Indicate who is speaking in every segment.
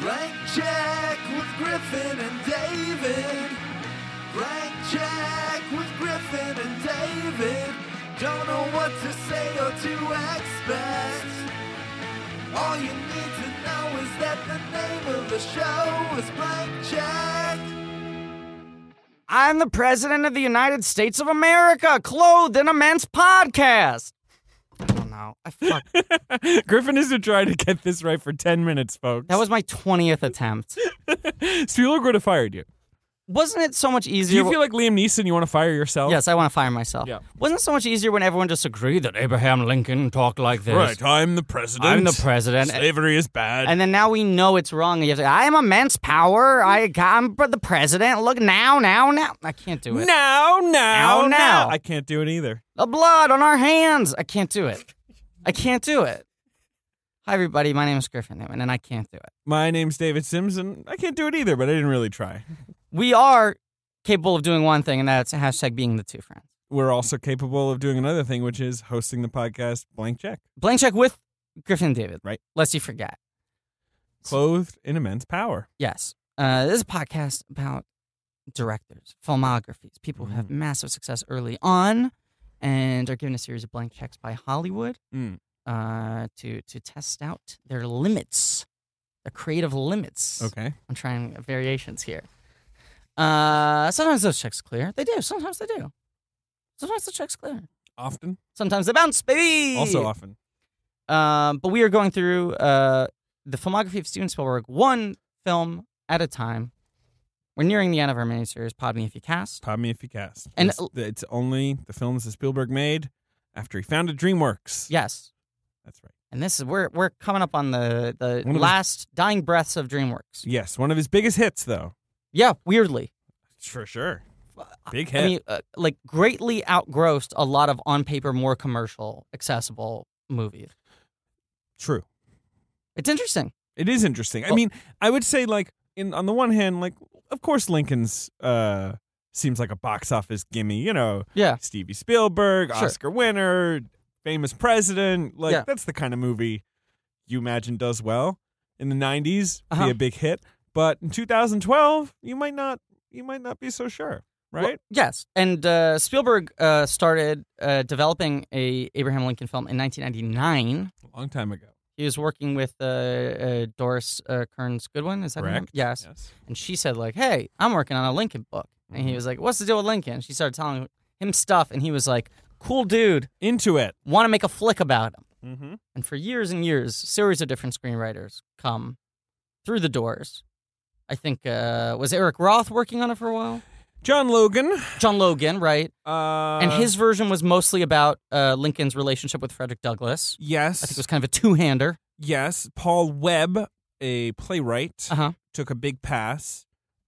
Speaker 1: Blank check with Griffin and David. Blank check with Griffin and David. Don't know what to say or to expect. All you need to know is that the name of the show is Blank Check.
Speaker 2: I'm the President of the United States of America, clothed in a men's podcast. I don't know. I fuck.
Speaker 3: Griffin is to try to get this right for 10 minutes, folks.
Speaker 2: That was my 20th attempt.
Speaker 3: Spielberg would have fired you.
Speaker 2: Wasn't it so much
Speaker 3: Do
Speaker 2: easier?
Speaker 3: you feel like Liam Neeson, you want to fire yourself?
Speaker 2: Yes, I want to fire myself.
Speaker 3: Yeah.
Speaker 2: Wasn't it so much easier when everyone just agreed that Abraham Lincoln talked like this?
Speaker 3: Right, I'm the president.
Speaker 2: I'm the president.
Speaker 3: Slavery is bad.
Speaker 2: And then now we know it's wrong. And you have to, I am immense power. I, I'm the president. Look now, now, now. I can't do it.
Speaker 3: now, now,
Speaker 2: Now, now.
Speaker 3: I can't do it either.
Speaker 2: The blood on our hands. I can't do it. I can't do it. Hi, everybody. My name is Griffin Newman, and I can't do it.
Speaker 3: My name's David Sims, and I can't do it either, but I didn't really try.
Speaker 2: We are capable of doing one thing, and that's hashtag being the two friends.
Speaker 3: We're also capable of doing another thing, which is hosting the podcast Blank Check,
Speaker 2: Blank check with Griffin and David.
Speaker 3: Right.
Speaker 2: Lest you forget.
Speaker 3: clothed in immense power.
Speaker 2: Yes. Uh, this is a podcast about directors, filmographies, people
Speaker 3: Mm.
Speaker 2: who have massive success early on and are given a series of blank checks by Hollywood
Speaker 3: Mm.
Speaker 2: uh, to, to test out their limits, their creative limits.
Speaker 3: Okay.
Speaker 2: I'm trying variations here. Uh, sometimes those checks clear. They do. Sometimes they do. Sometimes the checks clear.
Speaker 3: Often.
Speaker 2: Sometimes they bounce, baby.
Speaker 3: Also often.
Speaker 2: Um, but we are going through uh, the filmography of Steven Spielberg, one film at a time. We're nearing the end of our miniseries, Pod Me If You Cast.
Speaker 3: Pod me if you cast.
Speaker 2: And-
Speaker 3: it's, it's only the films that Spielberg made after he founded DreamWorks.
Speaker 2: Yes.
Speaker 3: That's right.
Speaker 2: And this is we're we're coming up on the the
Speaker 3: One of his-
Speaker 2: last dying breaths of DreamWorks.
Speaker 3: Yes, one of his biggest hits, though.
Speaker 2: Yeah, weirdly.
Speaker 3: For sure. Big hit.
Speaker 2: I mean, uh, like greatly outgrossed a lot of on paper more commercial accessible movies.
Speaker 3: True.
Speaker 2: It's interesting.
Speaker 3: It is interesting. I
Speaker 2: Well-
Speaker 3: mean, I would say like in on the one hand, like of course Lincoln's uh seems like a box office gimme, you know,
Speaker 2: Yeah.
Speaker 3: Stevie Spielberg,
Speaker 2: Sure.
Speaker 3: Oscar winner, famous president, like
Speaker 2: Yeah.
Speaker 3: that's the kind of movie you imagine does well in the 90s, be
Speaker 2: Uh-huh.
Speaker 3: a big hit, but in 2012, you might not you might not be so sure,
Speaker 2: Well,
Speaker 3: right?
Speaker 2: yes, and uh, Spielberg uh, started uh, developing a Abraham Lincoln film in 1999.
Speaker 3: a long time ago.
Speaker 2: He was working with uh, uh, Doris uh, Kearns Goodwin. Is that her name?
Speaker 3: Correct?
Speaker 2: Yes.
Speaker 3: Yes.
Speaker 2: And she said like, "Hey, I'm working on a Lincoln book," and
Speaker 3: Mm-hmm.
Speaker 2: he was like, "What's the deal with Lincoln?" She started telling him stuff, and he was like, "Cool dude,
Speaker 3: Into it.
Speaker 2: want to make a flick about him."
Speaker 3: Mhm.
Speaker 2: And for years and years, series of different screenwriters come through the doors. I think uh, was Eric Roth working on it for a while.
Speaker 3: John Logan
Speaker 2: John Logan, right?
Speaker 3: uh
Speaker 2: and his version was mostly about uh, Lincoln's relationship with Frederick Douglass.
Speaker 3: yes.
Speaker 2: I think it was kind of a two-hander.
Speaker 3: Yes, Paul Webb, a playwright,
Speaker 2: Uh-huh.
Speaker 3: took a big pass,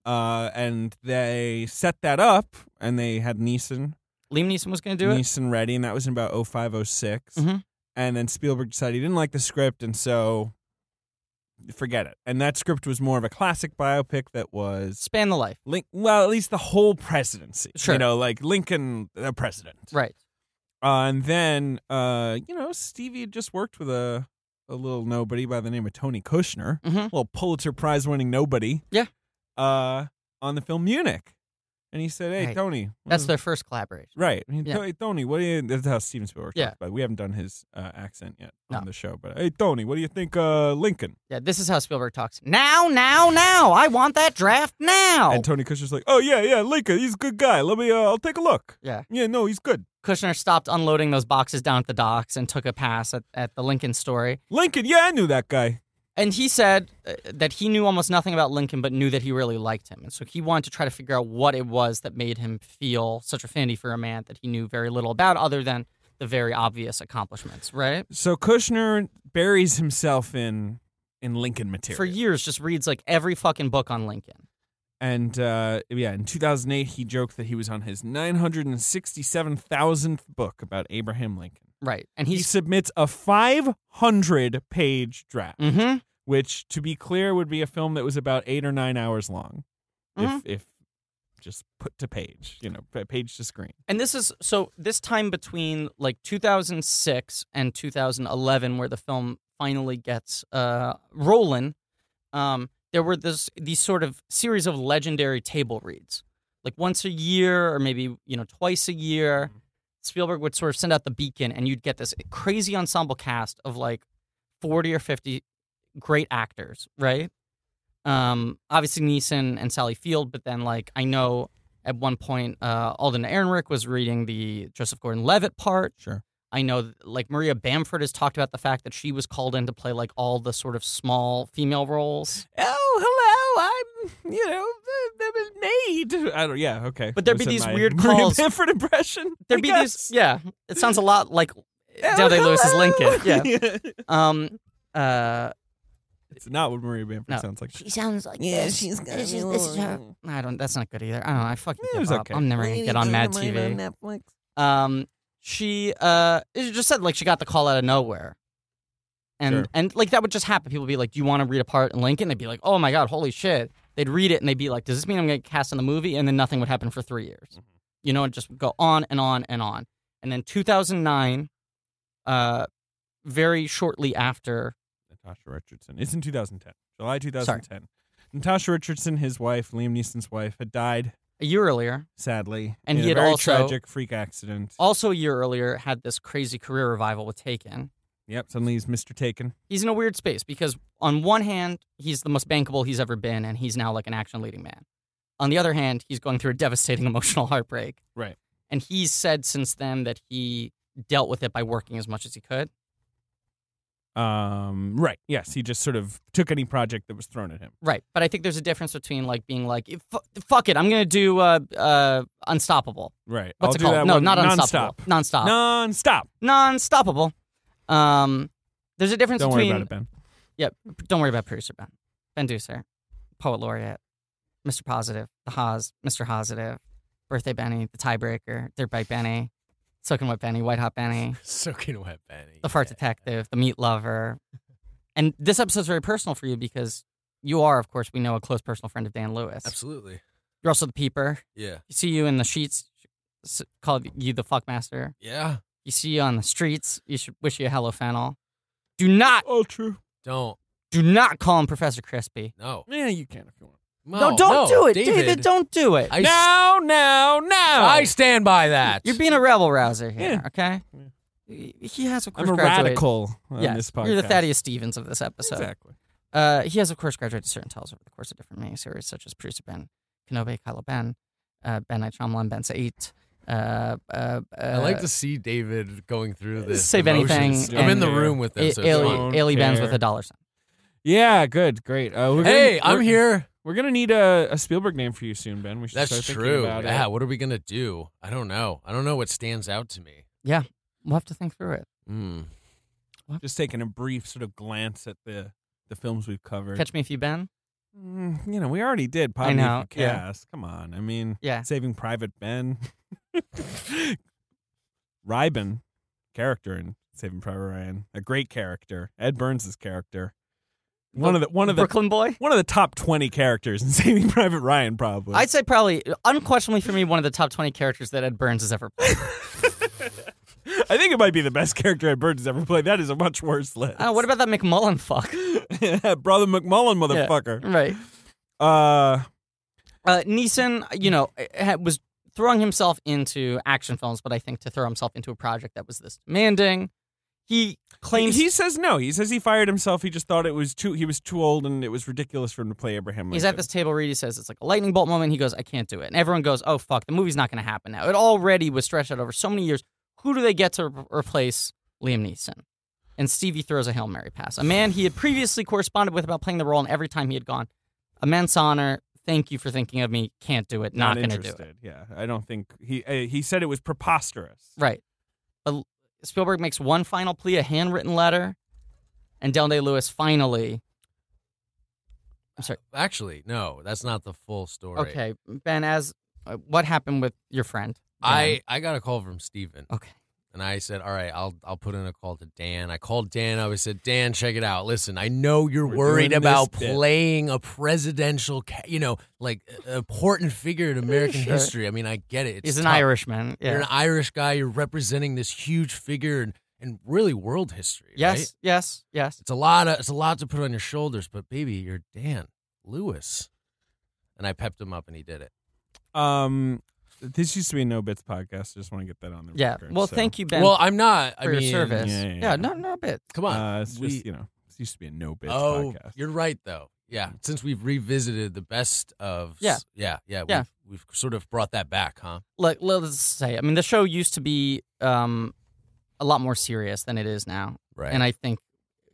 Speaker 3: uh, and they set that up, and they had Neeson,
Speaker 2: Liam Neeson was going to do it.
Speaker 3: Neeson ready, and that was in about 05, 6
Speaker 2: Mhm.
Speaker 3: And then Spielberg decided he didn't like the script, and so forget it. And that script was more of a classic biopic that was
Speaker 2: Span the life,
Speaker 3: Link. Well, at least the whole presidency,
Speaker 2: Sure.
Speaker 3: you know, like Lincoln, the president,
Speaker 2: right?
Speaker 3: Uh, and then, uh, you know, Stevie had just worked with a a little nobody by the name of Tony Kushner,
Speaker 2: Mhm.
Speaker 3: a little Pulitzer Prize winning nobody.
Speaker 2: Yeah.
Speaker 3: Uh, on the film Munich, and he said, "Hey,
Speaker 2: Right.
Speaker 3: Tony,
Speaker 2: That's
Speaker 3: mm,
Speaker 2: their first collaboration.
Speaker 3: right. I mean,
Speaker 2: Yeah.
Speaker 3: Hey, Tony, what do you? That's how Steven Spielberg.
Speaker 2: Yeah.
Speaker 3: Talks, but we haven't done his uh, accent yet
Speaker 2: No.
Speaker 3: on the show. But hey, Tony, what do you think, uh, Lincoln?
Speaker 2: Yeah, this is how Spielberg talks. Now, now, now! I want that draft now.
Speaker 3: And Tony Kushner's like, "Oh yeah, yeah, Lincoln, he's a good guy. Let me, uh, I'll take a look.
Speaker 2: yeah,
Speaker 3: Yeah, no, he's good.
Speaker 2: Kushner stopped unloading those boxes down at the docks and took a pass at, at the Lincoln story.
Speaker 3: Lincoln, yeah, I knew that guy.
Speaker 2: And he said uh, that he knew almost nothing about Lincoln, but knew that he really liked him. And so he wanted to try to figure out what it was that made him feel such affinity for a man that he knew very little about, other than the very obvious accomplishments, right?
Speaker 3: So Kushner buries himself in in Lincoln material
Speaker 2: For years, just reads like every fucking book on Lincoln.
Speaker 3: and uh, yeah, in 2008 he joked that he was on his 967,000th book about Abraham Lincoln.
Speaker 2: Right. And
Speaker 3: He
Speaker 2: he's.
Speaker 3: submits a 500 page draft,
Speaker 2: hmm.
Speaker 3: which, to be clear, would be a film that was about eight or nine hours long,
Speaker 2: Mhm.
Speaker 3: if if just put to page, you know, pa- page to screen.
Speaker 2: And this is so this time between like 2006 and 2011, where the film finally gets uh, rolling. Um, there were this these sort of series of legendary table reads, like once a year or maybe you know twice a year. Spielberg would sort of send out the beacon, and you'd get this crazy ensemble cast of like forty or fifty great actors, right? Um, obviously Neeson and Sally Field, but then like I know at one point uh, Alden Ehrenreich was reading the Joseph Gordon-Levitt part.
Speaker 3: Sure.
Speaker 2: I know th- like Maria Bamford has talked about the fact that she was called in to play like all the sort of small female roles.
Speaker 3: Oh, hello. I'm, you know, that was made. I don't, yeah, okay.
Speaker 2: But there'd
Speaker 3: That
Speaker 2: be
Speaker 3: was in
Speaker 2: these
Speaker 3: my
Speaker 2: weird
Speaker 3: Maria
Speaker 2: calls.
Speaker 3: Bamford impression.
Speaker 2: There'd
Speaker 3: I
Speaker 2: be
Speaker 3: guess.
Speaker 2: these yeah. It sounds a lot like
Speaker 3: Oh,
Speaker 2: Daniel Day Lewis is Lincoln.
Speaker 3: hello.
Speaker 2: Yeah. Um uh
Speaker 3: It's not what Maria Bamford
Speaker 2: No.
Speaker 3: sounds like.
Speaker 4: She sounds like this.
Speaker 3: she's got
Speaker 4: This is, this is her.
Speaker 2: I don't that's not good either. I don't know, I fucking
Speaker 3: It
Speaker 2: give
Speaker 3: was
Speaker 2: up.
Speaker 3: okay.
Speaker 2: I'm never gonna get on Mad TV.
Speaker 4: Netflix.
Speaker 2: um she uh it just said like she got the call out of nowhere and
Speaker 3: Sure.
Speaker 2: and like that would just happen people would be like do you want to read a part in lincoln they'd be like oh my god holy shit they'd read it and they'd be like does this mean i'm gonna get cast in the movie and then nothing would happen for three years
Speaker 3: Mm-hmm.
Speaker 2: you know it just would go on and on and on and then 2009 uh very shortly after
Speaker 3: Natasha Richardson. It's in 2010, July 2010. Natasha Richardson, his wife, Liam Neeson's wife, had died
Speaker 2: a year earlier
Speaker 3: sadly,
Speaker 2: And
Speaker 3: in
Speaker 2: he
Speaker 3: a
Speaker 2: had
Speaker 3: very
Speaker 2: also-
Speaker 3: tragic freak accident.
Speaker 2: also a year earlier had this crazy career revival with taken
Speaker 3: Yep, suddenly he's Mr. Taken.
Speaker 2: he's in a weird space because on one hand he's the most bankable he's ever been and he's now like an action leading man on the other hand he's going through a devastating emotional heartbreak
Speaker 3: Right.
Speaker 2: and he's said since then that he dealt with it by working as much as he could
Speaker 3: Um, right. Yes, he just sort of took any project that was thrown at him.
Speaker 2: right but i think there's a difference between like being like "Fu- fuck it i'm gonna do uh, uh, unstoppable
Speaker 3: Right.
Speaker 2: what's
Speaker 3: I'll
Speaker 2: it
Speaker 3: do
Speaker 2: called
Speaker 3: that
Speaker 2: no
Speaker 3: one-
Speaker 2: not
Speaker 3: nonstop.
Speaker 2: unstoppable Ah. non-stop
Speaker 3: Non-stop.
Speaker 2: non-stoppable um, there's a difference
Speaker 3: Don't worry
Speaker 2: between
Speaker 3: about it, Ben.
Speaker 2: Don't worry about producer Ben. Ben Deucer, poet laureate, Mr. Positive, the Haas, Mr. Positive, Birthday Benny, the Tiebreaker, Dirtbike Benny, Soaking Wet Benny, White Hot Benny,
Speaker 5: Soaking wet, Benny.
Speaker 2: the Fart Detective, the Meat Lover. And this episode's very personal for you because you are, of course, we know a close personal friend of Dan Lewis.
Speaker 5: Absolutely.
Speaker 2: You're also the peeper.
Speaker 5: Yeah.
Speaker 2: You see you in the sheets, s- call you the fuckmaster.
Speaker 5: Yeah.
Speaker 2: You see you on the streets. You should wish you a hello fennel. Do not,
Speaker 3: All true.
Speaker 5: Don't.
Speaker 2: do not call him Professor Crispy.
Speaker 5: No.
Speaker 3: Yeah, you can if you want.
Speaker 2: No, don't do it, David. Don't do it.
Speaker 5: I, s-
Speaker 3: Now, now, now.
Speaker 5: I stand by that.
Speaker 2: You're being a rebel rouser here,
Speaker 3: Yeah.
Speaker 2: okay? He has, of course,
Speaker 3: I'm a
Speaker 2: graduated-
Speaker 3: radical on
Speaker 2: Yes,
Speaker 3: this podcast.
Speaker 2: you're the Thaddeus Stevens of this episode.
Speaker 3: Exactly.
Speaker 2: Uh, he has, of course, graduated certain titles over the course of different miniseries, such as Producer Ben, Kenobi, Kylo Ben, uh, Ben I. Shyamalan, Ben Sait. Uh, uh,
Speaker 5: I like to see David going through this.
Speaker 2: Save
Speaker 5: emotions.
Speaker 2: anything
Speaker 5: I'm in
Speaker 2: and-
Speaker 5: the room with them.
Speaker 2: Ali
Speaker 5: So it's fine.
Speaker 3: Don't
Speaker 2: Benz
Speaker 3: care.
Speaker 2: with a dollar sign.
Speaker 3: Yeah, good, great. Uh, we're
Speaker 5: Hey,
Speaker 3: gonna,
Speaker 5: I'm
Speaker 3: we're-
Speaker 5: here.
Speaker 3: We're gonna need a, a Spielberg name for you soon, Ben. We should
Speaker 5: That's
Speaker 3: start thinking
Speaker 5: true.
Speaker 3: about it.
Speaker 5: Yeah. What are we gonna do? I don't know. I don't know what stands out to me.
Speaker 2: We'll have to think through it.
Speaker 5: Mm.
Speaker 3: Just taking a brief sort of glance at the the films we've covered.
Speaker 2: Catch me if you Ben.
Speaker 3: Mm, you know, we already did. Pod
Speaker 2: I know,
Speaker 3: Cast.
Speaker 2: yeah.
Speaker 3: Come on. I mean,
Speaker 2: Yeah.
Speaker 3: Saving Private Ben. Ryben, character in Saving Private Ryan, a great character. Ed Burns' character. One of the one of the
Speaker 2: Brooklyn boy.
Speaker 3: one of the top twenty characters in Saving Private Ryan, probably.
Speaker 2: I'd say probably, unquestionably for me, one of the top twenty characters that Ed Burns has ever played.
Speaker 3: I think it might be the best character Ed Burns has ever played. That is a much worse list.
Speaker 2: Uh, what about that McMullen fuck?
Speaker 3: Brother McMullen, motherfucker.
Speaker 2: Right.
Speaker 3: Uh,
Speaker 2: Uh, Neeson, you know, ha- was throwing himself into action films, but I think to throw himself into a project that was this demanding, he
Speaker 3: he,
Speaker 2: claims
Speaker 3: he says no. He says he fired himself. He just thought it was too. He was too old, and it was ridiculous for him to play Abraham. Lincoln.
Speaker 2: he's at this table read. He says it's like a lightning bolt moment. He goes, "I can't do it," and everyone goes, "Oh fuck, the movie's not going to happen now." It already was stretched out over so many years. Who do they get to re- replace Liam Neeson? And Stevie throws a hail mary pass. A man he had previously corresponded with about playing the role, and every time he had gone, immense honor. Thank you for thinking of me. Can't do it. Not, going to do it.
Speaker 3: interested. Yeah, I don't think he. Uh, he said it was preposterous.
Speaker 2: Right. But L- Spielberg makes one final plea, a handwritten letter, and Del Day Lewis finally. I'm sorry.
Speaker 5: Actually, no. That's not the full story.
Speaker 2: Okay, Ben, as uh, what happened with your friend?
Speaker 5: I I got a call from Steven.
Speaker 2: Okay.
Speaker 5: And I said, "All right, I'll I'll put in a call to Dan." I called Dan. I was said, "Dan, check it out. Listen, I know you're
Speaker 3: We're
Speaker 5: worried
Speaker 3: doing
Speaker 5: about
Speaker 3: this bit."
Speaker 5: playing a presidential, ca- you know, like a- a important figure in American
Speaker 2: Sure.
Speaker 5: history. I mean, I get it. It's
Speaker 2: He's an
Speaker 5: tough.
Speaker 2: Irishman. Yeah.
Speaker 5: You're an Irish guy. You're representing this huge figure and and really world history.
Speaker 2: yes,
Speaker 5: right?
Speaker 2: yes, yes.
Speaker 5: It's a lot of it's a lot to put on your shoulders, but baby, you're Dan. Lewis. And I pepped him up and he did it.
Speaker 3: Um, this used to be a no bits podcast. I just want to get that on the
Speaker 2: Yeah.
Speaker 3: record.
Speaker 2: Well,
Speaker 3: so,
Speaker 2: thank you, Ben,
Speaker 5: well, I'm not. I
Speaker 2: for your
Speaker 5: mean,
Speaker 2: service.
Speaker 3: yeah, yeah, yeah.
Speaker 2: no, no bit.
Speaker 5: Come on.
Speaker 3: Uh, it's
Speaker 5: We-
Speaker 3: just you know, this used to be a no bits
Speaker 5: oh,
Speaker 3: podcast.
Speaker 5: you're right though. Yeah, since we've revisited the best of
Speaker 2: Yeah.
Speaker 5: yeah, yeah,
Speaker 2: Yeah.
Speaker 5: We've, we've sort of brought that back, huh?
Speaker 2: Like, let's say, I mean, the show used to be um, a lot more serious than it is now,
Speaker 5: Right.
Speaker 2: and I think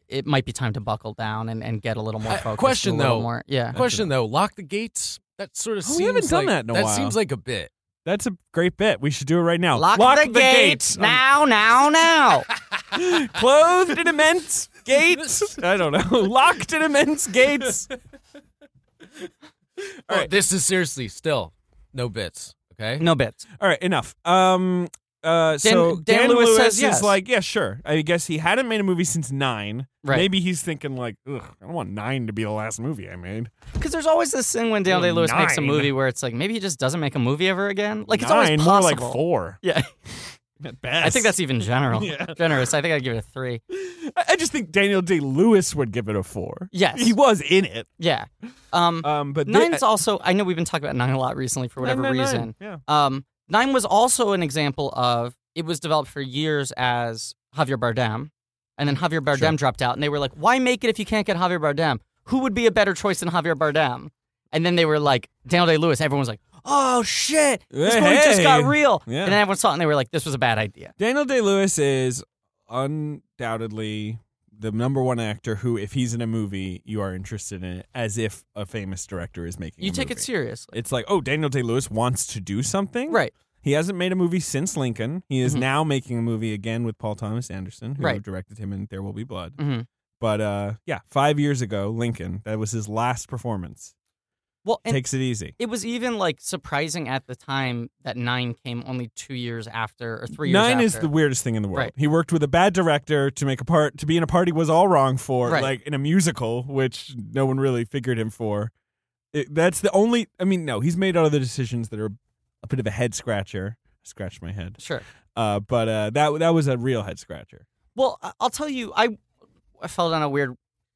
Speaker 2: it might be time to buckle down and, and get a little more
Speaker 5: Uh,
Speaker 2: focused. and
Speaker 5: question,
Speaker 2: a little
Speaker 5: though.
Speaker 2: more, yeah.
Speaker 5: question though, lock the gates. That sort of
Speaker 3: Oh,
Speaker 5: seems
Speaker 3: we haven't
Speaker 5: like-
Speaker 3: done that in a while.
Speaker 5: seems like a bit.
Speaker 3: That's a great bit. We should do it right now.
Speaker 2: Oh, Lock, the, gates
Speaker 3: Um,
Speaker 2: now, now, now.
Speaker 3: clothed in immense gates. I don't know. Locked in immense gates.
Speaker 5: All right.
Speaker 3: right.
Speaker 5: this is seriously still no bits. Okay.
Speaker 2: no bits.
Speaker 3: All right, enough. Um. Uh, so
Speaker 2: Dan Lewis says
Speaker 3: is
Speaker 2: yes.
Speaker 3: like, yeah, sure. I guess he hadn't made a movie since nine.
Speaker 2: Right.
Speaker 3: Maybe he's thinking like, Ugh, I don't want nine to be the last movie I made.
Speaker 2: Because there's always this thing when Daniel Day Lewis makes a
Speaker 3: Nine.
Speaker 2: movie where it's like maybe he just doesn't make a movie ever again. Like it's
Speaker 3: nine,
Speaker 2: always possible.
Speaker 3: more like four.
Speaker 2: Yeah,
Speaker 3: At best.
Speaker 2: I think that's even general,
Speaker 3: Yeah.
Speaker 2: generous. I think I'd give it a three.
Speaker 3: I I just think Daniel Day Lewis would give it a four.
Speaker 2: Yes.
Speaker 3: he was in it.
Speaker 2: Yeah. Um,
Speaker 3: Um, but thi-
Speaker 2: nine's also. I know we've been talking about nine a lot recently for whatever
Speaker 3: Nine, nine, nine.
Speaker 2: reason.
Speaker 3: Yeah.
Speaker 2: Um, Nine was also an example of it was developed for years as Javier Bardem, and then Javier Bardem
Speaker 3: Sure.
Speaker 2: dropped out, and they were like, "Why make it if you can't get Javier Bardem? Who would be a better choice than Javier Bardem?" And then they were like, "Daniel Day Lewis." Everyone was like, "Oh shit, this
Speaker 3: Hey,
Speaker 2: movie just got
Speaker 3: hey.
Speaker 2: real,"
Speaker 3: Yeah.
Speaker 2: and then everyone saw it, and they were like, "This was a bad idea."
Speaker 3: Daniel Day Lewis is undoubtedly the number one actor who, if he's in a movie, you are interested in it as if a famous director is making.
Speaker 2: You
Speaker 3: a
Speaker 2: take it
Speaker 3: movie.
Speaker 2: seriously,
Speaker 3: It's like, oh, Daniel Day Lewis wants to do something.
Speaker 2: right?
Speaker 3: He hasn't made a movie since Lincoln. He is
Speaker 2: Mhm.
Speaker 3: now making a movie again with Paul Thomas Anderson, who
Speaker 2: Right.
Speaker 3: directed him in There Will Be Blood.
Speaker 2: hmm
Speaker 3: But uh, yeah, five years ago, Lincoln, that was his last performance.
Speaker 2: Well, and
Speaker 3: Takes it easy.
Speaker 2: it was even like surprising at the time that Nine came only two years after or three years.
Speaker 3: Nine is
Speaker 2: after.
Speaker 3: the weirdest thing in the world.
Speaker 2: Right.
Speaker 3: He worked with a bad director to make a part to be in a party was all wrong for,
Speaker 2: Right.
Speaker 3: like in a musical, which no one really figured him for. It, that's the only. I mean, no, he's made other decisions that are a bit of a head scratcher. Scratch my head.
Speaker 2: sure.
Speaker 3: Uh, but uh, that that was a real head scratcher.
Speaker 2: Well, I- I'll tell you, I I fell down a weird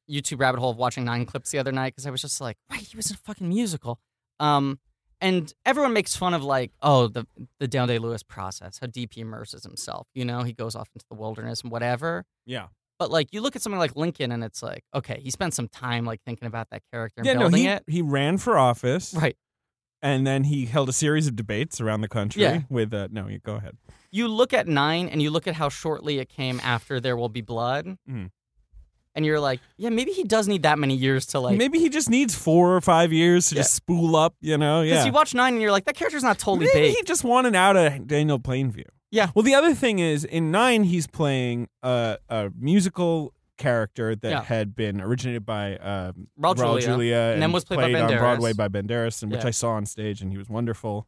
Speaker 2: YouTube rabbit hole of watching nine clips the other night because I was just like, right, he was in a fucking musical. Um, and everyone makes fun of like, oh, the the Daniel Day Lewis process, how deep he immerses himself. You know, he goes off into the wilderness and whatever.
Speaker 3: Yeah.
Speaker 2: But like, you look at something like Lincoln, and it's like, okay, he spent some time like thinking about that character and
Speaker 3: Yeah, no,
Speaker 2: building
Speaker 3: he
Speaker 2: it.
Speaker 3: he ran for office,
Speaker 2: Right.
Speaker 3: and then he held a series of debates around the country
Speaker 2: Yeah.
Speaker 3: with. Uh, no, you go ahead.
Speaker 2: you look at nine and you look at how shortly it came after there will be blood
Speaker 3: Mhm.
Speaker 2: and you're like yeah maybe he does need that many years to like
Speaker 3: Maybe he just needs four or five years to
Speaker 2: Yeah.
Speaker 3: just spool up. You know,
Speaker 2: because
Speaker 3: yeah.
Speaker 2: you watch nine and you're like that character's not totally
Speaker 3: Maybe
Speaker 2: big
Speaker 3: he just wanted out of Daniel Plainview.
Speaker 2: Yeah.
Speaker 3: Well, the other thing is, in nine, he's playing a, a musical character that
Speaker 2: Yeah.
Speaker 3: had been originated by um,
Speaker 2: Raul Julia,
Speaker 3: Raul Julia
Speaker 2: and then was played by
Speaker 3: on
Speaker 2: Banderas.
Speaker 3: Broadway by Banderas, and which
Speaker 2: Yeah.
Speaker 3: I saw on stage, and he was wonderful.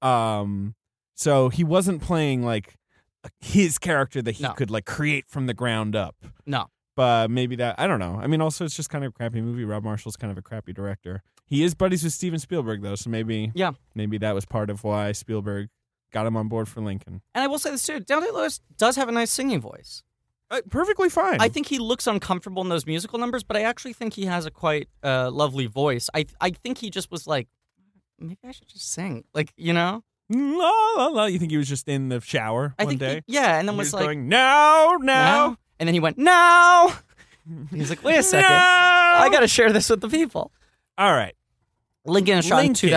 Speaker 3: Um, so he wasn't playing like his character that he
Speaker 2: No.
Speaker 3: could like create from the ground up.
Speaker 2: No.
Speaker 3: But maybe that I don't know. I mean, also it's just kind of a crappy movie. Rob Marshall's kind of a crappy director. He is buddies with Steven Spielberg though, so maybe
Speaker 2: Yeah.
Speaker 3: maybe that was part of why Spielberg got him on board for Lincoln.
Speaker 2: and i will say this too daniel lewis does have a nice singing voice
Speaker 3: Uh, perfectly fine.
Speaker 2: i think he looks uncomfortable in those musical numbers but i actually think he has a quite uh, lovely voice I, I think he just was like maybe i should just sing like you know
Speaker 3: la la la. You think he was just in the shower
Speaker 2: i
Speaker 3: one
Speaker 2: think he-
Speaker 3: day?
Speaker 2: yeah and then
Speaker 3: He
Speaker 2: was,
Speaker 3: was
Speaker 2: like
Speaker 3: going no, no,
Speaker 2: no and then he went no he's like wait a second
Speaker 3: No!
Speaker 2: i gotta share this with the people
Speaker 3: All right.
Speaker 2: Lincoln is shot in
Speaker 3: Lincoln.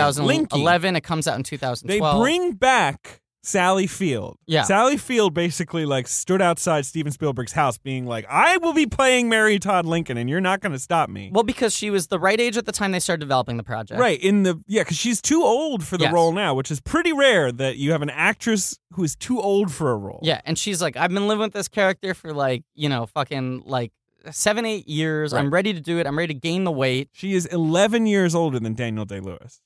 Speaker 2: 2011. It comes out in
Speaker 3: They
Speaker 2: 2012.
Speaker 3: bring back Sally Field.
Speaker 2: Yeah.
Speaker 3: Sally Field basically like stood outside Steven Spielberg's house being like, I will be playing Mary Todd Lincoln and you're not going to stop me.
Speaker 2: well, because she was the right age at the time they started developing the project.
Speaker 3: Right in the yeah, because she's too old for the
Speaker 2: Yes.
Speaker 3: role now, which is pretty rare that you have an actress who is too old for a role.
Speaker 2: Yeah, and she's like, I've been living with this character for like, you know, fucking like seven, eight years. I'm ready to do it. I'm ready to gain the weight.
Speaker 3: she is 11 years older than Daniel Day Lewis.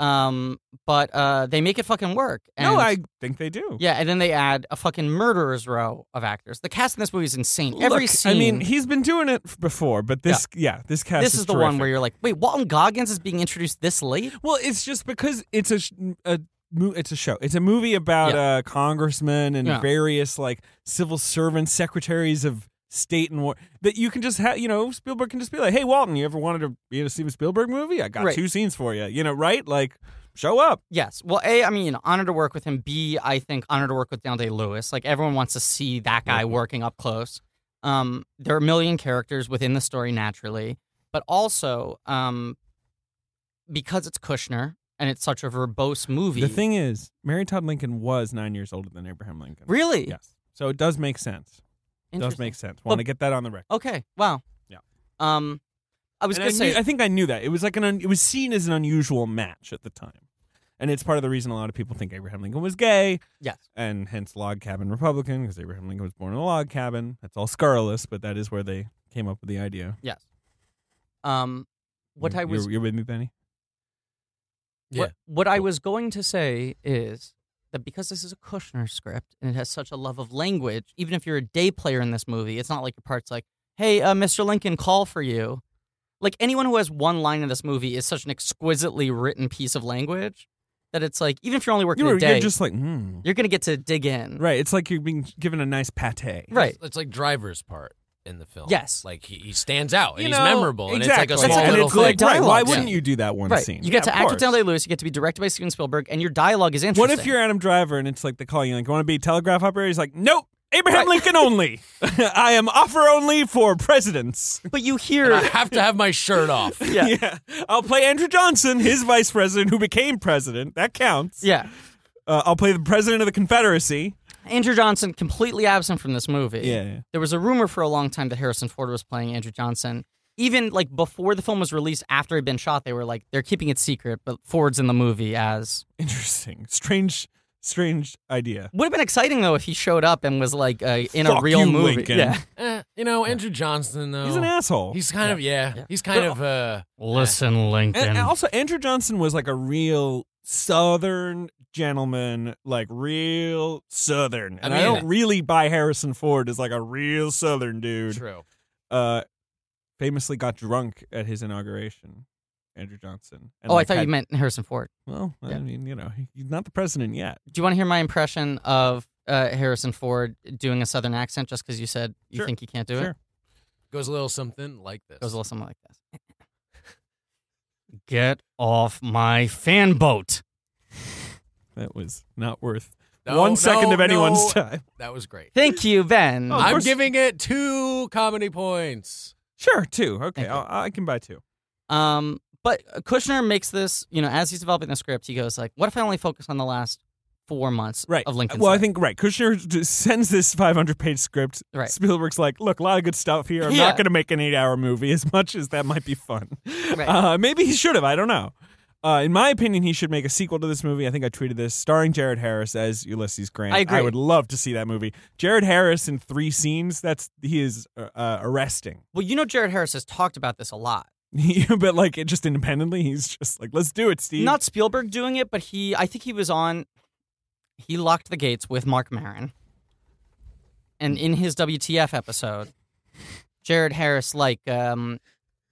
Speaker 2: Um, but uh, they make it fucking work. And,
Speaker 3: no, I think they do.
Speaker 2: Yeah, and then they add a fucking murderer's row of actors. The cast in this movie is insane. Every
Speaker 3: Look,
Speaker 2: scene.
Speaker 3: I mean, he's been doing it f- before, but this yeah, this cast
Speaker 2: this is, the one
Speaker 3: terrific.
Speaker 2: where you're like, wait, Walton Goggins is being introduced this late?
Speaker 3: Well, it's just because it's a sh- a mo- it's a show. It's a movie about uh, congressmen and
Speaker 2: Yeah.
Speaker 3: various like civil servants, secretaries of state and war that you can just have. You know, Spielberg can just be like, "Hey, Walton, you ever wanted to be in a Steven Spielberg movie? I got
Speaker 2: Right.
Speaker 3: two scenes for you. You know, right? Like, show up.
Speaker 2: Yes. Well, A, I mean, you know, honor to work with him. B, I think honor to work with Down Day Lewis. Like everyone wants to see that guy working up close. Um, there are a million characters within the story naturally, but also um, because it's Kushner and it's such a verbose movie.
Speaker 3: The thing is, Mary Todd Lincoln was nine years older than Abraham Lincoln.
Speaker 2: really
Speaker 3: Yes. So it does make sense. Does
Speaker 2: Interesting.
Speaker 3: make sense. Want to
Speaker 2: Well-
Speaker 3: get that on the record.
Speaker 2: Okay. Wow.
Speaker 3: Yeah.
Speaker 2: Um, I was
Speaker 3: And
Speaker 2: gonna
Speaker 3: I
Speaker 2: say
Speaker 3: knew- I think I knew that it was like an un, it was seen as an unusual match at the time, and it's part of the reason a lot of people think Abraham Lincoln was gay,
Speaker 2: yes.
Speaker 3: and hence log cabin Republican because Abraham Lincoln was born in a log cabin. That's all scurrilous, but that is where they came up with the idea.
Speaker 2: Yes. Um, what
Speaker 3: You-
Speaker 2: I was
Speaker 3: you're, you're with me, Benny?
Speaker 5: Yeah.
Speaker 2: What, what I was going to say is that because this is a Kushner script and it has such a love of language, even if you're a day player in this movie, it's not like your part's like, hey, uh, Mr. Lincoln, call for you. Like anyone who has one line in this movie is such an exquisitely written piece of language that it's like, even if you're only working
Speaker 3: You're,
Speaker 2: a day,
Speaker 3: you're just like hmm.
Speaker 2: you're going to get to dig in.
Speaker 3: right. It's like you're being given a nice pate.
Speaker 2: Right.
Speaker 5: It's, it's like Driver's part in the film.
Speaker 2: Yes.
Speaker 5: Like he, he stands out and
Speaker 3: You
Speaker 5: he's
Speaker 3: know,
Speaker 5: memorable and it's like
Speaker 3: exactly.
Speaker 5: a small
Speaker 2: And
Speaker 5: little
Speaker 2: it's
Speaker 5: thing.
Speaker 2: like,
Speaker 3: right, Why
Speaker 2: dialogue, yeah.
Speaker 3: wouldn't you do that one
Speaker 2: Right.
Speaker 3: scene?
Speaker 2: You get
Speaker 3: Yeah,
Speaker 2: to
Speaker 3: of
Speaker 2: act with
Speaker 3: course.
Speaker 2: Daniel Lewis, you get to be directed by Steven Spielberg, and your dialogue is interesting.
Speaker 3: What if you're Adam Driver and it's like the calling, like, want to be telegraph operator? He's like, nope, Abraham Lincoln only. I am offer only for presidents.
Speaker 2: But you
Speaker 5: And I
Speaker 2: hear.
Speaker 5: have to have my shirt off.
Speaker 2: Yeah.
Speaker 3: I'll play Andrew Johnson, his vice president who became president. That counts.
Speaker 2: yeah.
Speaker 3: Uh, I'll play the president of the Confederacy.
Speaker 2: Andrew Johnson completely absent from this movie.
Speaker 3: Yeah, yeah.
Speaker 2: There was a rumor for a long time that Harrison Ford was playing Andrew Johnson. Even like before the film was released, after it had been shot, they were like, they're keeping it secret, but Ford's in the movie as.
Speaker 3: Interesting. Strange, strange idea.
Speaker 2: Would have been exciting though if he showed up and was like uh, in a
Speaker 3: Fuck
Speaker 2: real
Speaker 3: you,
Speaker 2: movie.
Speaker 3: Lincoln.
Speaker 2: Yeah.
Speaker 5: Eh, you know, Andrew Johnson though.
Speaker 3: He's an asshole.
Speaker 5: He's kind of yeah. He's kind of
Speaker 3: But-
Speaker 5: uh
Speaker 2: Listen,
Speaker 3: and,
Speaker 2: Lincoln.
Speaker 3: and also, Andrew Johnson was like a real Southern gentleman, like real Southern. And I,
Speaker 5: mean-
Speaker 3: don't really buy Harrison Ford as like a real Southern dude.
Speaker 5: true.
Speaker 3: Uh, famously got drunk at his inauguration. Andrew Johnson. And
Speaker 2: oh, I
Speaker 3: like,
Speaker 2: thought
Speaker 3: had-
Speaker 2: you meant Harrison Ford.
Speaker 3: Well, I
Speaker 2: Yeah.
Speaker 3: mean, you know, he- he's not the president yet.
Speaker 2: Do you want to hear my impression of uh, Harrison Ford doing a Southern accent just because you said you
Speaker 3: Sure.
Speaker 2: think he can't do
Speaker 3: Sure.
Speaker 2: it?
Speaker 5: Goes a little something like this.
Speaker 2: It goes a little something like this Get off my fan boat.
Speaker 3: That was not worth
Speaker 5: No,
Speaker 3: one second
Speaker 5: no,
Speaker 3: of anyone's
Speaker 5: no.
Speaker 3: time.
Speaker 5: That was great.
Speaker 2: Thank you, Ben.
Speaker 3: Oh, of
Speaker 5: I'm
Speaker 3: course.
Speaker 5: giving it two comedy points.
Speaker 3: Sure, two. Okay,
Speaker 2: Thank you.
Speaker 3: I'll, I can buy two.
Speaker 2: Um, but Kushner makes this, you know, as he's developing the script, he goes like, "What if I only focus on the last four months
Speaker 3: Right.
Speaker 2: of Lincoln?"
Speaker 3: well, I think right. Kushner d- sends this 500 page script.
Speaker 2: Right.
Speaker 3: Spielberg's like, look, a lot of good stuff here. I'm
Speaker 2: Yeah.
Speaker 3: not going to make an eight hour movie, as much as that might be fun.
Speaker 2: Right.
Speaker 3: Uh, maybe he should have. I don't know. Uh, in my opinion, he should make a sequel to this movie. I think I tweeted this, starring Jared Harris as Ulysses Grant.
Speaker 2: I agree.
Speaker 3: I would love to see that movie. Jared Harris in three scenes. That's he is uh, uh, arresting.
Speaker 2: Well, you know, Jared Harris has talked about this a lot.
Speaker 3: but like it just independently, he's just like, let's do it, Steve.
Speaker 2: Not Spielberg doing it, but he, I think he was on. He locked the gates with Mark Maron, and in his WTF episode, Jared Harris like. um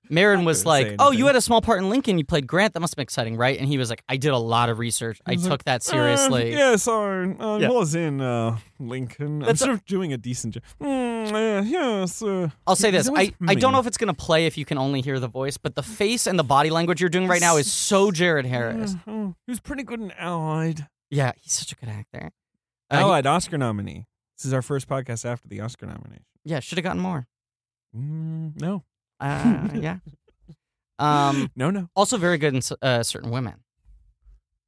Speaker 2: Marin was
Speaker 3: gonna say
Speaker 2: like, "Oh, you
Speaker 3: anything.
Speaker 2: had a small part in Lincoln. You played Grant. That must have been exciting, right?" And he was like, "I did a lot of research. I
Speaker 3: was
Speaker 2: took
Speaker 3: like,
Speaker 2: that
Speaker 3: Uh,
Speaker 2: seriously."
Speaker 3: yeah, sorry. Uh,
Speaker 2: Yeah.
Speaker 3: I was in uh, Lincoln. I'm
Speaker 2: That's
Speaker 3: sort of doing a decent job. Mm, uh, yes. Uh,
Speaker 2: I'll say
Speaker 3: he's
Speaker 2: this.
Speaker 3: always
Speaker 2: I, I don't know
Speaker 3: mean.
Speaker 2: if it's going to play if you can only hear the voice, but the face and the body language you're doing right now is so Jared Harris.
Speaker 3: Uh, uh, he was pretty good in Allied.
Speaker 2: Yeah, he's such a good actor. Uh, he-
Speaker 3: Allied Oscar nominee. This is our first podcast after the Oscar nomination.
Speaker 2: yeah, should have gotten more.
Speaker 3: Mm, no,
Speaker 2: Uh, yeah. Um,
Speaker 3: no, no.
Speaker 2: also very good in S- uh, Certain Women.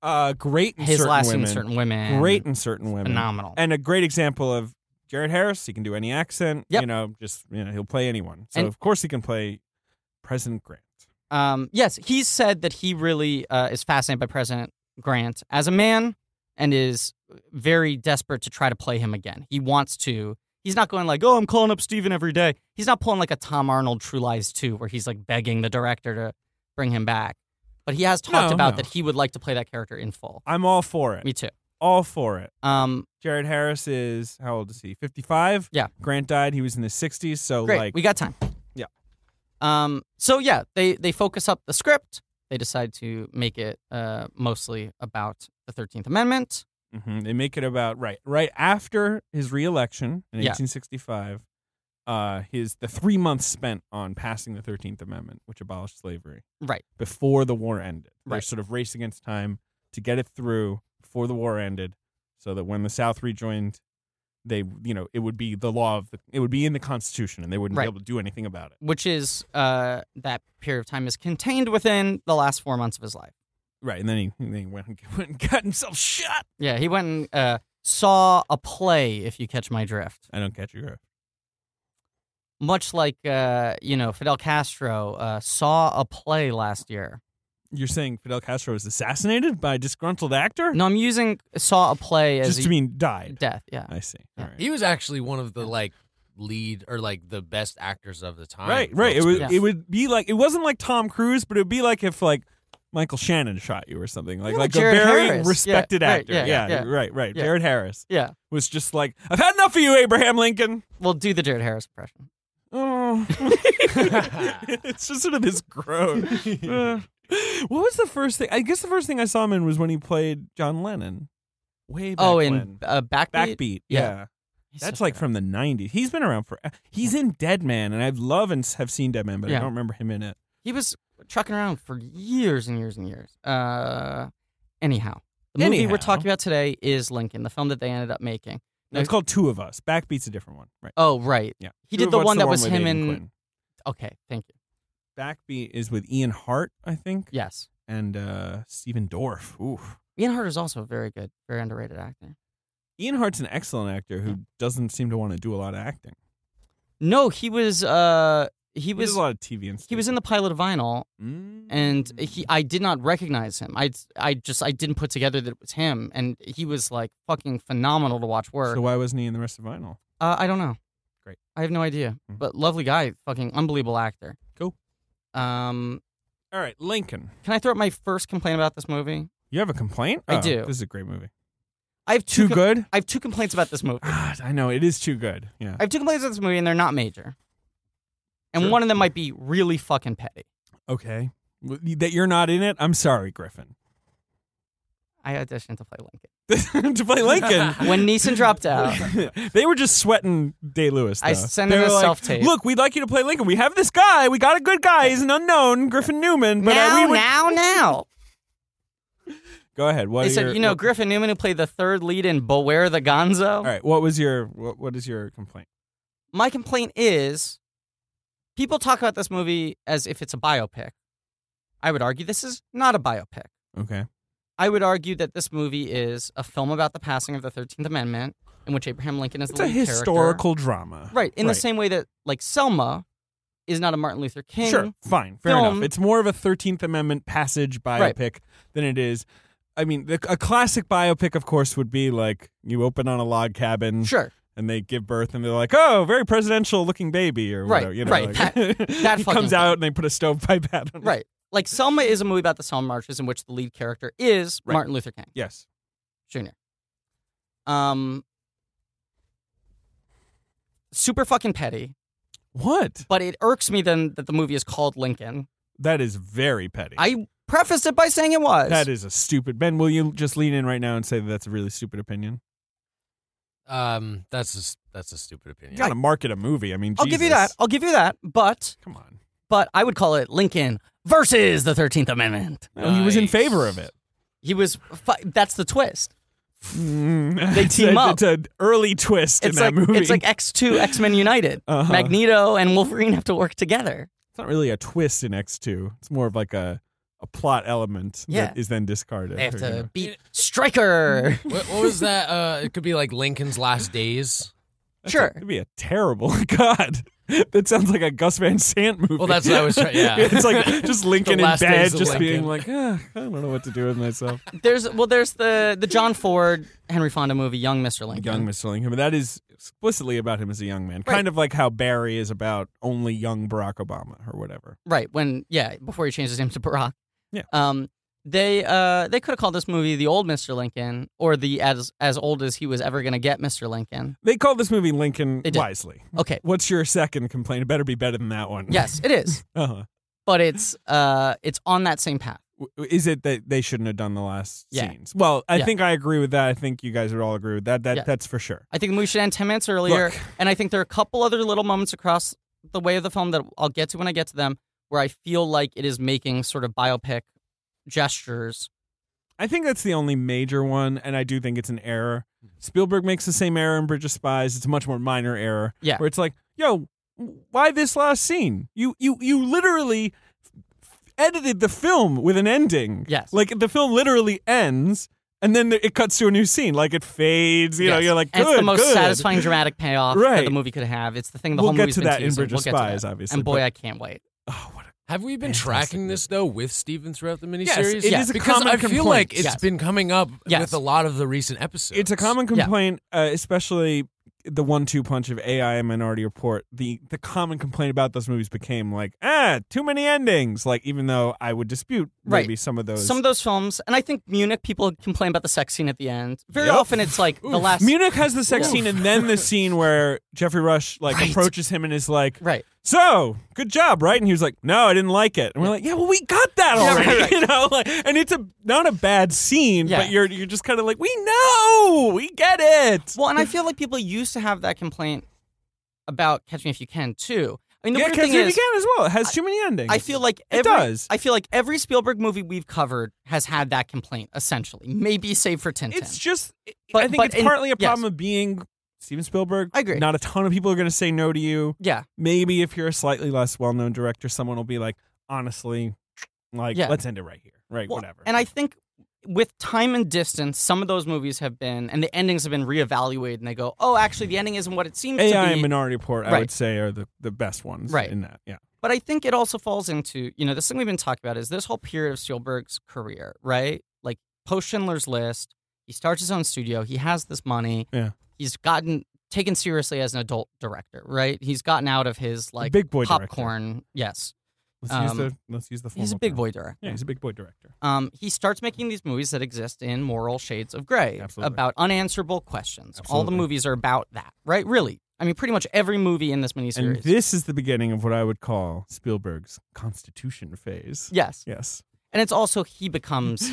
Speaker 3: Uh, great in
Speaker 2: His
Speaker 3: certain
Speaker 2: last
Speaker 3: women.
Speaker 2: in Certain Women.
Speaker 3: Great in certain women.
Speaker 2: Phenomenal.
Speaker 3: And a great example of Jared Harris. He can do any accent.
Speaker 2: Yep.
Speaker 3: You know, just you know, he'll play anyone. So
Speaker 2: And-
Speaker 3: of course he can play President Grant.
Speaker 2: Um, yes, he said that he really uh, is fascinated by President Grant as a man and is very desperate to try to play him again. He wants to. He's not going like, oh, I'm calling up Steven every day. He's not pulling like a Tom Arnold True Lies 2 where he's like begging the director to bring him back. But he has talked
Speaker 3: No,
Speaker 2: about
Speaker 3: no.
Speaker 2: that he would like to play that character in full.
Speaker 3: I'm all for it.
Speaker 2: Me too.
Speaker 3: All for it.
Speaker 2: Um,
Speaker 3: Jared Harris is how old is he? Fifty five.
Speaker 2: Yeah.
Speaker 3: Grant died. He was in his sixties. So
Speaker 2: Great,
Speaker 3: like
Speaker 2: we got time.
Speaker 3: Yeah.
Speaker 2: Um. So yeah, they they focus up the script. They decide to make it uh, mostly about the Thirteenth Amendment.
Speaker 3: mm-hmm, Mhm. they make it about right right after his reelection in
Speaker 2: Yeah.
Speaker 3: eighteen sixty five. uh, his the three months spent on passing the Thirteenth Amendment, which abolished slavery,
Speaker 2: Right.
Speaker 3: before the war ended. They're
Speaker 2: Right.
Speaker 3: sort of race against time to get it through before the war ended, so that when the South rejoined, they you know it would be the law of the, it would be in the Constitution, and they wouldn't
Speaker 2: Right.
Speaker 3: be able to do anything about it.
Speaker 2: Which is uh, that period of time is contained within the last four months of his life.
Speaker 3: Right, and then he, and then he went, and, went and got himself shot.
Speaker 2: Yeah, he went and uh, saw a play, if you catch my drift.
Speaker 3: I don't catch your
Speaker 2: Much like, uh, you know, Fidel Castro uh, saw a play last year.
Speaker 3: You're saying Fidel Castro was assassinated by a disgruntled actor?
Speaker 2: No, I'm using saw a play as
Speaker 3: just to
Speaker 2: a-
Speaker 3: mean died.
Speaker 2: death. Yeah.
Speaker 3: I see.
Speaker 2: Yeah.
Speaker 3: All right.
Speaker 5: He was actually one of the like lead or like the best actors of the time.
Speaker 3: Right, right. It would
Speaker 2: Yeah.
Speaker 3: it would be like it wasn't like Tom Cruise, but it would be like if like Michael Shannon shot you or something like
Speaker 2: Yeah,
Speaker 3: like
Speaker 2: Jared
Speaker 3: a very
Speaker 2: Harris.
Speaker 3: respected
Speaker 2: Yeah, right,
Speaker 3: actor.
Speaker 2: yeah, yeah.
Speaker 3: right, right.
Speaker 2: Yeah.
Speaker 3: Jared Harris
Speaker 2: Yeah.
Speaker 3: was just like, I've had enough of you, Abraham Lincoln.
Speaker 2: Well, do the Jared Harris impression.
Speaker 3: Oh. it's just sort of this groan. Uh, what was the first thing? I guess the first thing I saw him in was when he played John Lennon. Way back
Speaker 2: oh,
Speaker 3: when.
Speaker 2: in uh, Backbeat.
Speaker 3: Backbeat.
Speaker 2: Yeah.
Speaker 3: yeah.
Speaker 2: He's
Speaker 3: That's
Speaker 2: such a
Speaker 3: like
Speaker 2: good
Speaker 3: from the '90s. He's been around for. He's in Dead Man, and I love and s- have seen Dead Man, but I
Speaker 2: Yeah.
Speaker 3: don't remember him in it.
Speaker 2: he was trucking around for years and years and years. Uh, anyhow, the movie
Speaker 3: Anyhow.
Speaker 2: we're talking about today is Lincoln, the film that they ended up making.
Speaker 3: No, it's called Two of Us. Backbeat's a different one, right?
Speaker 2: Oh, right.
Speaker 3: Yeah,
Speaker 2: He did
Speaker 3: Two of
Speaker 2: the
Speaker 3: Us,
Speaker 2: one that was
Speaker 3: with
Speaker 2: him
Speaker 3: Aidan
Speaker 2: in-
Speaker 3: Quinn.
Speaker 2: Okay, thank you.
Speaker 3: Backbeat is with Ian Hart, I think,
Speaker 2: Yes,
Speaker 3: and uh, Stephen Dorff. Ooh,
Speaker 2: Ian Hart is also a very good, very underrated actor.
Speaker 3: Ian Hart's an excellent actor who doesn't seem to want to do a lot of acting.
Speaker 2: No, he was. Uh, he
Speaker 3: He does
Speaker 2: was.
Speaker 3: a lot of TV and stuff.
Speaker 2: He was in the pilot of Vinyl,
Speaker 3: Mm.
Speaker 2: and he. I did not recognize him. I. I just. I didn't put together that it was him, and he was like fucking phenomenal to watch work.
Speaker 3: So why wasn't he in the rest of Vinyl?
Speaker 2: Uh, I don't know.
Speaker 3: Great.
Speaker 2: I have no idea.
Speaker 3: Mhm.
Speaker 2: But lovely guy, fucking unbelievable actor.
Speaker 3: Cool.
Speaker 2: Um,
Speaker 3: All right, Lincoln.
Speaker 2: can I throw out my first complaint about this movie?
Speaker 3: You have a complaint?
Speaker 2: I
Speaker 3: Oh,
Speaker 2: do.
Speaker 3: This is a great movie.
Speaker 2: I have two.
Speaker 3: Too
Speaker 2: com-
Speaker 3: good?
Speaker 2: I have two complaints about this movie.
Speaker 3: Ah, I know it is too good. Yeah.
Speaker 2: I have two complaints about this movie, and they're not major. And
Speaker 3: Sure.
Speaker 2: one of them might be really fucking petty.
Speaker 3: Okay. W- That you're not in it? I'm sorry, Griffin.
Speaker 2: I auditioned to play Lincoln
Speaker 3: to play Lincoln.
Speaker 2: when Neeson dropped out.
Speaker 3: they were just sweating Day Lewis.
Speaker 2: I
Speaker 3: though.
Speaker 2: sent
Speaker 3: They
Speaker 2: in
Speaker 3: were
Speaker 2: a
Speaker 3: like,
Speaker 2: self-tape.
Speaker 3: Look, we'd like you to play Lincoln. We have this guy. We got a good guy. He's an unknown, Griffin Newman. But uh,
Speaker 2: now,
Speaker 3: we would
Speaker 2: now, now.
Speaker 3: go ahead. What
Speaker 2: They
Speaker 3: are
Speaker 2: said,
Speaker 3: your-
Speaker 2: you know,
Speaker 3: what-
Speaker 2: Griffin Newman, who played the third lead in Beware the Gonzo.
Speaker 3: All right. What was your what, what is your complaint?
Speaker 2: my complaint is people talk about this movie as if it's a biopic. I would argue this is not a biopic.
Speaker 3: Okay.
Speaker 2: I would argue that this movie is a film about the passing of the 13th Amendment in which Abraham Lincoln is
Speaker 3: It's
Speaker 2: the
Speaker 3: a
Speaker 2: lead character.
Speaker 3: historical drama.
Speaker 2: Right, in
Speaker 3: Right.
Speaker 2: the same way that like Selma is not a Martin Luther King.
Speaker 3: Sure. Fine. Fair
Speaker 2: film-
Speaker 3: enough. It's more of a Thirteenth Amendment passage biopic
Speaker 2: Right.
Speaker 3: than it is. I mean, the, a classic biopic, of course, would be like you open on a log cabin.
Speaker 2: Sure.
Speaker 3: and they give birth and they're like, oh, very presidential looking baby or
Speaker 2: Right,
Speaker 3: whatever. You know,
Speaker 2: right,
Speaker 3: Like,
Speaker 2: that
Speaker 3: he
Speaker 2: fucking
Speaker 3: comes out and they put a stovepipe hat on. him.
Speaker 2: Right. Like Selma is a movie about the Selma marches in which the lead character is
Speaker 3: Right.
Speaker 2: Martin Luther King.
Speaker 3: Yes.
Speaker 2: Jr. Um super fucking petty.
Speaker 3: What?
Speaker 2: but it irks me then that the movie is called Lincoln.
Speaker 3: That is very petty.
Speaker 2: I prefaced it by saying it was.
Speaker 3: that is a stupid. Ben, will you just lean in right now and say that that's a really stupid opinion?
Speaker 5: Um, that's a, s- that's a stupid opinion.
Speaker 3: You gotta market a movie. I mean,
Speaker 2: I'll give you that.
Speaker 3: Jesus.
Speaker 2: I'll give you that. But
Speaker 3: Come on.
Speaker 2: but I would call it Lincoln versus the Thirteenth Amendment.
Speaker 3: No, Oh, He was in
Speaker 5: Nice.
Speaker 3: favor of it.
Speaker 2: He was. Fu- that's the twist.
Speaker 3: they
Speaker 2: team up.
Speaker 3: It's an early twist
Speaker 2: It's
Speaker 3: in
Speaker 2: like
Speaker 3: that movie.
Speaker 2: it's like X two X Men United.
Speaker 3: Uh-huh.
Speaker 2: Magneto and Wolverine have to work together.
Speaker 3: it's not really a twist in X two. It's more of like a a plot element
Speaker 2: Yeah.
Speaker 3: that is then discarded.
Speaker 2: They have
Speaker 3: or, you know.
Speaker 2: to beat Striker.
Speaker 5: what, what was that? Uh, it could be like Lincoln's last days.
Speaker 3: That's
Speaker 2: Sure.
Speaker 3: a- That'd be a terrible God. That sounds like a Gus Van Sant movie.
Speaker 5: Well, that's what I was trying. Yeah,
Speaker 3: it's like just Lincoln
Speaker 5: The
Speaker 3: in
Speaker 5: last
Speaker 3: bed,
Speaker 5: days of
Speaker 3: just being
Speaker 5: Lincoln.
Speaker 3: like, "Ah, I don't know what to do with myself.
Speaker 2: There's well, there's the the John Ford Henry Fonda movie Young Mr. Lincoln.
Speaker 3: young Mr. Lincoln, but that is explicitly about him as a young man,
Speaker 2: Right.
Speaker 3: kind of like how Barry is about only young Barack Obama or whatever.
Speaker 2: Right when yeah, before he changed his name to Barack.
Speaker 3: Yeah.
Speaker 2: Um, they uh they could have called this movie the old Mr. Lincoln or the as as old as he was ever gonna get Mr. Lincoln.
Speaker 3: They call this movie Lincoln
Speaker 2: They did.
Speaker 3: wisely.
Speaker 2: Okay.
Speaker 3: What's your second complaint? It better be better than that one.
Speaker 2: Yes, it is,
Speaker 3: Uh-huh.
Speaker 2: but it's uh it's on that same path.
Speaker 3: w- is it that they shouldn't have done the last
Speaker 2: Yeah.
Speaker 3: scenes? Well, I
Speaker 2: Yeah.
Speaker 3: think I agree with that. I think you guys would all agree with that. That
Speaker 2: Yeah.
Speaker 3: that's for sure.
Speaker 2: I think the movie should end 10 minutes earlier.
Speaker 3: Look.
Speaker 2: And I think there are a couple other little moments across the way of the film that I'll get to when I get to them where I feel like it is making sort of biopic gestures.
Speaker 3: I think that's the only major one, and I do think it's an error.
Speaker 2: Mm-hmm.
Speaker 3: Spielberg makes the same error in Bridge of Spies. It's a much more minor error.
Speaker 2: Yeah.
Speaker 3: Where it's like, yo, why this last scene? You you you literally edited the film with an ending.
Speaker 2: Yes.
Speaker 3: Like the film literally ends and then it cuts to a new scene. Like it fades, you know,
Speaker 2: Yes.
Speaker 3: you're like,
Speaker 2: And
Speaker 3: good,
Speaker 2: it's the most
Speaker 3: good.
Speaker 2: satisfying dramatic payoff that the
Speaker 3: Right.
Speaker 2: movie could have. It's the thing the
Speaker 3: We'll
Speaker 2: whole
Speaker 3: get
Speaker 2: movie's
Speaker 3: to
Speaker 2: been
Speaker 3: that in
Speaker 2: teasing.
Speaker 3: Bridge of
Speaker 2: We'll get to
Speaker 3: Spies,
Speaker 2: that.
Speaker 3: obviously,
Speaker 2: And boy,
Speaker 3: but-
Speaker 2: I can't wait.
Speaker 3: Oh, what a
Speaker 5: Have we been
Speaker 3: Fantastic
Speaker 5: tracking this though with Steven throughout the
Speaker 3: Yes,
Speaker 5: miniseries?
Speaker 3: it
Speaker 2: Yeah.
Speaker 3: is a
Speaker 5: because
Speaker 3: common
Speaker 5: I feel like
Speaker 3: complaint.
Speaker 5: it's
Speaker 2: Yes.
Speaker 5: been coming up
Speaker 2: Yes.
Speaker 5: with a lot of the recent episodes.
Speaker 3: It's a common
Speaker 2: Yeah.
Speaker 3: complaint, uh, especially the one-two punch of AI and Minority Report. The the common complaint about those movies became like, ah, too many endings. Like, even though I would dispute
Speaker 2: Right.
Speaker 3: maybe some of those.
Speaker 2: Some of those films, and I think Munich, people complain about the sex scene at the end. Very
Speaker 3: Yep.
Speaker 2: often it's like the last.
Speaker 3: Munich has the sex
Speaker 2: Oof.
Speaker 3: scene, and then the scene where Jeffrey Rush like
Speaker 5: Right.
Speaker 3: approaches him and is like,
Speaker 2: Right.
Speaker 3: "So, good job, right?" And he was like, "No, I didn't like it." And we're like, "Yeah, well, we got that already, you know." Like, and it's a not a bad scene,
Speaker 2: Yeah.
Speaker 3: but you're you're just kind of like, "We know, we get it."
Speaker 2: Well, and I feel like people used to have that complaint about Catch Me If You Can too. I mean, the
Speaker 3: yeah,
Speaker 2: weird
Speaker 3: Catch
Speaker 2: thing
Speaker 3: Me If
Speaker 2: is,
Speaker 3: You Can as well. It has too many endings.
Speaker 2: I feel like
Speaker 3: It
Speaker 2: every,
Speaker 3: does.
Speaker 2: I feel like every Spielberg movie we've covered has had that complaint essentially. Maybe save for Tintin.
Speaker 3: It's just,
Speaker 2: But-
Speaker 3: I think
Speaker 2: but
Speaker 3: it's
Speaker 2: in-
Speaker 3: partly a
Speaker 2: yes.
Speaker 3: problem of being Steven Spielberg.
Speaker 2: I agree.
Speaker 3: Not a ton of people are going to say no to you.
Speaker 2: yeah,
Speaker 3: Maybe if you're a slightly less well known director, someone will be like, honestly, like,
Speaker 2: Yeah.
Speaker 3: let's end it right here. Right,
Speaker 2: Well,
Speaker 3: whatever.
Speaker 2: And I think with time and distance, some of those movies have been and the endings have been reevaluated, and they go, "Oh, actually, the ending isn't what it seems
Speaker 3: AI
Speaker 2: to be."
Speaker 3: and Minority Report, I
Speaker 2: Right.
Speaker 3: would say, are the, the best ones
Speaker 2: Right.
Speaker 3: in that. Yeah.
Speaker 2: but I think it also falls into you know this thing we've been talking about is this whole period of Spielberg's career, right? Like post Schindler's List, he starts his own studio, he has this money,
Speaker 3: Yeah.
Speaker 2: he's gotten taken seriously as an adult director, right? He's gotten out of his like
Speaker 3: big boy director.
Speaker 2: popcorn, yes.
Speaker 3: Let's, use
Speaker 2: Um,
Speaker 3: the, let's use the
Speaker 2: He's a
Speaker 3: formal
Speaker 2: big
Speaker 3: term.
Speaker 2: boy director.
Speaker 3: Yeah, he's a big boy director.
Speaker 2: um, he starts making these movies that exist in moral shades of gray
Speaker 3: Absolutely.
Speaker 2: about unanswerable questions. All the
Speaker 3: Absolutely.
Speaker 2: movies are about that, right? Really. I mean, pretty much every movie in this miniseries.
Speaker 3: And this is the beginning of what I would call Spielberg's constitution phase.
Speaker 2: yes.
Speaker 3: Yes.
Speaker 2: And it's also he becomes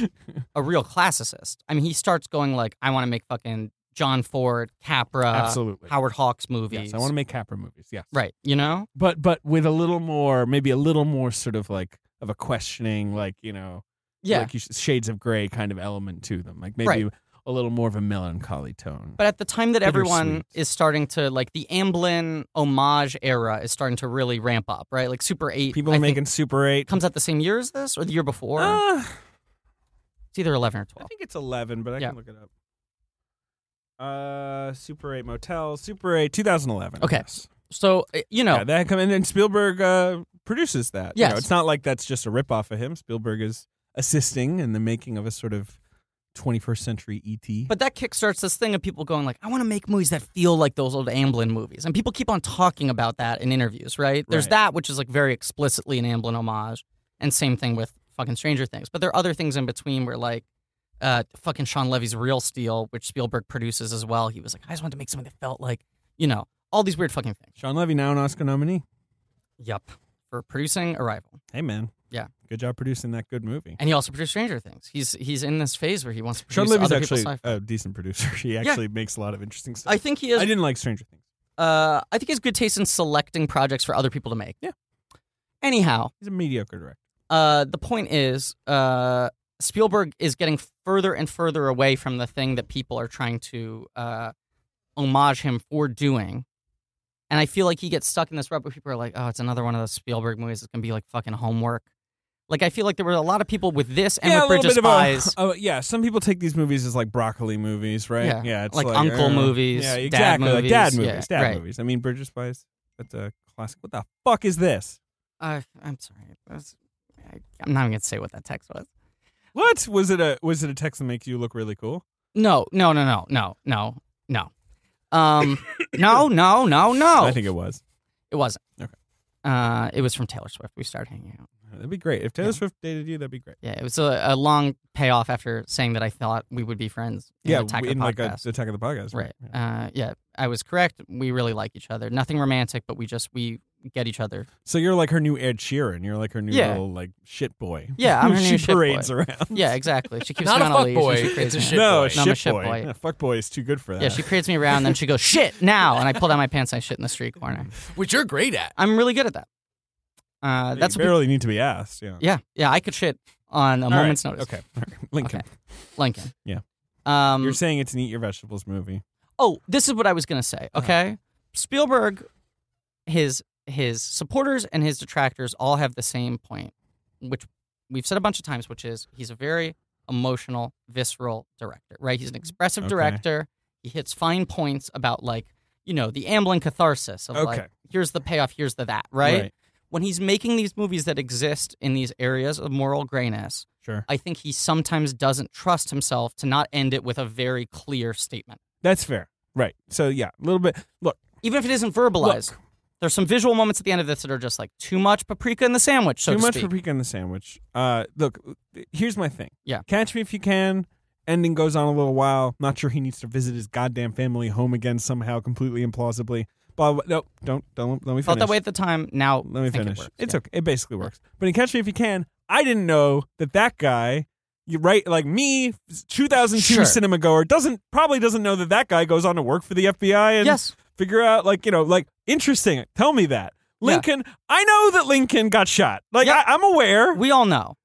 Speaker 2: a real classicist. I mean, he starts going like, I want to make fucking John Ford, Capra,
Speaker 3: Absolutely.
Speaker 2: Howard Hawks Uh, movies.
Speaker 3: Yes, I want to make Capra movies. Yes.
Speaker 2: Right, you know?
Speaker 3: but but with a little more, maybe a little more sort of like of a questioning, like you know,
Speaker 2: Yeah.
Speaker 3: like you, sh- shades of gray kind of element to them, like maybe
Speaker 2: Right.
Speaker 3: a little more of a melancholy tone.
Speaker 2: But at the time that everyone
Speaker 3: Bittersweet.
Speaker 2: is starting to like the Amblin homage era is starting to really ramp up, right? Like Super 8
Speaker 3: People
Speaker 2: I
Speaker 3: are
Speaker 2: think,
Speaker 3: making Super Eight.
Speaker 2: comes out the same year as this or the year before.
Speaker 3: Uh,
Speaker 2: It's either 11 or
Speaker 3: I
Speaker 2: 12.
Speaker 3: think it's eleven, but I
Speaker 2: Yeah.
Speaker 3: can look it up. Uh, Super Eight Motel, Super Eight, 2011.
Speaker 2: Okay.
Speaker 3: yes.
Speaker 2: So,
Speaker 3: eh,
Speaker 2: uh, you know,
Speaker 3: yeah, that come and then Spielberg uh, produces that. You know,
Speaker 2: Yes.
Speaker 3: it's not like that's just a rip off of him. Spielberg is assisting in the making of a sort of 21st century E ET.
Speaker 2: but that kickstarts this thing of people going like, I want to make movies that feel like those old Amblin movies. And people keep on talking about that in interviews, right? There's
Speaker 3: Right.
Speaker 2: that which is like very explicitly an Amblin homage. And same thing with fucking Stranger Things. But there are other things in between where like uh, fucking Sean Levy's Real Steel, which Spielberg produces as well. He was like, I just wanted to make something that felt like, you know, all these weird fucking things.
Speaker 3: Sean Levy now an Oscar nominee.
Speaker 2: Yup. For producing Arrival.
Speaker 3: Hey man.
Speaker 2: Yeah.
Speaker 3: Good job producing that good movie.
Speaker 2: And he also produced Stranger Things. He's he's in this phase where he wants to
Speaker 3: Sean
Speaker 2: produce
Speaker 3: Levy's
Speaker 2: other
Speaker 3: actually
Speaker 2: people's sci-fi.
Speaker 3: a decent producer. He actually makes a lot of interesting stuff.
Speaker 2: I think he
Speaker 3: I
Speaker 2: is.
Speaker 3: didn't like Stranger Things.
Speaker 2: Uh, I think he has good taste in selecting projects for other people to make.
Speaker 3: Yeah.
Speaker 2: Anyhow,
Speaker 3: He's a mediocre director.
Speaker 2: uh, the point is, uh, Spielberg is getting further and further away from the thing that people are trying to uh, homage him for doing. And I feel like he gets stuck in this rut where people are like, oh, it's another one of those Spielberg movies that's going to be like fucking homework. Like, I feel like there were a lot of people with this and
Speaker 3: yeah,
Speaker 2: with
Speaker 3: a little
Speaker 2: Bridges
Speaker 3: bit of
Speaker 2: Spies.
Speaker 3: a, oh, yeah, some people take these movies as like broccoli movies, right?
Speaker 2: Yeah,
Speaker 3: it's
Speaker 2: like
Speaker 3: like,
Speaker 2: uncle
Speaker 3: uh,
Speaker 2: movies,
Speaker 3: Yeah,
Speaker 2: dad
Speaker 3: exactly. like dad
Speaker 2: movies,
Speaker 3: movies,
Speaker 2: yeah,
Speaker 3: dad
Speaker 2: right.
Speaker 3: movies. I mean, Bridge of Spies. That's a classic. What the fuck is this?
Speaker 2: uh, I'm sorry. That's, I, I'm not even going to say what that text was.
Speaker 3: What was it? A was it a text that makes you look really cool?
Speaker 2: No, no, no, no, no, no, no. Um, no, no, no, no.
Speaker 3: I think it was.
Speaker 2: it wasn't.
Speaker 3: Okay.
Speaker 2: Uh, it was from Taylor Swift. We started hanging out.
Speaker 3: That'd be great if Taylor
Speaker 2: Yeah.
Speaker 3: Swift dated you. That'd be great.
Speaker 2: Yeah, it was a, a long payoff after saying that I thought we would be friends. In
Speaker 3: yeah,
Speaker 2: Attack of the
Speaker 3: in like a
Speaker 2: Podcast.
Speaker 3: Attack of the Podcast,
Speaker 2: right. Uh, yeah, I was correct. We really like each other. Nothing romantic, but we just we get each other.
Speaker 3: So you're like her new Ed Sheeran. You're like her new
Speaker 2: Yeah.
Speaker 3: little like shit boy.
Speaker 2: Yeah, I'm her
Speaker 3: she
Speaker 2: new shit boy.
Speaker 3: parades around.
Speaker 2: Yeah, exactly. She keeps
Speaker 5: Not
Speaker 2: me
Speaker 5: a
Speaker 2: on
Speaker 5: fuck
Speaker 2: leash.
Speaker 5: boy,
Speaker 2: and she
Speaker 5: it's
Speaker 2: parades
Speaker 5: a
Speaker 2: me.
Speaker 5: shit
Speaker 3: No,
Speaker 5: boy.
Speaker 3: a
Speaker 2: No,
Speaker 3: shit,
Speaker 2: I'm a shit
Speaker 3: boy.
Speaker 2: boy.
Speaker 3: Yeah, fuck boy is too good for that.
Speaker 2: Yeah, she parades me around, then she goes shit now, and I pull down my pants and I shit in the street corner.
Speaker 5: which you're great at.
Speaker 2: I'm really good at that. Uh,
Speaker 3: You
Speaker 2: that's what
Speaker 3: barely need to be asked. Yeah.
Speaker 2: Yeah, yeah, I could shit on a
Speaker 3: All right,
Speaker 2: moment's notice.
Speaker 3: Okay. all right. Lincoln,
Speaker 2: Okay. Lincoln.
Speaker 3: Yeah.
Speaker 2: Um,
Speaker 3: you're saying it's an eat your vegetables movie.
Speaker 2: oh, this is what I was gonna say.
Speaker 3: Uh-huh.
Speaker 2: Okay, Spielberg, his his supporters and his detractors all have the same point, which we've said a bunch of times, which is he's a very emotional, visceral director. Right? He's an expressive
Speaker 3: Mm-hmm. Okay.
Speaker 2: director. He hits fine points about like you know the Amblin catharsis of
Speaker 3: Okay.
Speaker 2: like here's the payoff, here's the that. Right? When he's making these movies that exist in these areas of moral grayness.
Speaker 3: Sure.
Speaker 2: I think he sometimes doesn't trust himself to not end it with a very clear statement.
Speaker 3: That's fair. Right. So yeah, a little bit. Look.
Speaker 2: Even if it isn't verbalized,
Speaker 3: Look.
Speaker 2: there's some visual moments at the end of this that are just like too much paprika in the sandwich, so
Speaker 3: too
Speaker 2: to
Speaker 3: much
Speaker 2: speak.
Speaker 3: paprika in the sandwich. Uh, look, here's my thing.
Speaker 2: Yeah.
Speaker 3: Catch me if you can. Ending goes on a little while. Not sure he needs to visit his goddamn family home again somehow, completely implausibly. Blah, blah, no, don't, don't. Let me finish.
Speaker 2: Felt that way at the time. Now
Speaker 3: Let me
Speaker 2: think
Speaker 3: finish.
Speaker 2: It works.
Speaker 3: it's
Speaker 2: Yeah.
Speaker 3: okay. It basically works. But in Catch Me If You Can, I didn't know that that guy, you right, like me, 2002
Speaker 2: Sure.
Speaker 3: cinema goer, doesn't probably doesn't know that that guy goes on to work for the FBI and
Speaker 2: Yes.
Speaker 3: figure out like you know like interesting. Tell me that
Speaker 2: Yeah.
Speaker 3: Lincoln. I know that Lincoln got shot. Like
Speaker 2: Yeah.
Speaker 3: I, I'm aware.
Speaker 2: We all know.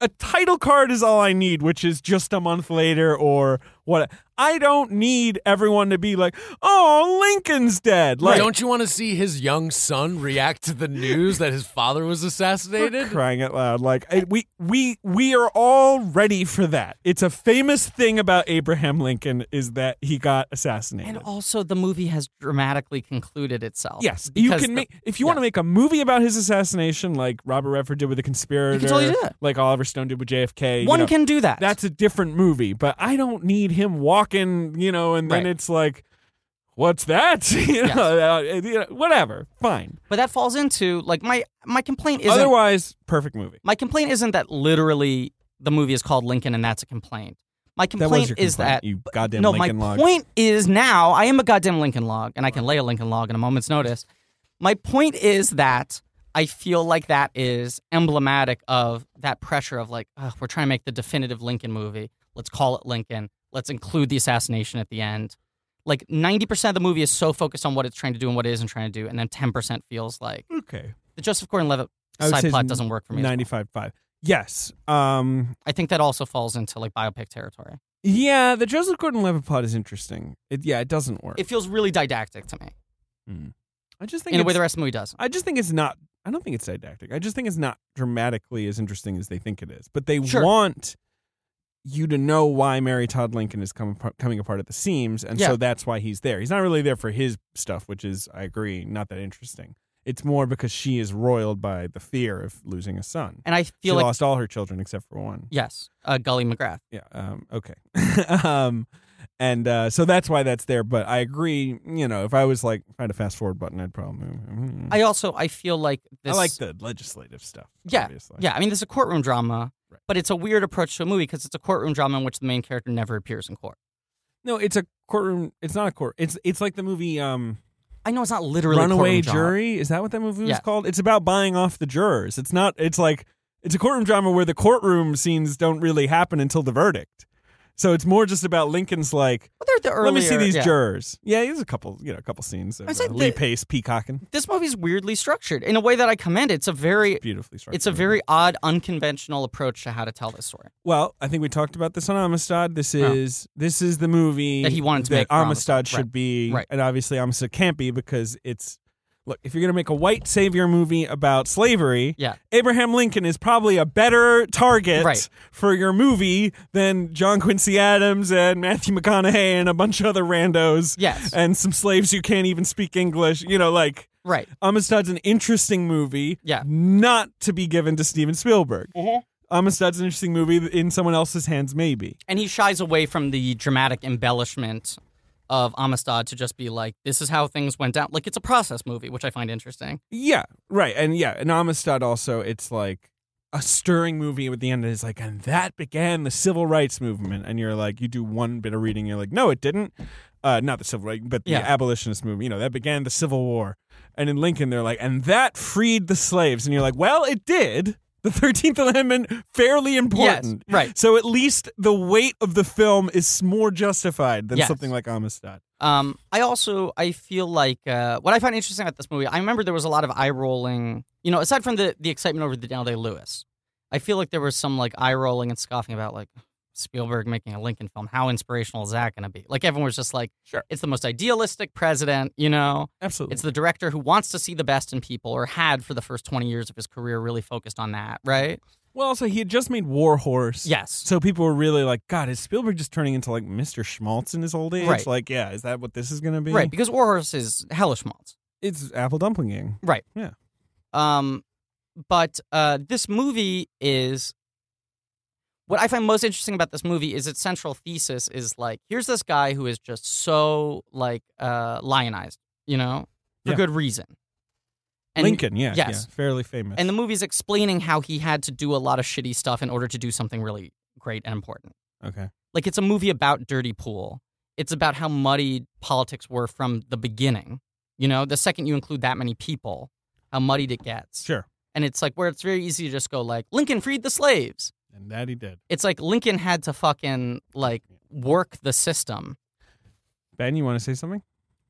Speaker 3: a title card is all I need, which is just a month later or what. I don't need everyone to be like, oh, Lincoln's dead. Like
Speaker 5: Don't you want to see his young son react to the news that his father was assassinated?
Speaker 3: For crying out loud! Like I- we we we are all ready for that. It's a famous thing about Abraham Lincoln is that he got assassinated.
Speaker 2: And also, the movie has dramatically concluded itself.
Speaker 3: yes, you
Speaker 2: because
Speaker 3: can
Speaker 2: the-
Speaker 3: make if you
Speaker 2: yeah.
Speaker 3: want to make a movie about his assassination, like Robert Redford did with the conspirator,
Speaker 2: totally do that.
Speaker 3: like Oliver Stone did with JFK. you
Speaker 2: One
Speaker 3: know,
Speaker 2: can do that.
Speaker 3: that's a different movie, but I don't need him walking, you know, and then
Speaker 2: Right.
Speaker 3: it's like, what's that? you,
Speaker 2: Yes.
Speaker 3: know, uh, you know, whatever, fine.
Speaker 2: but that falls into like my my complaint isn't
Speaker 3: Otherwise, perfect movie.
Speaker 2: My complaint isn't that literally the movie is called Lincoln and that's a complaint. My
Speaker 3: That
Speaker 2: complaint,
Speaker 3: was your
Speaker 2: is that
Speaker 3: complaint, you goddamn
Speaker 2: no.
Speaker 3: Lincoln
Speaker 2: my
Speaker 3: log.
Speaker 2: point is now I am a goddamn Lincoln log and I can lay a Lincoln log in a moment's notice. My point is that I feel like that is emblematic of that pressure of like "Ugh, we're trying to make the definitive Lincoln movie. Let's call it Lincoln. Let's include the assassination at the end. Like ninety percent of the movie is so focused on what it's trying to do and what it isn't trying to do, and then ten percent feels like
Speaker 3: Okay.
Speaker 2: the Joseph Gordon-Levitt
Speaker 3: I would
Speaker 2: side
Speaker 3: say
Speaker 2: plot doesn't work for me. as well.
Speaker 3: 95.5. Yes. Um,
Speaker 2: I think that also falls into like biopic territory.
Speaker 3: yeah, the Joseph Gordon Levitt plot is interesting. It, yeah, it doesn't work.
Speaker 2: It feels really didactic to me
Speaker 3: I just think
Speaker 2: in a way
Speaker 3: it's-
Speaker 2: the rest of the movie doesn't.
Speaker 3: I just think it's not I don't think it's didactic. I just think it's not dramatically as interesting as they think it is. But they
Speaker 2: Sure.
Speaker 3: want you to know why Mary Todd Lincoln is coming coming apart at the seams, and so
Speaker 2: Yeah.
Speaker 3: that's why he's there. He's not really there for his stuff, which is I agree, not that interesting. It's more because she is roiled by the fear of losing a son.
Speaker 2: And I
Speaker 3: She
Speaker 2: feel like
Speaker 3: lost all her children except for one.
Speaker 2: yes, uh, Gully McGrath.
Speaker 3: Yeah. Um, okay. um, and uh, so that's why that's there. But I agree. You know, if I was like if I had a fast forward button, I'd probably. I,
Speaker 2: I also I feel like this.
Speaker 3: like the legislative stuff.
Speaker 2: Yeah,
Speaker 3: Obviously.
Speaker 2: yeah. I mean, this is a courtroom drama,
Speaker 3: Right.
Speaker 2: but it's a weird approach to a movie because it's a courtroom drama in which the main character never appears in court.
Speaker 3: No, it's a courtroom. It's not a court. It's it's like the movie um,
Speaker 2: I know it's not literally a courtroom
Speaker 3: Runaway
Speaker 2: drama.
Speaker 3: Jury. Is that what that movie was
Speaker 2: Yeah.
Speaker 3: called? It's about buying off the jurors. It's not. It's like it's a courtroom drama where the courtroom scenes don't really happen until the verdict. So it's more just about Lincoln's like,
Speaker 2: Well, they're the earlier,
Speaker 3: let me see these
Speaker 2: yeah.
Speaker 3: jurors. Yeah, there's a couple, you know, a couple scenes. Of,
Speaker 2: I
Speaker 3: uh,
Speaker 2: said
Speaker 3: Lee
Speaker 2: that-
Speaker 3: Pace peacocking.
Speaker 2: This movie's weirdly structured in a way that I commend. It's a very
Speaker 3: beautifully structured.
Speaker 2: it's a very odd, unconventional approach to how to tell this story.
Speaker 3: well. I think we talked about this on Amistad. This
Speaker 2: Oh.
Speaker 3: is this is the movie
Speaker 2: That he wanted to
Speaker 3: that
Speaker 2: make for
Speaker 3: Amistad,
Speaker 2: Amistad.
Speaker 3: should
Speaker 2: Right.
Speaker 3: be,
Speaker 2: Right.
Speaker 3: and obviously Amistad can't be because it's look. If you're gonna make a white savior movie about slavery,
Speaker 2: Yeah.
Speaker 3: Abraham Lincoln is probably a better target
Speaker 2: Right.
Speaker 3: for your movie than John Quincy Adams and Matthew McConaughey and a bunch of other randos.
Speaker 2: Yes.
Speaker 3: and some slaves who can't even speak English. You know, like.
Speaker 2: Right.
Speaker 3: Amistad's an interesting movie.
Speaker 2: Yeah.
Speaker 3: Not to be given to Steven Spielberg. Amistad's an interesting movie in someone else's hands, maybe.
Speaker 2: And he shies away from the dramatic embellishment of Amistad to just be like, this is how things went down. Like, it's a process movie, which I find interesting.
Speaker 3: Yeah, right. And yeah, and Amistad also, it's like a stirring movie with the end. It's like, and that began the civil rights movement. And you're like, you do one bit of reading, you're like, no, it didn't. uh, not the civil right, but the
Speaker 2: Yeah.
Speaker 3: abolitionist movement. You know that began the Civil War, and in Lincoln they're like, and that freed the slaves, and you're like, well, it did. The Thirteenth Amendment fairly important,
Speaker 2: right.
Speaker 3: So at least the weight of the film is more justified than
Speaker 2: Yes.
Speaker 3: something like Amistad.
Speaker 2: Um, I also I feel like uh, what I find interesting about this movie. I remember there was a lot of eye rolling. You know, aside from the the excitement over the Daniel Day Lewis, I feel like there was some like eye rolling and scoffing about like Spielberg making a Lincoln film. How inspirational is that going to be? Like everyone was just like,
Speaker 3: Sure.
Speaker 2: it's the most idealistic president. You know,
Speaker 3: Absolutely,
Speaker 2: it's the director who wants to see the best in people or had for the first twenty years of his career really focused on that. Right?
Speaker 3: well, so he had just made War Horse,
Speaker 2: Yes.
Speaker 3: So people were really like, God, is Spielberg just turning into like Mr. Schmaltz in his old age?
Speaker 2: Right.
Speaker 3: Like, yeah, is that what this is going to be?
Speaker 2: Right, because War Horse is hellish malts.
Speaker 3: It's apple dumpling.
Speaker 2: Right.
Speaker 3: Yeah.
Speaker 2: Um, but uh, this movie is what I find most interesting about this movie is its central thesis is like here's this guy who is just so like uh, lionized, you know, for
Speaker 3: Yeah.
Speaker 2: good reason. And,
Speaker 3: Lincoln, yeah,
Speaker 2: yes.
Speaker 3: yeah, fairly famous.
Speaker 2: And the movie's explaining how he had to do a lot of shitty stuff in order to do something really great and important.
Speaker 3: okay,
Speaker 2: Like it's a movie about dirty pool. It's about how muddied politics were from the beginning. You know, the second you include that many people, how muddied it gets
Speaker 3: sure,
Speaker 2: and it's like where it's very easy to just go like Lincoln freed the slaves.
Speaker 3: and that he did.
Speaker 2: It's like Lincoln had to fucking like work the system.
Speaker 3: Ben, you want to say something?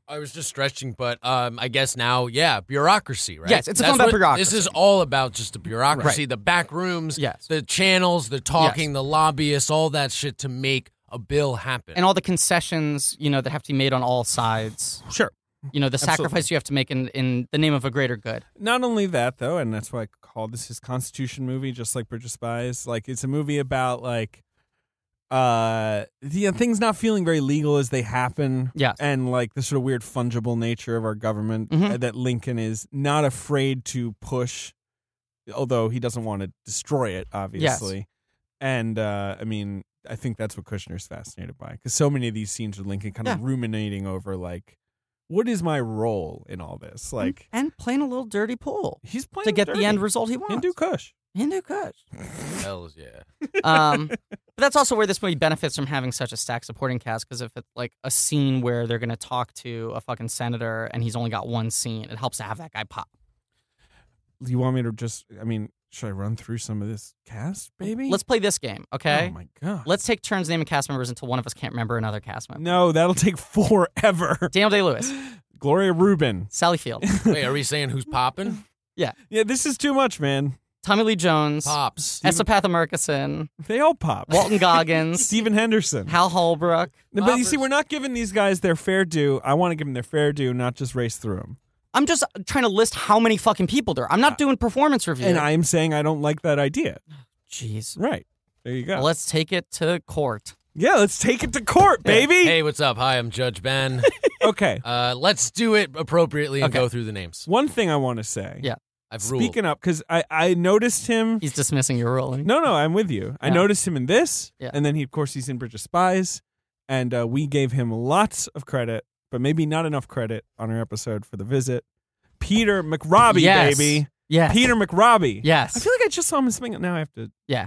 Speaker 5: I was just stretching, but um, I guess now, yeah, bureaucracy, right?
Speaker 2: Yes, it's a film about
Speaker 5: what-
Speaker 2: bureaucracy.
Speaker 5: This is all about just the bureaucracy,
Speaker 2: Right.
Speaker 5: the back rooms,
Speaker 2: Yes.
Speaker 5: the channels, the talking, the lobbyists, all that shit to make a bill happen.
Speaker 2: And all the concessions, you know, that have to be made on all sides.
Speaker 3: Sure.
Speaker 2: You know, the
Speaker 3: Absolutely.
Speaker 2: sacrifice you have to make in, in the name of a greater good.
Speaker 3: Not only that though, and that's why I called this his Constitution movie, just like Bridge of Spies. Like, it's a movie about like, uh, the things not feeling very legal as they happen.
Speaker 2: Yes.
Speaker 3: and like the sort of weird fungible nature of our government
Speaker 2: Mhm.
Speaker 3: uh, that Lincoln is not afraid to push, although he doesn't want to destroy it, obviously. And uh, I mean, I think that's what Kushner's fascinated by because so many of these scenes with Lincoln kind of ruminating over like, what is my role in all this? Like,
Speaker 2: and playing a little dirty pool
Speaker 3: he's playing
Speaker 2: Mm-hmm. to get
Speaker 3: dirty.
Speaker 2: the end result he wants.
Speaker 3: Hindu Kush.
Speaker 2: Hindu Kush.
Speaker 5: Hells yeah.
Speaker 2: Um, but that's also where this movie benefits from having such a stacked supporting cast because if it's like a scene where they're going to talk to a fucking senator and he's only got one scene, it helps to have that guy pop.
Speaker 3: Do you want me to just? I mean, should I run through some of this cast, baby?
Speaker 2: Let's play this game, okay?
Speaker 3: Oh my god.
Speaker 2: Let's take turns naming cast members until one of us can't remember another cast member.
Speaker 3: no, that'll take forever.
Speaker 2: Daniel Day Lewis,
Speaker 3: Gloria Rubin.
Speaker 2: Sally Field,
Speaker 5: Wait, are we saying who's popping?
Speaker 3: Yeah, this is too much, man.
Speaker 2: Tommy Lee Jones,
Speaker 5: Pops.
Speaker 2: Esapatha Murkison,
Speaker 3: They all pop.
Speaker 2: Walton Goggins,
Speaker 3: Stephen Henderson.
Speaker 2: Hal Holbrook.
Speaker 3: No, but you see, we're not giving these guys their fair due. I want to give them their fair due, not just race through them.
Speaker 2: I'm just trying to list how many fucking people there. are. I'm not doing performance review.
Speaker 3: And I'm saying I don't like that idea.
Speaker 2: Jeez.
Speaker 3: Right. There you go.
Speaker 2: Well, let's take it to court.
Speaker 3: yeah, let's take it to court, baby.
Speaker 5: Hey, what's up? Hi, I'm Judge Ben.
Speaker 3: Okay.
Speaker 5: Uh, let's do it appropriately and
Speaker 2: Okay.
Speaker 5: go through the names.
Speaker 3: One thing I want to say.
Speaker 2: Yeah.
Speaker 5: I've ruled.
Speaker 3: Speaking up, because I, I noticed him.
Speaker 2: He's dismissing your ruling.
Speaker 3: No, no, I'm with you. I
Speaker 2: Yeah.
Speaker 3: noticed him in this.
Speaker 2: Yeah.
Speaker 3: And then, he, of course, he's in Bridge of Spies. And uh, we gave him lots of credit, but maybe not enough credit on our episode for the visit. Peter McRobbie,
Speaker 2: Yes.
Speaker 3: baby.
Speaker 2: Yes.
Speaker 3: Peter McRobbie.
Speaker 2: Yes.
Speaker 3: I feel like I just saw him in something. Now I have to.
Speaker 2: Yeah.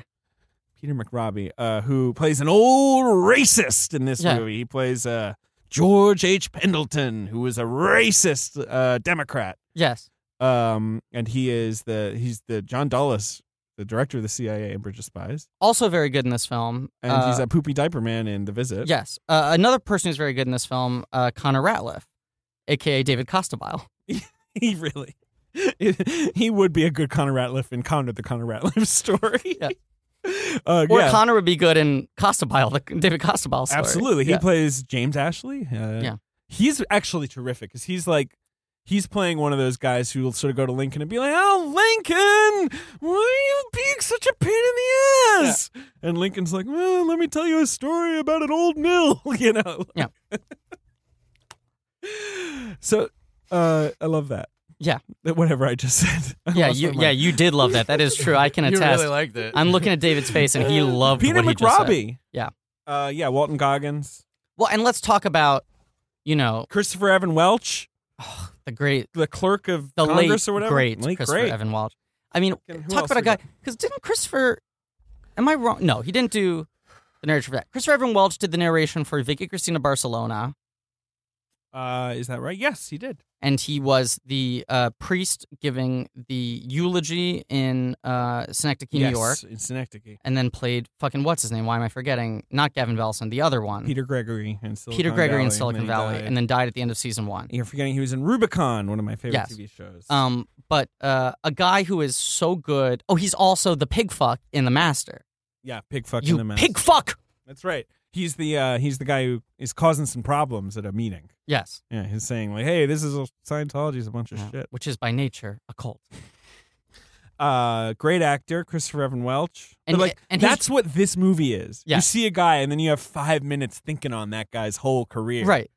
Speaker 3: Peter McRobbie, uh, who plays an old racist in this
Speaker 2: Yeah.
Speaker 3: movie. He plays uh, George H. Pendleton, who is a racist uh, Democrat.
Speaker 2: yes.
Speaker 3: Um, and he is the he's the John Dulles, the director of the CIA in Bridge of Spies,
Speaker 2: Also very good in this film.
Speaker 3: and
Speaker 2: Uh,
Speaker 3: he's a poopy diaper man in The Visit.
Speaker 2: yes. Uh, another person who's very good in this film, uh, Connor Ratliff, a.k.a. David Costabile.
Speaker 3: he really. he would be a good Connor Ratliff in Connor the Connor Ratliff story.
Speaker 2: Yeah.
Speaker 3: Uh,
Speaker 2: Or
Speaker 3: yeah.
Speaker 2: Connor would be good in Costabile, the David Costabile story.
Speaker 3: Absolutely. He
Speaker 2: Yeah.
Speaker 3: plays James Ashley. Uh,
Speaker 2: Yeah.
Speaker 3: He's actually terrific because he's like, he's playing one of those guys who will sort of go to Lincoln and be like, oh, Lincoln, why are you being such a pain in the ass? And Lincoln's like, well, let me tell you a story about an old mill, you know?
Speaker 2: Yeah.
Speaker 3: so uh, I love that.
Speaker 2: Yeah.
Speaker 3: That- Whatever I just said. I
Speaker 2: Yeah,
Speaker 3: lost
Speaker 2: you,
Speaker 3: my
Speaker 2: yeah,
Speaker 3: mind.
Speaker 2: you did love that. That is true. I can
Speaker 5: you
Speaker 2: attest.
Speaker 5: really liked it.
Speaker 2: I'm looking at David's face, and he loved
Speaker 3: Peter
Speaker 2: what he just said.
Speaker 3: McRobbie.
Speaker 2: Yeah.
Speaker 3: Uh, yeah, Walton Goggins.
Speaker 2: Well, and let's talk about, you know,
Speaker 3: Christopher Evan Welch.
Speaker 2: the great,
Speaker 3: the clerk of
Speaker 2: the
Speaker 3: Congress
Speaker 2: late
Speaker 3: or whatever.
Speaker 2: great
Speaker 3: Late
Speaker 2: Christopher
Speaker 3: great.
Speaker 2: Evan Walsh. I mean,
Speaker 3: Fucking who
Speaker 2: talk
Speaker 3: else
Speaker 2: about a
Speaker 3: we
Speaker 2: guy
Speaker 3: got?
Speaker 2: because didn't Christopher? Am I wrong? No, he didn't do the narration for that. Christopher Evan Welch did the narration for Vicky Cristina Barcelona.
Speaker 3: Uh, is that right? Yes, he did.
Speaker 2: and he was the uh, priest giving the eulogy in uh, Synecdoche,
Speaker 3: yes,
Speaker 2: New York,
Speaker 3: in Synecdoche.
Speaker 2: and then played fucking what's his name? Why am I forgetting? Not Gavin Belson, the other one,
Speaker 3: Peter Gregory and Silicon
Speaker 2: Peter Gregory
Speaker 3: Valley,
Speaker 2: in Silicon
Speaker 3: and then he
Speaker 2: Valley,
Speaker 3: died.
Speaker 2: and then died at the end of season one.
Speaker 3: you're forgetting he was in Rubicon, one of my favorite
Speaker 2: Yes.
Speaker 3: TV shows.
Speaker 2: Um, but uh, a guy who is so good. Oh, he's also the pig fuck in The Master.
Speaker 3: yeah, pig fucking
Speaker 2: you
Speaker 3: the mouse.
Speaker 2: pig fuck.
Speaker 3: That's right. He's the uh, he's the guy who is causing some problems at a meeting.
Speaker 2: Yes,
Speaker 3: Yeah, he's saying like, "Hey, this is a, Scientology's a bunch of
Speaker 2: Yeah.
Speaker 3: shit."
Speaker 2: which is by nature a cult.
Speaker 3: Uh, great actor, Christopher Evan Welch.
Speaker 2: And-
Speaker 3: but like,
Speaker 2: and his-
Speaker 3: that's what this movie is. You
Speaker 2: Yes.
Speaker 3: see a guy, and then you have five minutes thinking on that guy's whole career,
Speaker 2: Right,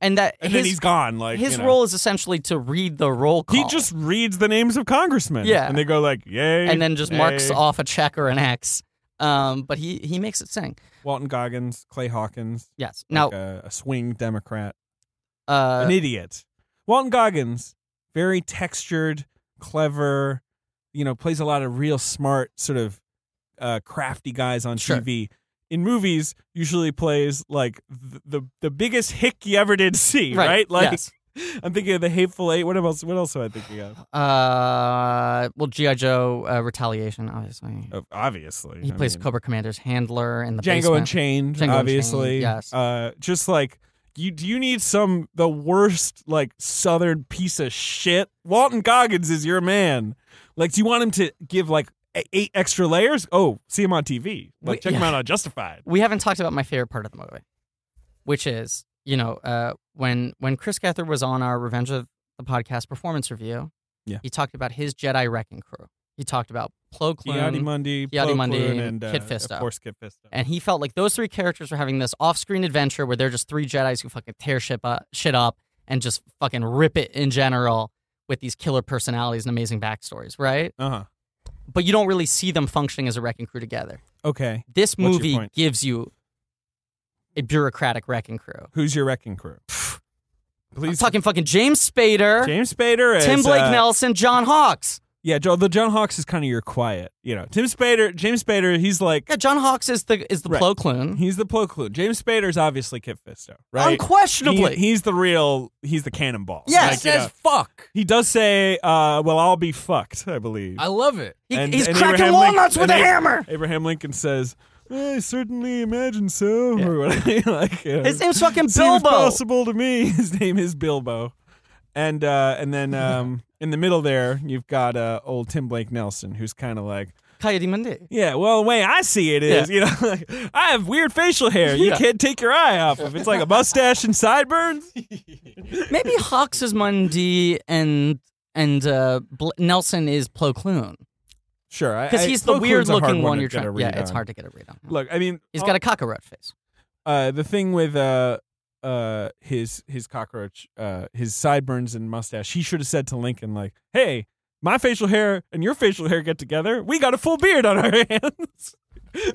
Speaker 2: and that
Speaker 3: And
Speaker 2: his
Speaker 3: then he's gone. Like
Speaker 2: his
Speaker 3: you know.
Speaker 2: role is essentially to read the roll call.
Speaker 3: He just reads the names of congressmen.
Speaker 2: Yeah.
Speaker 3: and they go like, "Yay!"
Speaker 2: and then just
Speaker 3: nay."
Speaker 2: marks off a check or an X. Um, but he he makes it sing.
Speaker 3: Walton Goggins, Clay Hawkins.
Speaker 2: Yes. Now,
Speaker 3: like a, a swing Democrat,
Speaker 2: uh,
Speaker 3: an idiot. Walton Goggins, very textured, clever, you know, plays a lot of real smart, sort of uh, crafty guys on
Speaker 2: Sure.
Speaker 3: TV. In movies, usually plays like the the, the biggest hick you ever did see, E, right?
Speaker 2: Right,
Speaker 3: Like
Speaker 2: yes.
Speaker 3: I'm thinking of the Hateful Eight. What else? What else am I thinking of?
Speaker 2: uh, well, GI Joe uh, Retaliation, obviously.
Speaker 3: Of- obviously,
Speaker 2: He
Speaker 3: I
Speaker 2: plays
Speaker 3: mean-
Speaker 2: Cobra Commander's handler in the
Speaker 3: Django
Speaker 2: basement.
Speaker 3: Unchained,
Speaker 2: Django Unchained,
Speaker 3: obviously.
Speaker 2: yes.
Speaker 3: Uh, just like you, do you need some the worst like Southern piece of shit? Walton Goggins is your man. Like, do you want him to give like e- eight extra layers? Oh, see him on TV. Like,
Speaker 2: We-
Speaker 3: check him
Speaker 2: yeah.
Speaker 3: out on Justified.
Speaker 2: we haven't talked about my favorite part of the movie, which is you know uh, when when Chris Gethard was on our Revenge of the Podcast performance review,
Speaker 3: Yeah.
Speaker 2: he talked about his Jedi Wrecking Crew. He talked about Plo
Speaker 3: Yadi
Speaker 2: Koon,
Speaker 3: Mundi,
Speaker 2: Yadi
Speaker 3: Plo
Speaker 2: Mundi,
Speaker 3: Koon, and uh,
Speaker 2: Kit Fisto.
Speaker 3: Of course, Kit Fisto.
Speaker 2: and he felt like those three characters were having this off-screen adventure where they're just three Jedi's who fucking tear shit up, shit up and just fucking rip it in general with these killer personalities and amazing backstories, right?
Speaker 3: uh huh.
Speaker 2: But you don't really see them functioning as a wrecking crew together.
Speaker 3: Okay.
Speaker 2: This
Speaker 3: What's your
Speaker 2: movie
Speaker 3: point?
Speaker 2: gives you a bureaucratic wrecking crew.
Speaker 3: Who's your wrecking crew? Please.
Speaker 2: I'm talking fucking James Spader,
Speaker 3: James Spader.
Speaker 2: Tim
Speaker 3: is,
Speaker 2: Blake
Speaker 3: uh,
Speaker 2: Nelson, John Hawks.
Speaker 3: Yeah, Joe, the John Hawks is kind of your quiet. You know, Tim Spader. James Spader. He's like.
Speaker 2: Yeah, John Hawks is the is the
Speaker 3: Right.
Speaker 2: Plo Koon.
Speaker 3: He's the Plo Koon. James Spader's obviously Kit Fisto, right?
Speaker 2: Unquestionably.
Speaker 3: He- he's the real. He's the cannonball.
Speaker 2: Yes.
Speaker 3: Like, you
Speaker 5: says
Speaker 3: know,
Speaker 5: fuck.
Speaker 3: he does say, uh, "Well, I'll be fucked," I believe.
Speaker 5: I love it.
Speaker 2: He-
Speaker 3: And-
Speaker 2: he's
Speaker 3: and
Speaker 2: cracking
Speaker 3: Abraham Lincoln-
Speaker 2: walnuts with a
Speaker 3: and Ab-
Speaker 2: hammer.
Speaker 3: Abraham Lincoln says, "I certainly imagine so." Or whatever. like, you know,
Speaker 2: His name's fucking
Speaker 3: seems
Speaker 2: Bilbo.
Speaker 3: possible to me. His name is Bilbo, and uh, and then um, in the middle there, you've got uh, old Tim Blake Nelson, who's kind of like,
Speaker 2: Coyote Mundi.
Speaker 3: Yeah, well, the way I see it is, you know, like, I have weird facial hair. You can't take your eye off of. It's like a mustache and sideburns.
Speaker 2: Maybe Hawks is Mundy and and uh, Bl- Nelson is Plo Koon
Speaker 3: Sure,
Speaker 2: because he's the weird looking one you're trying.
Speaker 3: to
Speaker 2: yeah, it's hard to get a read on. him.
Speaker 3: Look, I mean,
Speaker 2: he's got a cockroach face.
Speaker 3: uh, the thing with uh, uh, his his cockroach, uh, his sideburns and mustache. He should have said to Lincoln, like, "Hey, my facial hair and your facial hair get together. We got a full beard on our hands."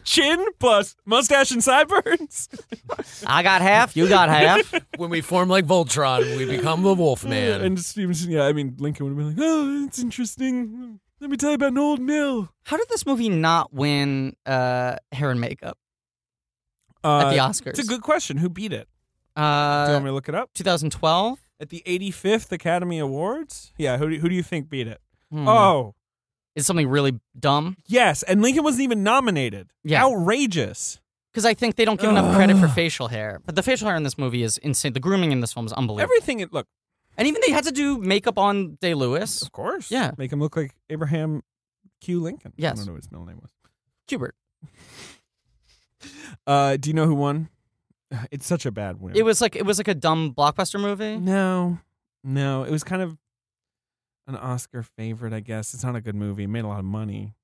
Speaker 3: Chin plus mustache and sideburns.
Speaker 2: I got half. You got half.
Speaker 5: When we form like Voltron, we become the Wolfman.
Speaker 3: Mm. And Stevenson, yeah, I mean, Lincoln would have been like, oh, it's interesting. Let me tell you about an old mill.
Speaker 2: How did this movie not win uh, hair and makeup
Speaker 3: Uh,
Speaker 2: at the Oscars?
Speaker 3: It's a good question. Who beat it? Do you
Speaker 2: uh,
Speaker 3: want me to look it up?
Speaker 2: 2012.
Speaker 3: At the 85th Academy Awards? Yeah, who do, who do you think beat it?
Speaker 2: Hmm.
Speaker 3: Oh,
Speaker 2: Is something really dumb?
Speaker 3: yes. And Lincoln wasn't even nominated.
Speaker 2: Yeah.
Speaker 3: Outrageous.
Speaker 2: Because I think they don't give enough credit for facial hair. But the facial hair in this movie is insane. The grooming in this film is unbelievable.
Speaker 3: Everything, it, look,
Speaker 2: and even they had to do makeup on Day Lewis.
Speaker 3: of course.
Speaker 2: Yeah.
Speaker 3: Make him look like Abraham Q. Lincoln. I
Speaker 2: Yes.
Speaker 3: don't know what his middle name was.
Speaker 2: Hubert.
Speaker 3: Uh, do you know who won? It's such a bad win.
Speaker 2: It was like it was like a dumb blockbuster movie.
Speaker 3: No, no. It was kind of an Oscar favorite, I guess. It's not a good movie. It made a lot of money.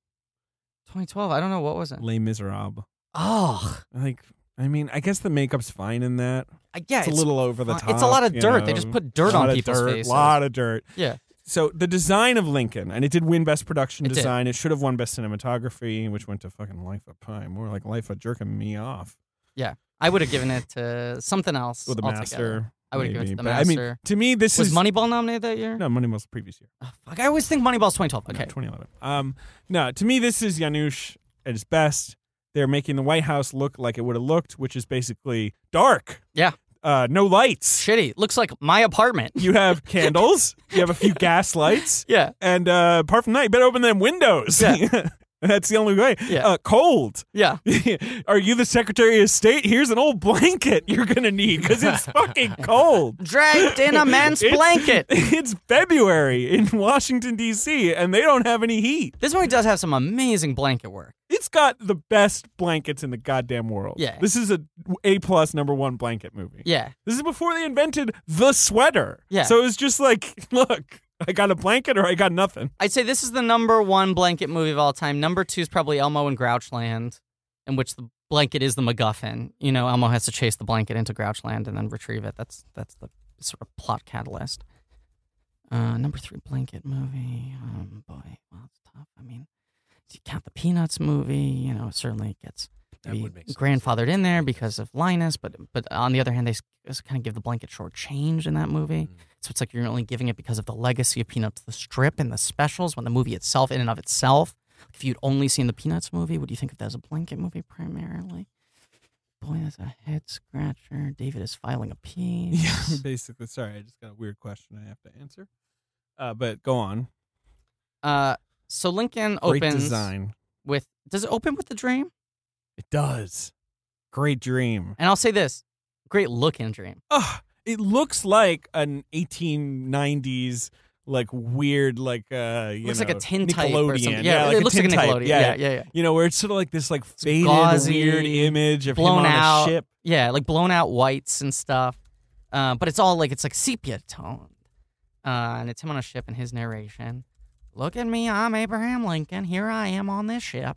Speaker 2: 2012. I don't know what was it.
Speaker 3: Les Miserables.
Speaker 2: Oh,
Speaker 3: Like, I mean, I guess the makeup's fine in that.
Speaker 2: I- yeah,
Speaker 3: It's, a little over the
Speaker 2: fine.
Speaker 3: top.
Speaker 2: It's a lot of
Speaker 3: you
Speaker 2: dirt. They
Speaker 3: know.
Speaker 2: just put dirt
Speaker 3: Lot
Speaker 2: on
Speaker 3: of
Speaker 2: people's
Speaker 3: dirt,
Speaker 2: faces.
Speaker 3: lot of dirt.
Speaker 2: Yeah.
Speaker 3: So the design of Lincoln, and it did win Best Production
Speaker 2: It did.
Speaker 3: Design. It should have won Best Cinematography, which went to fucking Life of Pi. More like Life of Jerking Me Off
Speaker 2: I would have given it to something else.
Speaker 3: with the
Speaker 2: altogether.
Speaker 3: Master.
Speaker 2: I would have given it to
Speaker 3: maybe.
Speaker 2: The
Speaker 3: But, I mean,
Speaker 2: Master.
Speaker 3: to me, this
Speaker 2: Was
Speaker 3: is
Speaker 2: Moneyball nominated that year?
Speaker 3: no Money was the previous year.
Speaker 2: Oh, fuck. I always think Moneyball's 2012.
Speaker 3: No,
Speaker 2: Okay.
Speaker 3: 2011. Um, no, to me, this is Yanush at his best. They're making the White House look like it would have looked, which is basically dark.
Speaker 2: Yeah.
Speaker 3: uh, no lights.
Speaker 2: Shitty. Looks like my apartment.
Speaker 3: You have candles. you have a few gas lights.
Speaker 2: Yeah.
Speaker 3: And uh, apart from that, you better open them windows.
Speaker 2: Yeah.
Speaker 3: That's the only way.
Speaker 2: Yeah.
Speaker 3: Uh, cold.
Speaker 2: Yeah.
Speaker 3: Are you the Secretary of State? Here's an old blanket you're going to need because it's fucking cold.
Speaker 2: Dragged in a man's
Speaker 3: It's-
Speaker 2: blanket.
Speaker 3: It's February in Washington, D.C., and they don't have any heat.
Speaker 2: This movie does have some amazing blanket work.
Speaker 3: It's got the best blankets in the goddamn world.
Speaker 2: Yeah.
Speaker 3: This is a A plus number one blanket movie.
Speaker 2: Yeah.
Speaker 3: This is before they invented the sweater.
Speaker 2: Yeah.
Speaker 3: So it was just like, look, I got a blanket or I got nothing.
Speaker 2: I'd say this is the number one blanket movie of all time. Number two is probably Elmo and Grouchland, in which the blanket is the MacGuffin. You know, Elmo has to chase the blanket into Grouchland and then retrieve it. That's that's the sort of plot catalyst. Uh, number three blanket movie. Um, boy, well, it's tough. I mean, if you count the Peanuts movie, you know, it certainly gets
Speaker 5: That
Speaker 2: maybe
Speaker 5: would make sense.
Speaker 2: grandfathered in there because of Linus. But but on the other hand, they s- kind of give the blanket short change in that movie.
Speaker 5: Mm.
Speaker 2: So it's like you're only giving it because of the legacy of Peanuts, the strip and the specials, when the movie itself, in and of itself. If you'd only seen the Peanuts movie, would you think of that as a blanket movie primarily? Boy, that's a head scratcher. David is filing a piece.
Speaker 3: basically. Sorry, I just got a weird question I have to answer. Uh, but go on.
Speaker 2: Uh, so Lincoln
Speaker 3: Great
Speaker 2: opens
Speaker 3: design.
Speaker 2: with. Does it open with the dream?
Speaker 3: It does. Great dream.
Speaker 2: And I'll say this great looking dream.
Speaker 3: Ugh, it looks like an 1890s like weird like uh you
Speaker 2: looks
Speaker 3: know,
Speaker 2: like a tin type or
Speaker 3: Nickelodeon.
Speaker 2: something. Yeah,
Speaker 3: Yeah, like
Speaker 2: it looks like a
Speaker 3: tintype.
Speaker 2: Nickelodeon.
Speaker 3: Yeah,
Speaker 2: Yeah, yeah, yeah.
Speaker 3: You know, where it's sort of like this like faded
Speaker 2: gauzy,
Speaker 3: weird image of
Speaker 2: blown
Speaker 3: him on
Speaker 2: out.
Speaker 3: a ship.
Speaker 2: Yeah, like blown out whites and stuff. Uh, but it's all like it's like sepia toned, uh, and it's him on a ship and his narration. Look at me, I'm Abraham Lincoln. Here I am on this ship.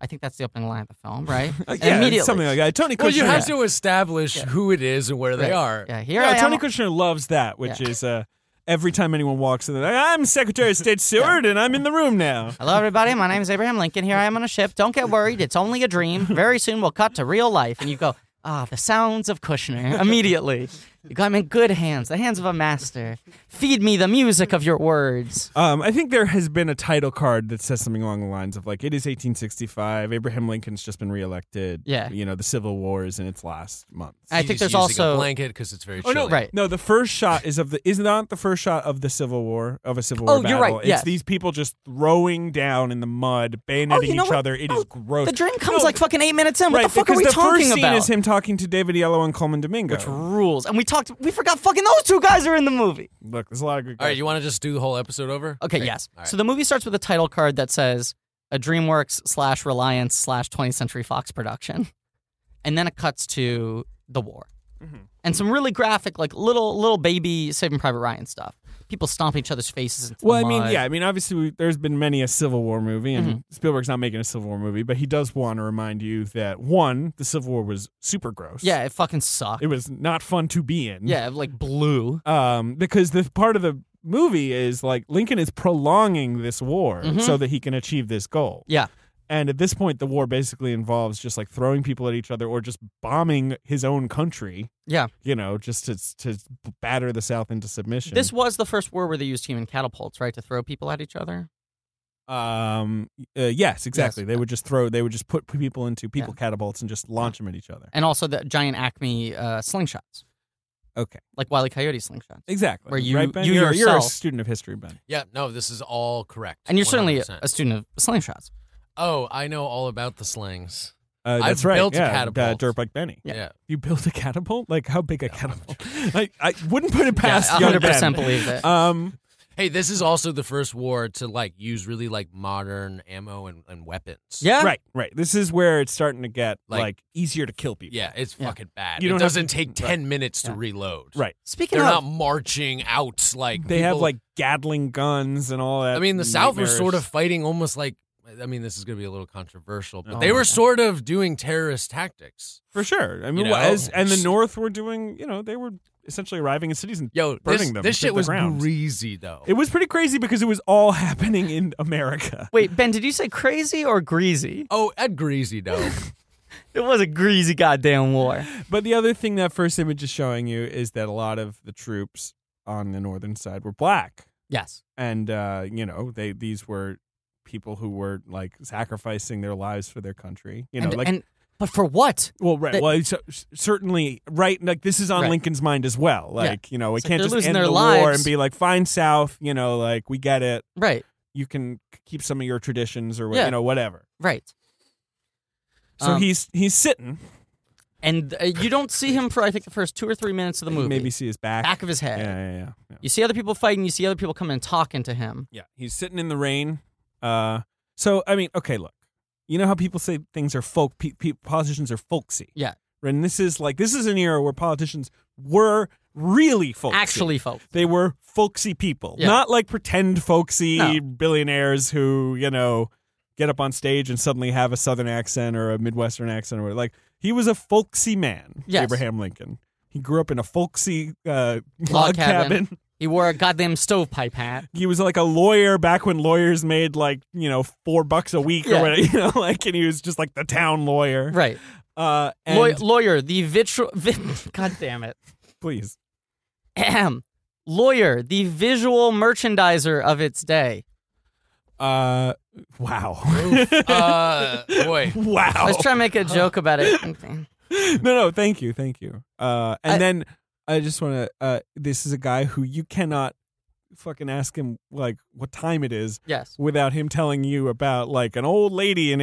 Speaker 2: I think that's the opening line of the film, right?
Speaker 3: Uh,
Speaker 2: And
Speaker 3: yeah,
Speaker 2: immediately.
Speaker 3: something like that. Tony Kushner.
Speaker 5: Well, you have
Speaker 3: yeah.
Speaker 5: to establish
Speaker 2: Yeah.
Speaker 5: who it is and where they
Speaker 2: Right.
Speaker 5: are.
Speaker 2: Yeah, here I am.
Speaker 3: Tony Kushner loves that, which
Speaker 2: Yeah.
Speaker 3: is uh every time anyone walks in, they're like, I'm Secretary of State Seward and I'm in the room now.
Speaker 2: Hello, everybody. My name is Abraham Lincoln. Here I am on a ship. Don't get worried. It's only a dream. Very soon we'll cut to real life. And you go, ah, the sounds of Kushner immediately. You go, I'm in good hands, the hands of a master. Feed me the music of your words.
Speaker 3: Um, I think there has been a title card that says something along the lines of like, "It is 1865. Abraham Lincoln's just been reelected.
Speaker 2: Yeah.
Speaker 3: you know, the Civil War is in its last month.
Speaker 2: I
Speaker 5: He's
Speaker 2: think
Speaker 5: just
Speaker 2: there's
Speaker 5: using a
Speaker 2: also
Speaker 5: blanket because it's very.
Speaker 2: Oh, no,
Speaker 5: chilly.
Speaker 2: right.
Speaker 3: No, the first shot is of the is not the first shot of the Civil War of a Civil War.
Speaker 2: Oh, you're right,
Speaker 3: battle. It's
Speaker 2: yes.
Speaker 3: these people just throwing down in the mud,
Speaker 2: Oh,
Speaker 3: bayoneting
Speaker 2: you know
Speaker 3: each
Speaker 2: what?
Speaker 3: other. It is
Speaker 2: No,
Speaker 3: gross.
Speaker 2: The dream comes
Speaker 3: No,
Speaker 2: like fucking eight minutes in. What
Speaker 3: right,
Speaker 2: the fuck are
Speaker 3: because
Speaker 2: we
Speaker 3: the
Speaker 2: talking
Speaker 3: first
Speaker 2: about?
Speaker 3: scene is him talking to David Yellow and Coleman Domingo.
Speaker 2: Which rules? And we talked. We forgot fucking those two guys are in the movie.
Speaker 3: Look, there's a lot of good.
Speaker 5: All right, you want to just do the whole episode over?
Speaker 2: Okay,
Speaker 5: Great.
Speaker 2: yes.
Speaker 5: All right.
Speaker 2: So the movie starts with a title card that says a DreamWorks slash Reliance slash 20th Century Fox production, and then it cuts to the war,
Speaker 3: Mm-hmm.
Speaker 2: and some really graphic, like little little baby Saving Private Ryan stuff. People stomp each other's faces. Into the
Speaker 3: well, I mean,
Speaker 2: mud.
Speaker 3: yeah, I mean, obviously, we, there's been many a Civil War movie,
Speaker 2: Mm-hmm.
Speaker 3: and Spielberg's not making a Civil War movie, but he does want to remind you that one, the Civil War was super gross.
Speaker 2: yeah. It fucking sucked.
Speaker 3: it was not fun to be in.
Speaker 2: yeah, like blue.
Speaker 3: um, because the part of the movie is like Lincoln is prolonging this war so that he can achieve this goal.
Speaker 2: Mm-hmm. Yeah,
Speaker 3: And at this point, the war basically involves just like throwing people at each other or just bombing his own country.
Speaker 2: yeah.
Speaker 3: You know, just to to batter the South into submission.
Speaker 2: This was the first war where they used human catapults, right, to throw people at each other.
Speaker 3: um, uh, yes, exactly. They would just throw. They would just put people into people catapults and just launch them at each other.
Speaker 2: and also the giant Acme uh, slingshots,
Speaker 3: Okay,
Speaker 2: like Wile E. Coyote slingshots.
Speaker 3: exactly.
Speaker 2: Where you-
Speaker 3: right, ben?
Speaker 2: you
Speaker 3: are you're a
Speaker 2: yourself-
Speaker 3: student of history, Ben.
Speaker 5: Yeah. No, this is all correct.
Speaker 2: And you're certainly a-
Speaker 5: 100%.
Speaker 2: a student of slingshots.
Speaker 5: Oh, I know all about the slangs.
Speaker 3: Uh,
Speaker 5: I've
Speaker 3: that's right.
Speaker 5: built a
Speaker 3: yeah,
Speaker 5: catapult.
Speaker 3: Uh, Dirtbag Benny.
Speaker 2: Yeah.
Speaker 5: yeah.
Speaker 3: You built a catapult? Like how big a catapult? I, I wouldn't put it past
Speaker 2: yeah,
Speaker 3: young
Speaker 2: 100%
Speaker 3: Ben.
Speaker 2: believe it.
Speaker 3: Um,
Speaker 5: Hey, this is also the first war to like use really like modern ammo and, and weapons.
Speaker 2: yeah,
Speaker 3: right, right. This is where it's starting to get like,
Speaker 5: Ah. Like-
Speaker 3: easier to kill people.
Speaker 5: Yeah, it's
Speaker 2: Yeah.
Speaker 5: fucking bad.
Speaker 3: You don't
Speaker 5: it
Speaker 3: have
Speaker 5: doesn't
Speaker 3: to-
Speaker 5: take 10 minutes to
Speaker 2: Yeah.
Speaker 5: reload.
Speaker 3: Right.
Speaker 2: Speaking
Speaker 5: They're
Speaker 2: of,
Speaker 5: not marching out like
Speaker 3: They have
Speaker 5: people-
Speaker 3: like uh, Gatling guns and all that.
Speaker 5: I mean, the South was
Speaker 3: nightmarish-
Speaker 5: sort of fighting almost like I mean, this is going to be a little controversial, but
Speaker 2: Oh
Speaker 5: they
Speaker 2: my
Speaker 5: were
Speaker 2: God.
Speaker 5: sort of doing terrorist tactics.
Speaker 3: for sure. I mean,
Speaker 5: You
Speaker 3: well,
Speaker 5: know?
Speaker 3: as and the North were doing, you know, they were essentially arriving in cities and
Speaker 5: Yo, this,
Speaker 3: burning them.
Speaker 5: this
Speaker 3: to
Speaker 5: shit
Speaker 3: the
Speaker 5: was
Speaker 3: ground.
Speaker 5: greasy though.
Speaker 3: It was pretty crazy because it was all happening in America.
Speaker 2: wait, Ben, did you say crazy or greasy?
Speaker 5: oh, at greasy though.
Speaker 2: It was a greasy goddamn war.
Speaker 3: But the other thing that first image is showing you is that a lot of the troops on the northern side were black.
Speaker 2: Yes.
Speaker 3: and uh, you know they these were people who were like sacrificing their lives for their country you know
Speaker 2: and,
Speaker 3: like
Speaker 2: and But for what?
Speaker 3: Well, right.
Speaker 2: That-
Speaker 3: well, so, c- certainly, right. Like this is on
Speaker 2: Right.
Speaker 3: Lincoln's mind as well.
Speaker 2: Yeah.
Speaker 3: Like you know, it
Speaker 2: It's like
Speaker 3: can't
Speaker 2: they're
Speaker 3: just
Speaker 2: losing
Speaker 3: end
Speaker 2: their
Speaker 3: the war
Speaker 2: lives.
Speaker 3: and be like, "Fine, South." You know, like we get it.
Speaker 2: Right,
Speaker 3: You can k- keep some of your traditions or wha-
Speaker 2: Yeah.
Speaker 3: you know whatever.
Speaker 2: right.
Speaker 3: So
Speaker 2: Um,
Speaker 3: he's he's sitting.
Speaker 2: and uh, you don't see him for I think the first two or three minutes of the movie.
Speaker 3: Maybe see his back.
Speaker 2: back of his
Speaker 3: yeah,
Speaker 2: head.
Speaker 3: yeah, yeah, yeah.
Speaker 2: You see other people fighting. You see other people coming and talking to him.
Speaker 3: Yeah, he's sitting in the rain. Uh, so I mean, okay, look, you know how people say things are folk, pe- pe- politicians are folksy.
Speaker 2: Yeah.
Speaker 3: and this is like this is an era where politicians were really folksy.
Speaker 2: Actually, folks.
Speaker 3: they were folksy people,
Speaker 2: Yeah.
Speaker 3: not like pretend folksy
Speaker 2: No.
Speaker 3: billionaires who you know get up on stage and suddenly have a southern accent or a midwestern accent or whatever. like he was a folksy man.
Speaker 2: Yes.
Speaker 3: Abraham Lincoln. He grew up in a folksy uh, log,
Speaker 2: cabin.
Speaker 3: cabin.
Speaker 2: He wore a goddamn stovepipe hat.
Speaker 3: he was like a lawyer back when lawyers made like you know four bucks a week
Speaker 2: Yeah.
Speaker 3: or whatever you know like and he was just like the town lawyer
Speaker 2: Right.
Speaker 3: uh and
Speaker 2: Law- lawyer, the vitru. Vi- God damn it.
Speaker 3: please
Speaker 2: Ahem. Lawyer, the visual merchandiser of its day.
Speaker 3: uh wow
Speaker 5: uh, boy.
Speaker 3: wow
Speaker 2: I was trying to make a joke about it.
Speaker 3: no no thank you thank you uh and
Speaker 2: I-
Speaker 3: then i just want to uh this is a guy who you cannot fucking ask him like what time it is
Speaker 2: Yes.
Speaker 3: without him telling you about like an old lady in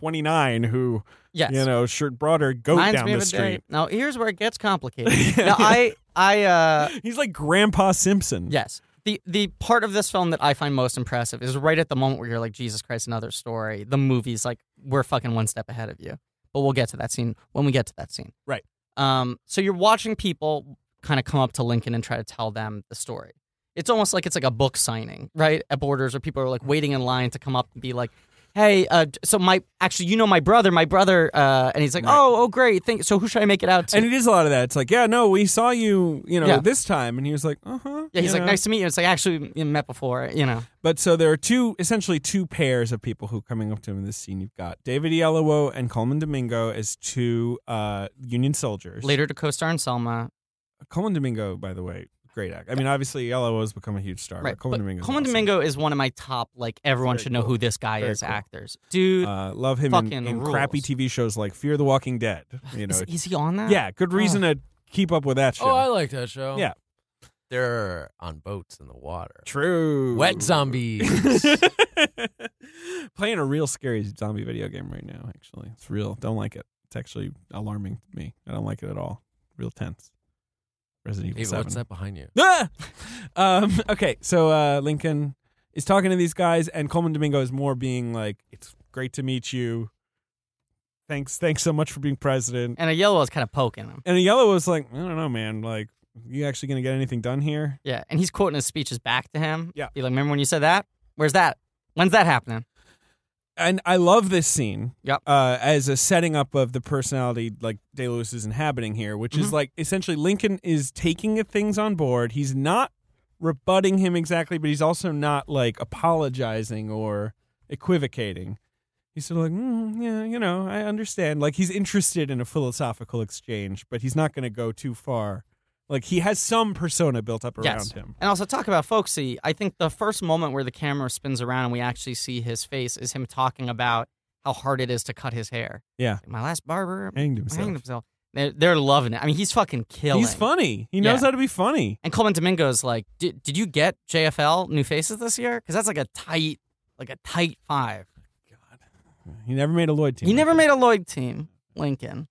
Speaker 3: 1829 who
Speaker 2: Yes.
Speaker 3: you know sure brought her goat
Speaker 2: Reminds
Speaker 3: down
Speaker 2: me
Speaker 3: the
Speaker 2: of a day.
Speaker 3: street
Speaker 2: Now here's where it gets complicated. now I, I, uh,
Speaker 3: he's like grandpa simpson
Speaker 2: Yes. The the part of this film that I find most impressive is right at the moment where you're like, Jesus Christ, another story. The movie's like, we're fucking one step ahead of you. But we'll get to that scene when we get to that scene.
Speaker 3: Right.
Speaker 2: Um, so you're watching people kind of come up to Lincoln and try to tell them the story. It's almost like it's like a book signing, right? At Borders, where people are like waiting in line to come up and be like, "Hey, uh, so my actually, you know my brother, my brother," uh, and he's like, "Oh, oh, great, thank." So who should I make it out to?
Speaker 3: And it is a lot of that. It's like, yeah, no, we saw you, you know,
Speaker 2: Yeah.
Speaker 3: this time, and he was like, uh huh.
Speaker 2: yeah, he's like, "Nice to meet you." It's like actually we met before, you know.
Speaker 3: But so there are two, essentially two pairs of people who are coming up to him in this scene. You've got David Yellowo and Coleman Domingo as two uh, Union soldiers.
Speaker 2: Later to co-star in Selma,
Speaker 3: Coleman Domingo, by the way, great act. I mean, obviously Yellowo has become a huge star.
Speaker 2: Right.
Speaker 3: But Coleman
Speaker 2: but
Speaker 3: Domingo.
Speaker 2: Coleman Domingo is one of my top, like, everyone
Speaker 3: Very
Speaker 2: should know
Speaker 3: cool.
Speaker 2: who this guy
Speaker 3: Very
Speaker 2: is
Speaker 3: cool.
Speaker 2: actors. Dude,
Speaker 3: Uh, love him in,
Speaker 2: fucking
Speaker 3: in crappy
Speaker 2: rules.
Speaker 3: TV shows like Fear the Walking Dead. You know,
Speaker 2: is, is he on that?
Speaker 3: yeah, good reason
Speaker 2: Oh.
Speaker 3: to keep up with that show.
Speaker 5: Oh, I like that show.
Speaker 3: Yeah.
Speaker 5: They're on boats in the water.
Speaker 3: True.
Speaker 5: Wet zombies.
Speaker 3: Playing a real scary zombie video game right now, actually. It's real. Don't like it. It's actually alarming to me. I don't like it at all. Real tense. Resident Evil
Speaker 5: Ava,
Speaker 3: 7.
Speaker 5: what's that behind you?
Speaker 3: Ah! Um, okay, so uh, Lincoln is talking to these guys, and Coleman Domingo is more being like, it's great to meet you. Thanks, thanks so much for being president.
Speaker 2: And a yellow is kind of poking him.
Speaker 3: And Yellow was like, I don't know, man. Like, you actually going to get anything done here?
Speaker 2: Yeah. And he's quoting his speeches back to him.
Speaker 3: Yeah.
Speaker 2: Be like, remember when you said that? Where's that? When's that happening?
Speaker 3: and I love this scene.
Speaker 2: Yep.
Speaker 3: Uh, as a setting up of the personality like De Lewis is inhabiting here, which
Speaker 2: Mm-hmm.
Speaker 3: is like essentially Lincoln is taking things on board. He's not rebutting him exactly, but he's also not like apologizing or equivocating. He's sort of like, mm, yeah, you know, I understand. Like he's interested in a philosophical exchange, but he's not going to go too far. Like he has some persona built up around
Speaker 2: Yes.
Speaker 3: him.
Speaker 2: And also, talk about folksy. I think the first moment where the camera spins around and we actually see his face is him talking about how hard it is to cut his hair.
Speaker 3: Yeah.
Speaker 2: Like, My last barber
Speaker 3: Hanged
Speaker 2: hanged
Speaker 3: himself.
Speaker 2: himself. They're, they're loving it. I mean, he's fucking killing
Speaker 3: He's funny. He knows
Speaker 2: Yeah.
Speaker 3: how to be funny.
Speaker 2: And Coleman Domingo's like, did did you get JFL new faces this year? Because that's like a tight, like a tight five.
Speaker 3: He never made a Lloyd team.
Speaker 2: He
Speaker 3: like
Speaker 2: never
Speaker 3: that.
Speaker 2: made a Lloyd team, Lincoln.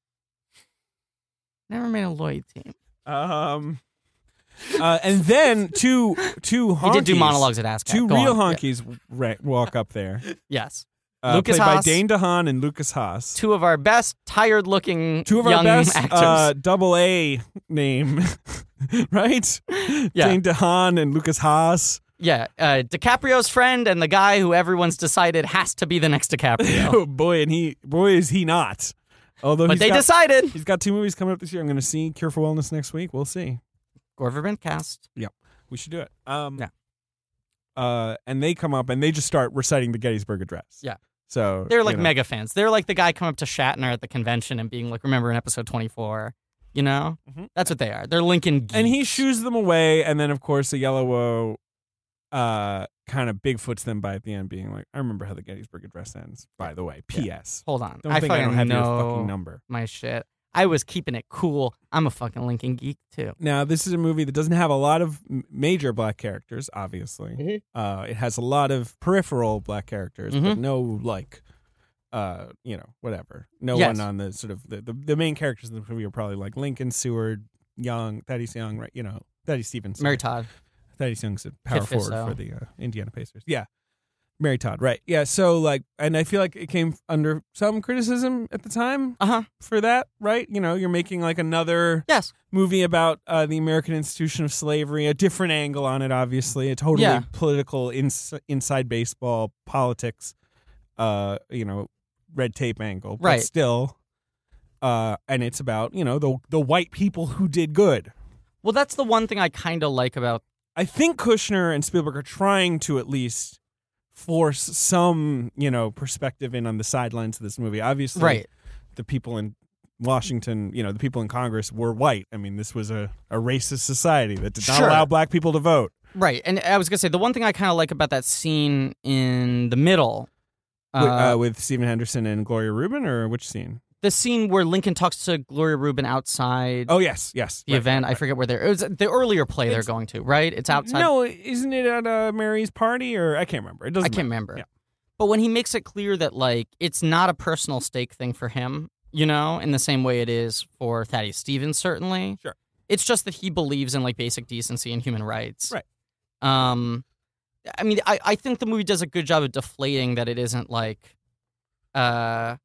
Speaker 2: Never made a Lloyd team.
Speaker 3: Um, uh, and then two two honkies,
Speaker 2: He did do monologues at ASCAP.
Speaker 3: Two
Speaker 2: Go
Speaker 3: real
Speaker 2: on. Yeah.
Speaker 3: honkies ra- walk up there,
Speaker 2: Yes.
Speaker 3: uh,
Speaker 2: Lucas
Speaker 3: played
Speaker 2: Haas.
Speaker 3: by Dane DeHaan and Lucas Haas.
Speaker 2: Two of our best tired-looking
Speaker 3: Two of our
Speaker 2: young
Speaker 3: best
Speaker 2: actors.
Speaker 3: uh, double A name, right?
Speaker 2: Yeah.
Speaker 3: Dane DeHaan and Lucas Haas,
Speaker 2: yeah, uh, DiCaprio's friend and the guy who everyone's decided has to be the next DiCaprio.
Speaker 3: Oh boy, and he boy is he not. Although
Speaker 2: but
Speaker 3: he's
Speaker 2: they
Speaker 3: got,
Speaker 2: decided.
Speaker 3: he's got two movies coming up this year. I'm going to see Cure for Wellness next week. We'll see.
Speaker 2: Gore cast.
Speaker 3: We should do it. Um,
Speaker 2: Yeah.
Speaker 3: Uh, and they come up and they just start reciting the Gettysburg Address.
Speaker 2: Yeah.
Speaker 3: So
Speaker 2: They're like
Speaker 3: you know.
Speaker 2: mega fans. They're like the guy coming up to Shatner at the convention and being like, "Remember in episode 24?" You know,
Speaker 3: Mhm.
Speaker 2: that's what they are. They're Lincoln. Geeks.
Speaker 3: and he shoos them away, and then of course the yellow uh kind of Bigfoots them by at the end, being like, "I remember how the Gettysburg Address ends." By the way, P.S.
Speaker 2: Hold on.
Speaker 3: Don't
Speaker 2: I
Speaker 3: think I
Speaker 2: fucking
Speaker 3: don't have
Speaker 2: know
Speaker 3: your fucking number.
Speaker 2: my shit. I was keeping it cool. I'm a fucking Lincoln geek too.
Speaker 3: Now, this is a movie that doesn't have a lot of m- major black characters. Obviously,
Speaker 2: Mhm.
Speaker 3: uh, it has a lot of peripheral black characters, but
Speaker 2: Mhm.
Speaker 3: no like, uh, you know, whatever. No
Speaker 2: Yes.
Speaker 3: one on the sort of the, the, the main characters in the movie are probably like Lincoln Seward, Young, Thaddeus Young, right? You know, Thaddeus Stevenson,
Speaker 2: Mary Todd.
Speaker 3: Thaddeus Young's a power forward
Speaker 2: Fisso.
Speaker 3: for the uh, Indiana Pacers. Yeah. Mary Todd, right. Yeah. So, like, and I feel like it came under some criticism at the time
Speaker 2: Uh huh.
Speaker 3: for that, right? You know, you're making like another
Speaker 2: Yes.
Speaker 3: movie about uh, the American institution of slavery, a different angle on it, obviously, a totally
Speaker 2: Yeah.
Speaker 3: political ins- inside baseball politics, uh, you know, red tape angle, but
Speaker 2: Right.
Speaker 3: still. Uh, and it's about you know the the white people who did good.
Speaker 2: Well, that's the one thing I kind of like about.
Speaker 3: I think Kushner and Spielberg are trying to at least force some you know perspective in on the sidelines of this movie. Obviously,
Speaker 2: Right.
Speaker 3: the people in Washington, you know, the people in Congress were white. I mean, this was a, a racist society that did not
Speaker 2: Sure.
Speaker 3: allow black people to vote.
Speaker 2: Right. And I was going to say the one thing I kind of like about that scene in the middle.
Speaker 3: Wi-
Speaker 2: Uh,
Speaker 3: uh, with Stephen Henderson and Gloria Rubin, or which scene?
Speaker 2: the scene where Lincoln talks to Gloria Rubin outside
Speaker 3: Oh, yes, yes.
Speaker 2: the
Speaker 3: right,
Speaker 2: event.
Speaker 3: right,
Speaker 2: I forget where they're. It was the earlier play
Speaker 3: It's-
Speaker 2: they're going to, right? It's
Speaker 3: right.
Speaker 2: outside.
Speaker 3: No, isn't it at uh, Mary's party? Or I can't remember. It doesn't.
Speaker 2: I can't
Speaker 3: matter.
Speaker 2: remember.
Speaker 3: Yeah.
Speaker 2: But when he makes it clear that like it's not a personal stake thing for him, you know, in the same way it is for Thaddeus Stevens, certainly.
Speaker 3: Sure.
Speaker 2: It's just that he believes in like basic decency and human rights.
Speaker 3: Right.
Speaker 2: Um I mean, I, I think the movie does a good job of deflating that it isn't like uh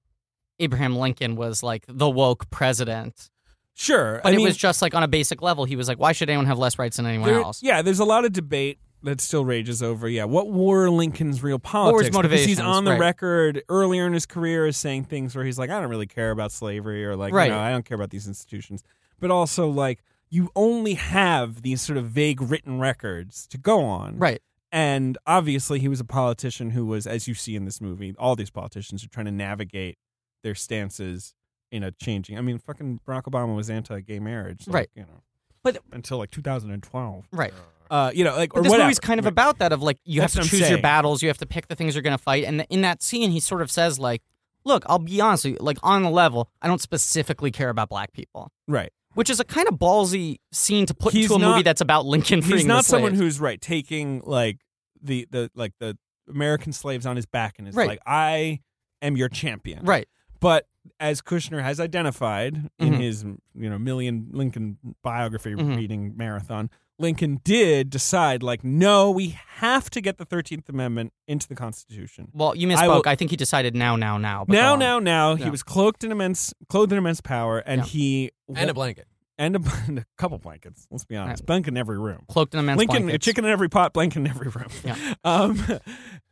Speaker 2: Abraham Lincoln was like the woke president.
Speaker 3: Sure,
Speaker 2: But
Speaker 3: I
Speaker 2: it
Speaker 3: mean,
Speaker 2: was just like on a basic level, he was like, Why should anyone have less rights than anyone
Speaker 3: there-
Speaker 2: else?
Speaker 3: yeah. There's a lot of debate that still rages over. Yeah, what were Lincoln's real
Speaker 2: his
Speaker 3: politics? Because he's
Speaker 2: motivations,
Speaker 3: on the
Speaker 2: right.
Speaker 3: record earlier in his career as saying things where he's like, I don't really care about slavery, or like,
Speaker 2: Right.
Speaker 3: you know, I don't care about these institutions. But also like, you only have these sort of vague written records to go on,
Speaker 2: Right.
Speaker 3: and obviously, he was a politician who was, as you see in this movie, all these politicians are trying to navigate their stances in a changing. I mean, fucking Barack Obama was anti-gay marriage, like,
Speaker 2: Right.
Speaker 3: You know,
Speaker 2: But-
Speaker 3: until like 2012,
Speaker 2: Right.
Speaker 3: uh, you know, like
Speaker 2: But
Speaker 3: or
Speaker 2: this
Speaker 3: whatever.
Speaker 2: movie's kind of about that of like you
Speaker 3: That's
Speaker 2: have to
Speaker 3: what I'm
Speaker 2: choose
Speaker 3: saying.
Speaker 2: your battles, you have to pick the things you're going to fight, and in that scene he sort of says like, "Look, I'll be honest, with you, like on the level, I don't specifically care about black people,"
Speaker 3: right.
Speaker 2: which is a kind of ballsy scene to put
Speaker 3: He's
Speaker 2: into a movie
Speaker 3: not-
Speaker 2: that's about Lincoln freeing
Speaker 3: He's not
Speaker 2: the slaves.
Speaker 3: someone who's right taking like the the like the American slaves on his back and is
Speaker 2: Right.
Speaker 3: like, I am your champion,
Speaker 2: right,
Speaker 3: But as Kushner has identified in
Speaker 2: Mhm.
Speaker 3: his you know million Lincoln biography
Speaker 2: Mhm.
Speaker 3: reading marathon, Lincoln did decide like, no, we have to get the Thirteenth Amendment into the Constitution.
Speaker 2: well, you
Speaker 3: I
Speaker 2: misspoke. I,
Speaker 3: will-
Speaker 2: think he decided now, now, now. But go
Speaker 3: Now,
Speaker 2: on.
Speaker 3: now, now, he
Speaker 2: Yeah.
Speaker 3: was cloaked in immense, clothed in immense power, and
Speaker 2: Yeah.
Speaker 3: he
Speaker 5: And a blanket.
Speaker 3: and a, and a couple blankets. Let's be honest,
Speaker 2: Right.
Speaker 3: blanket in every room.
Speaker 2: cloaked in a man's
Speaker 3: Lincoln,
Speaker 2: blankets.
Speaker 3: chicken in every pot, blanket in every room.
Speaker 2: Yeah.
Speaker 3: Um,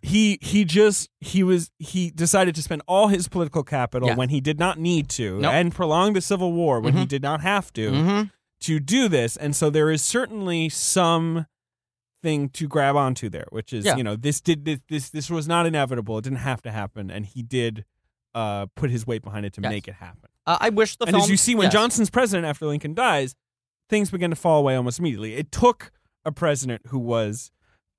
Speaker 3: he he just he was he decided to spend all his political capital
Speaker 2: Yeah.
Speaker 3: when he did not need to,
Speaker 2: Nope.
Speaker 3: and prolong the Civil War when he
Speaker 2: Mhm.
Speaker 3: did not have to
Speaker 2: Mhm.
Speaker 3: to do this. And so there is certainly some thing to grab onto there, which is
Speaker 2: Yeah.
Speaker 3: you know this did this this this was not inevitable. It didn't have to happen, and he did uh, put his weight behind it to
Speaker 2: Yes.
Speaker 3: make it happen
Speaker 2: Uh, I wish the
Speaker 3: and
Speaker 2: film.
Speaker 3: as you see, when
Speaker 2: yes.
Speaker 3: Johnson's president after Lincoln dies, things begin to fall away almost immediately. It took a president who was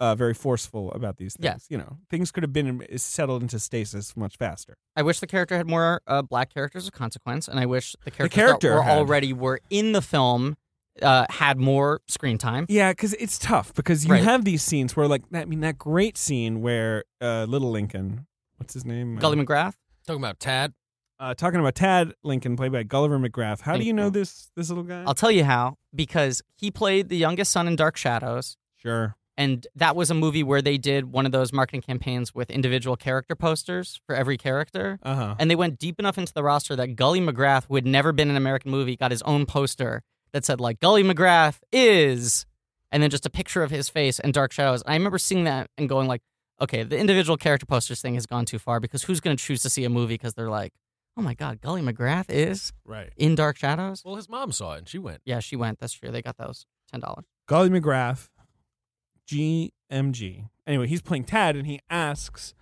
Speaker 3: uh, very forceful about these things.
Speaker 2: Yes.
Speaker 3: You know, things could have been settled into stasis much faster.
Speaker 2: I wish the character had more uh, black characters of consequence, and I wish the characters
Speaker 3: character
Speaker 2: that were
Speaker 3: had-
Speaker 2: already were in the film uh, had more screen time.
Speaker 3: Yeah, because it's tough because you
Speaker 2: Right.
Speaker 3: have these scenes where, like, I mean, that great scene where uh, Little Lincoln, what's his name,
Speaker 2: Gully McGrath.
Speaker 5: Talking about Tad.
Speaker 3: uh, talking about Tad Lincoln, played by Gulliver McGrath. How do
Speaker 2: Thank
Speaker 3: you know
Speaker 2: you.
Speaker 3: this this little guy?
Speaker 2: I'll tell you how because he played the youngest son in Dark Shadows,
Speaker 3: sure.
Speaker 2: and that was a movie where they did one of those marketing campaigns with individual character posters for every character.
Speaker 3: Uh huh.
Speaker 2: And they went deep enough into the roster that Gully McGrath, who had never been in an American movie, got his own poster that said like Gully McGrath is, and then just a picture of his face and Dark Shadows. And I remember seeing that and going like, okay, the individual character posters thing has gone too far because who's going to choose to see a movie because they're like, oh my god, Gully McGrath is
Speaker 3: Right.
Speaker 2: in Dark Shadows.
Speaker 5: Well, his mom saw it and she went.
Speaker 2: Yeah, she went. That's true. They got those ten dollars.
Speaker 3: Golly McGrath, GMG. Anyway, he's playing Tad, and he asks,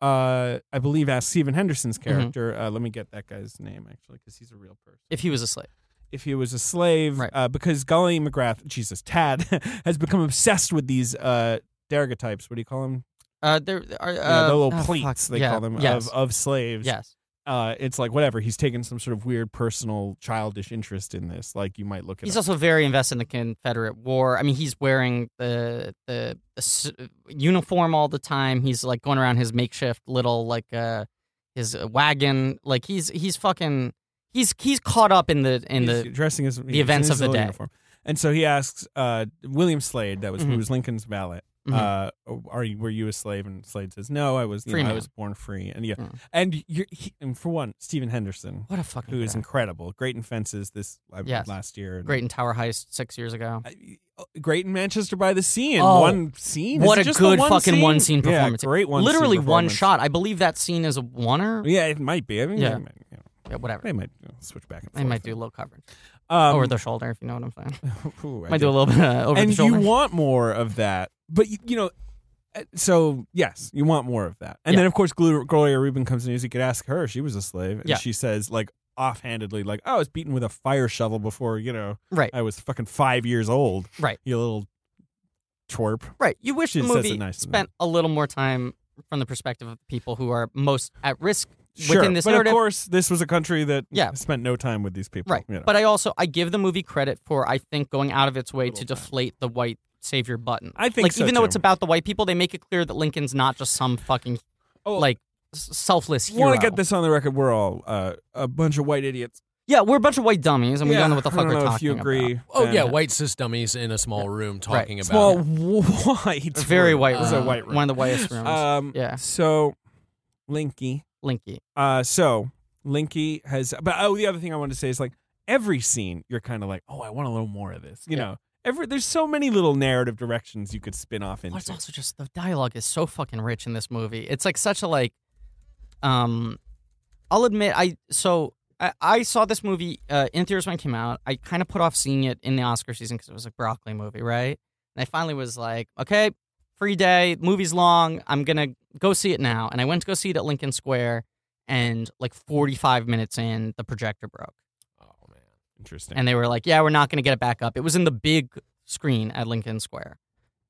Speaker 3: uh, I believe, asks Stephen Henderson's
Speaker 2: Mm-hmm.
Speaker 3: character. Uh, let me get that guy's name actually, because he's a real person.
Speaker 2: If he was a slave.
Speaker 3: If he was a slave,
Speaker 2: Right.
Speaker 3: uh, because Golly McGrath, Jesus, Tad has become obsessed with these uh, daguerreotypes. What do you call them?
Speaker 2: Uh, there are uh,
Speaker 3: You know, the little
Speaker 2: oh,
Speaker 3: plates
Speaker 2: fuck,
Speaker 3: they
Speaker 2: yeah,
Speaker 3: call them
Speaker 2: Yes,
Speaker 3: of of slaves.
Speaker 2: yes,
Speaker 3: Uh, it's like whatever. He's taken some sort of weird personal childish interest in this. Like you might look at.
Speaker 2: he's also very invested in the Confederate War. I mean, he's wearing the the, the s- uniform all the time. He's like going around his makeshift little like uh his uh, wagon. Like he's he's fucking he's he's caught up in the in
Speaker 3: he's
Speaker 2: the
Speaker 3: dressing as he's in
Speaker 2: events
Speaker 3: his
Speaker 2: of the
Speaker 3: little
Speaker 2: day.
Speaker 3: Uniform. And so he asks uh, William Slade, that was who
Speaker 2: Mhm.
Speaker 3: was Lincoln's valet.
Speaker 2: Mhm.
Speaker 3: Uh, are you were you a slave? And Slade says, No, I was. You
Speaker 2: Free
Speaker 3: know, I
Speaker 2: man.
Speaker 3: was born free. And yeah,
Speaker 2: Mm.
Speaker 3: and you're he, and for one, Stephen Henderson,
Speaker 2: what a fucking
Speaker 3: who is
Speaker 2: guy.
Speaker 3: incredible, great in fences. This I-
Speaker 2: Yes.
Speaker 3: last year, and-
Speaker 2: Great in Tower Heist six years ago.
Speaker 3: I- uh, Great in Manchester by the Sea in
Speaker 2: Oh,
Speaker 3: one scene.
Speaker 2: what
Speaker 3: Is
Speaker 2: a
Speaker 3: it just
Speaker 2: good
Speaker 3: the one
Speaker 2: fucking
Speaker 3: scene?
Speaker 2: one scene performance.
Speaker 3: Yeah, great one.
Speaker 2: Literally
Speaker 3: scene
Speaker 2: one
Speaker 3: performance.
Speaker 2: shot. I believe that scene is a oneer.
Speaker 3: Yeah, it might be. I mean,
Speaker 2: Yeah.
Speaker 3: they might, you know,
Speaker 2: Yeah, whatever.
Speaker 3: they might you know, switch back and forth.
Speaker 2: They might do low coverage
Speaker 3: um,
Speaker 2: over the shoulder, if you know what I'm saying.
Speaker 3: ooh, I
Speaker 2: Might
Speaker 3: did
Speaker 2: do a little bit uh, over
Speaker 3: and
Speaker 2: the shoulder.
Speaker 3: you want more of that but you, you know uh, so yes you want more of that and
Speaker 2: Yeah.
Speaker 3: then of course Glo- gloria rubin comes in and you could ask her she was a slave and
Speaker 2: Yeah.
Speaker 3: she says like offhandedly like "Oh, i was beaten with a fire shovel before you know
Speaker 2: right,
Speaker 3: i was fucking five years old
Speaker 2: Right.
Speaker 3: you little twerp
Speaker 2: right. You wish
Speaker 3: She
Speaker 2: the
Speaker 3: says it
Speaker 2: movie
Speaker 3: nicer than
Speaker 2: spent a little more time from the perspective of the people who are most at risk
Speaker 3: sure
Speaker 2: within this
Speaker 3: but
Speaker 2: narrative.
Speaker 3: of course this was a country that
Speaker 2: Yeah.
Speaker 3: spent no time with these people
Speaker 2: right.
Speaker 3: you know.
Speaker 2: But I also I give the movie credit for I think going out of its way to
Speaker 3: Little time.
Speaker 2: deflate the white savior button.
Speaker 3: I think
Speaker 2: like
Speaker 3: so,
Speaker 2: even though
Speaker 3: too.
Speaker 2: it's about the white people, they make it clear that Lincoln's not just some fucking
Speaker 3: Oh,
Speaker 2: like s- selfless hero.
Speaker 3: want to get this on the record we're all uh, a bunch of white idiots
Speaker 2: Yeah, we're a bunch of white dummies, and we
Speaker 3: Yeah,
Speaker 2: don't know what the
Speaker 3: I
Speaker 2: fuck we're
Speaker 3: know
Speaker 2: talking
Speaker 3: if you
Speaker 2: about.
Speaker 3: agree
Speaker 5: Oh
Speaker 3: and-
Speaker 5: yeah, white cis dummies in a small room talking about.
Speaker 3: Well, white.
Speaker 2: It's very
Speaker 3: room.
Speaker 2: white.
Speaker 3: It's
Speaker 2: room.
Speaker 3: a white room.
Speaker 2: One of the whitest rooms.
Speaker 3: Um,
Speaker 2: Yeah.
Speaker 3: So, Linky.
Speaker 2: Linky.
Speaker 3: Uh, so Linky has. But oh, the other thing I wanted to say is like every scene, you're kind of like, oh, I want a little more of this. You
Speaker 2: Yeah.
Speaker 3: know, every there's so many little narrative directions you could spin off into.
Speaker 2: Well, it's also just the dialogue is so fucking rich in this movie. It's like such a like. Um, I'll admit I so I, I saw this movie uh, in theaters when it came out. I kind of put off seeing it in the Oscar season because it was a broccoli movie, right? And I finally was like, okay, free day, movie's long. I'm gonna go see it now. And I went to go see it at Lincoln Square, and like 45 minutes in, the projector broke.
Speaker 5: oh man.
Speaker 3: Interesting.
Speaker 2: and they were like, "Yeah, we're not going to get it back up." It was in the big screen at Lincoln Square,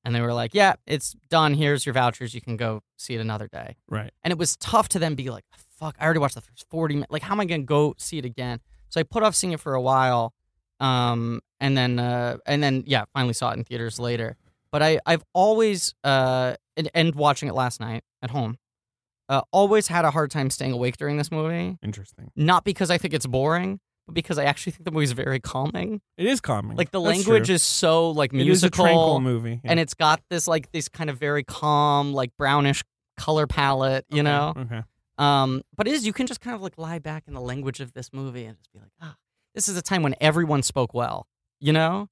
Speaker 2: and they were like, "Yeah, it's done. Here's your vouchers. You can go see it another day."
Speaker 3: right.
Speaker 2: And it was tough to then be like, "Fuck, I already watched the first forty minutes. Like, how am I going to go see it again?" So I put off seeing it for a while, um, and then uh, and then yeah, finally saw it in theaters later. But I I've always uh, and, and watching it last night at home, uh, always had a hard time staying awake during this movie.
Speaker 3: Interesting.
Speaker 2: Not because I think it's boring, but because I actually think the movie's very calming.
Speaker 3: It is calming.
Speaker 2: Like the
Speaker 3: That's
Speaker 2: language
Speaker 3: true.
Speaker 2: is so like
Speaker 3: It is a
Speaker 2: musical,
Speaker 3: tranquil movie. Yeah.
Speaker 2: and it's got this like this kind of very calm, like brownish color palette, you
Speaker 3: Okay,
Speaker 2: know.
Speaker 3: Okay.
Speaker 2: Um, but it is you can just kind of like lie back in the language of this movie and just be like, ah, this is a time when everyone spoke well, you know.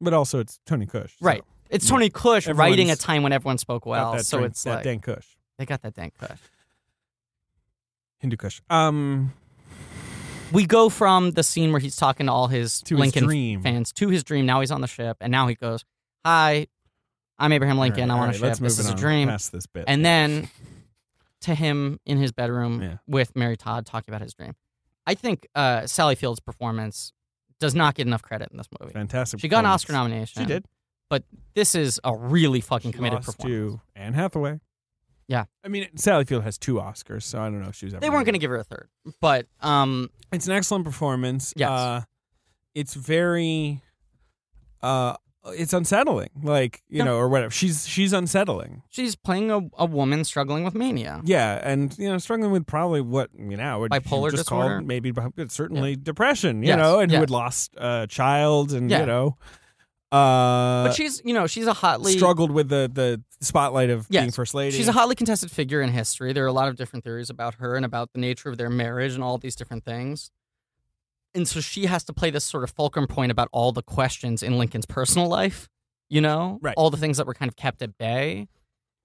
Speaker 3: But also, it's Tony Kush. so
Speaker 2: Right. It's
Speaker 3: Yeah.
Speaker 2: Tony Kush writing a
Speaker 3: Everyone's
Speaker 2: time when everyone spoke
Speaker 3: got
Speaker 2: well,
Speaker 3: that
Speaker 2: so
Speaker 3: drink-
Speaker 2: it's
Speaker 3: that
Speaker 2: like
Speaker 3: Dan Kush,
Speaker 2: they got that dank Kush.
Speaker 3: Hindu Kush. Um,
Speaker 2: We go from the scene where he's talking to all his
Speaker 3: to
Speaker 2: Lincoln
Speaker 3: his dream.
Speaker 2: fans to his dream. Now he's on the ship, and now he goes, "Hi, I'm Abraham
Speaker 3: All
Speaker 2: Lincoln. I'm
Speaker 3: right, all
Speaker 2: on a
Speaker 3: right,
Speaker 2: ship.
Speaker 3: let's move
Speaker 2: This
Speaker 3: it
Speaker 2: is a
Speaker 3: on
Speaker 2: dream."
Speaker 3: past this bit.
Speaker 2: and then to him in his bedroom
Speaker 3: Yeah.
Speaker 2: with Mary Todd talking about his dream. I think uh, Sally Field's performance does not get enough credit in this movie.
Speaker 3: fantastic.
Speaker 2: She got an
Speaker 3: performance.
Speaker 2: Oscar nomination.
Speaker 3: She did.
Speaker 2: This is a really fucking committed
Speaker 3: lost
Speaker 2: performance.
Speaker 3: to Anne Hathaway.
Speaker 2: Yeah.
Speaker 3: I mean, Sally Field has two Oscars, so I don't know if she was ever.
Speaker 2: They weren't going to give her a third, but um,
Speaker 3: It's an excellent performance.
Speaker 2: Yes.
Speaker 3: Uh, it's very. Uh, it's unsettling, like you
Speaker 2: Yeah.
Speaker 3: know, or whatever. She's she's unsettling.
Speaker 2: she's playing a, a woman struggling with mania.
Speaker 3: Yeah, and you know, struggling with probably what you know would
Speaker 2: Bipolar
Speaker 3: just
Speaker 2: disorder?
Speaker 3: called maybe bi- but certainly depression. You
Speaker 2: Yes,
Speaker 3: know, and
Speaker 2: yeah.
Speaker 3: who had lost a child, and
Speaker 2: Yeah.
Speaker 3: you know, uh,
Speaker 2: But she's, you know, she's a hotly
Speaker 3: struggled with the the spotlight of
Speaker 2: Yes.
Speaker 3: being first lady.
Speaker 2: She's a hotly contested figure in history. There are a lot of different theories about her and about the nature of their marriage and all these different things. And so she has to play this sort of fulcrum point about all the questions in Lincoln's personal life, you know?
Speaker 3: Right.
Speaker 2: All the things that were kind of kept at bay.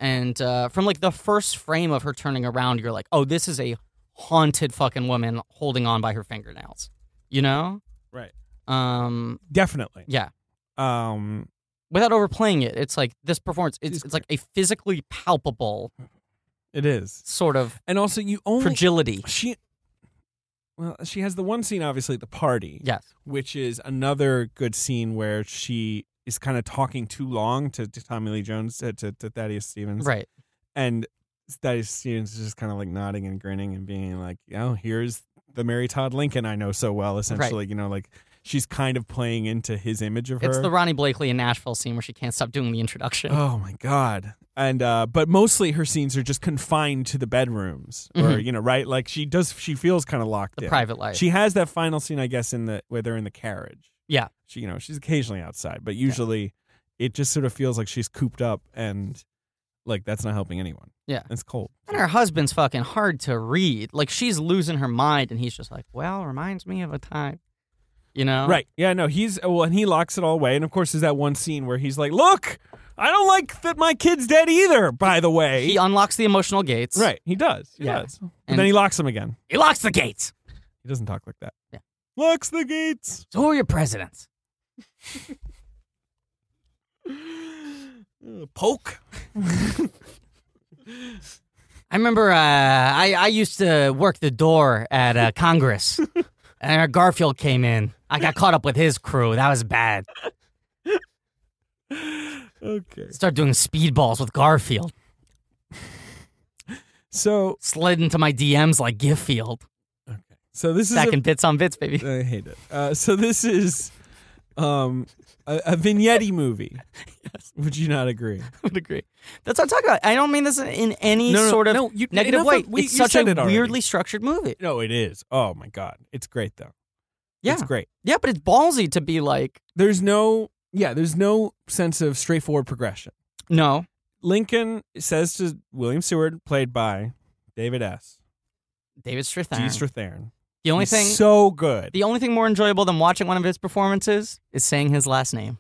Speaker 2: And uh, from like the first frame of her turning around, you're like, oh, this is a haunted fucking woman holding on by her fingernails, you know?
Speaker 3: Right.
Speaker 2: Um,
Speaker 3: definitely.
Speaker 2: yeah.
Speaker 3: Um,
Speaker 2: Without overplaying it, it's like this performance, it's,
Speaker 3: She's
Speaker 2: it's like a physically palpable
Speaker 3: It is.
Speaker 2: sort of
Speaker 3: And also, you only
Speaker 2: fragility.
Speaker 3: she. Well, she has the one scene obviously at the party,
Speaker 2: Yes.
Speaker 3: which is another good scene where she is kind of talking too long to, to Tommy Lee Jones to, to, to Thaddeus Stevens,
Speaker 2: Right.
Speaker 3: and Thaddeus Stevens is just kind of like nodding and grinning and being like, "Oh, here's the Mary Todd Lincoln I know so well." Essentially, you know, like she's kind of playing into his image of her.
Speaker 2: It's the Ronnie Blakely in Nashville scene where she can't stop doing the introduction.
Speaker 3: Oh my god. And uh but mostly her scenes are just confined to the bedrooms or
Speaker 2: Mhm.
Speaker 3: you know, right? Like she does she feels kind of locked
Speaker 2: the
Speaker 3: in.
Speaker 2: private life.
Speaker 3: She has that final scene I guess in the where they're in the carriage.
Speaker 2: Yeah.
Speaker 3: She you know, she's occasionally outside, but usually it just sort of feels like she's cooped up and like that's not helping anyone.
Speaker 2: Yeah.
Speaker 3: It's cold.
Speaker 2: and her husband's fucking hard to read. Like she's losing her mind, and he's just like, "Well, reminds me of a time," you know?
Speaker 3: Right. Yeah, no, he's well and he locks it all away and of course there's that one scene where he's like, "Look, I don't like that my kid's dead either, by the way."
Speaker 2: He unlocks the emotional gates.
Speaker 3: right. He does. He
Speaker 2: Yeah.
Speaker 3: does. But
Speaker 2: And-
Speaker 3: then he locks him again.
Speaker 2: He locks the gates.
Speaker 3: He doesn't talk like that.
Speaker 2: Yeah.
Speaker 3: Locks the gates.
Speaker 2: So who are your presidents?
Speaker 3: Poke.
Speaker 2: I remember uh, I I used to work the door at uh, Congress, and Garfield came in. I got caught up with his crew. That was bad.
Speaker 3: Okay.
Speaker 2: Start doing speedballs with Garfield.
Speaker 3: So
Speaker 2: Slid into my DMs like Giffield.
Speaker 3: so this is a-
Speaker 2: Back in bits on bits, baby.
Speaker 3: I hate it. Uh, so this is um a, a vignetti movie. Would you not agree?
Speaker 2: would agree. That's what I'm talking about. I don't mean this in any
Speaker 3: No, no,
Speaker 2: sort of
Speaker 3: no, you-
Speaker 2: negative
Speaker 3: enough
Speaker 2: way.
Speaker 3: of- we-
Speaker 2: it's
Speaker 3: you
Speaker 2: such a
Speaker 3: said it already.
Speaker 2: weirdly structured movie.
Speaker 3: No, it is. Oh my god. It's great though.
Speaker 2: Yeah.
Speaker 3: It's great.
Speaker 2: Yeah, but it's ballsy to be like,
Speaker 3: There's no yeah, there's no sense of straightforward progression.
Speaker 2: no,
Speaker 3: Lincoln says to William Seward, played by David S.
Speaker 2: David
Speaker 3: G.
Speaker 2: Strathairn.
Speaker 3: Strathairn.
Speaker 2: the only
Speaker 3: He's
Speaker 2: thing,
Speaker 3: so good.
Speaker 2: the only thing more enjoyable than watching one of his performances is saying his last name,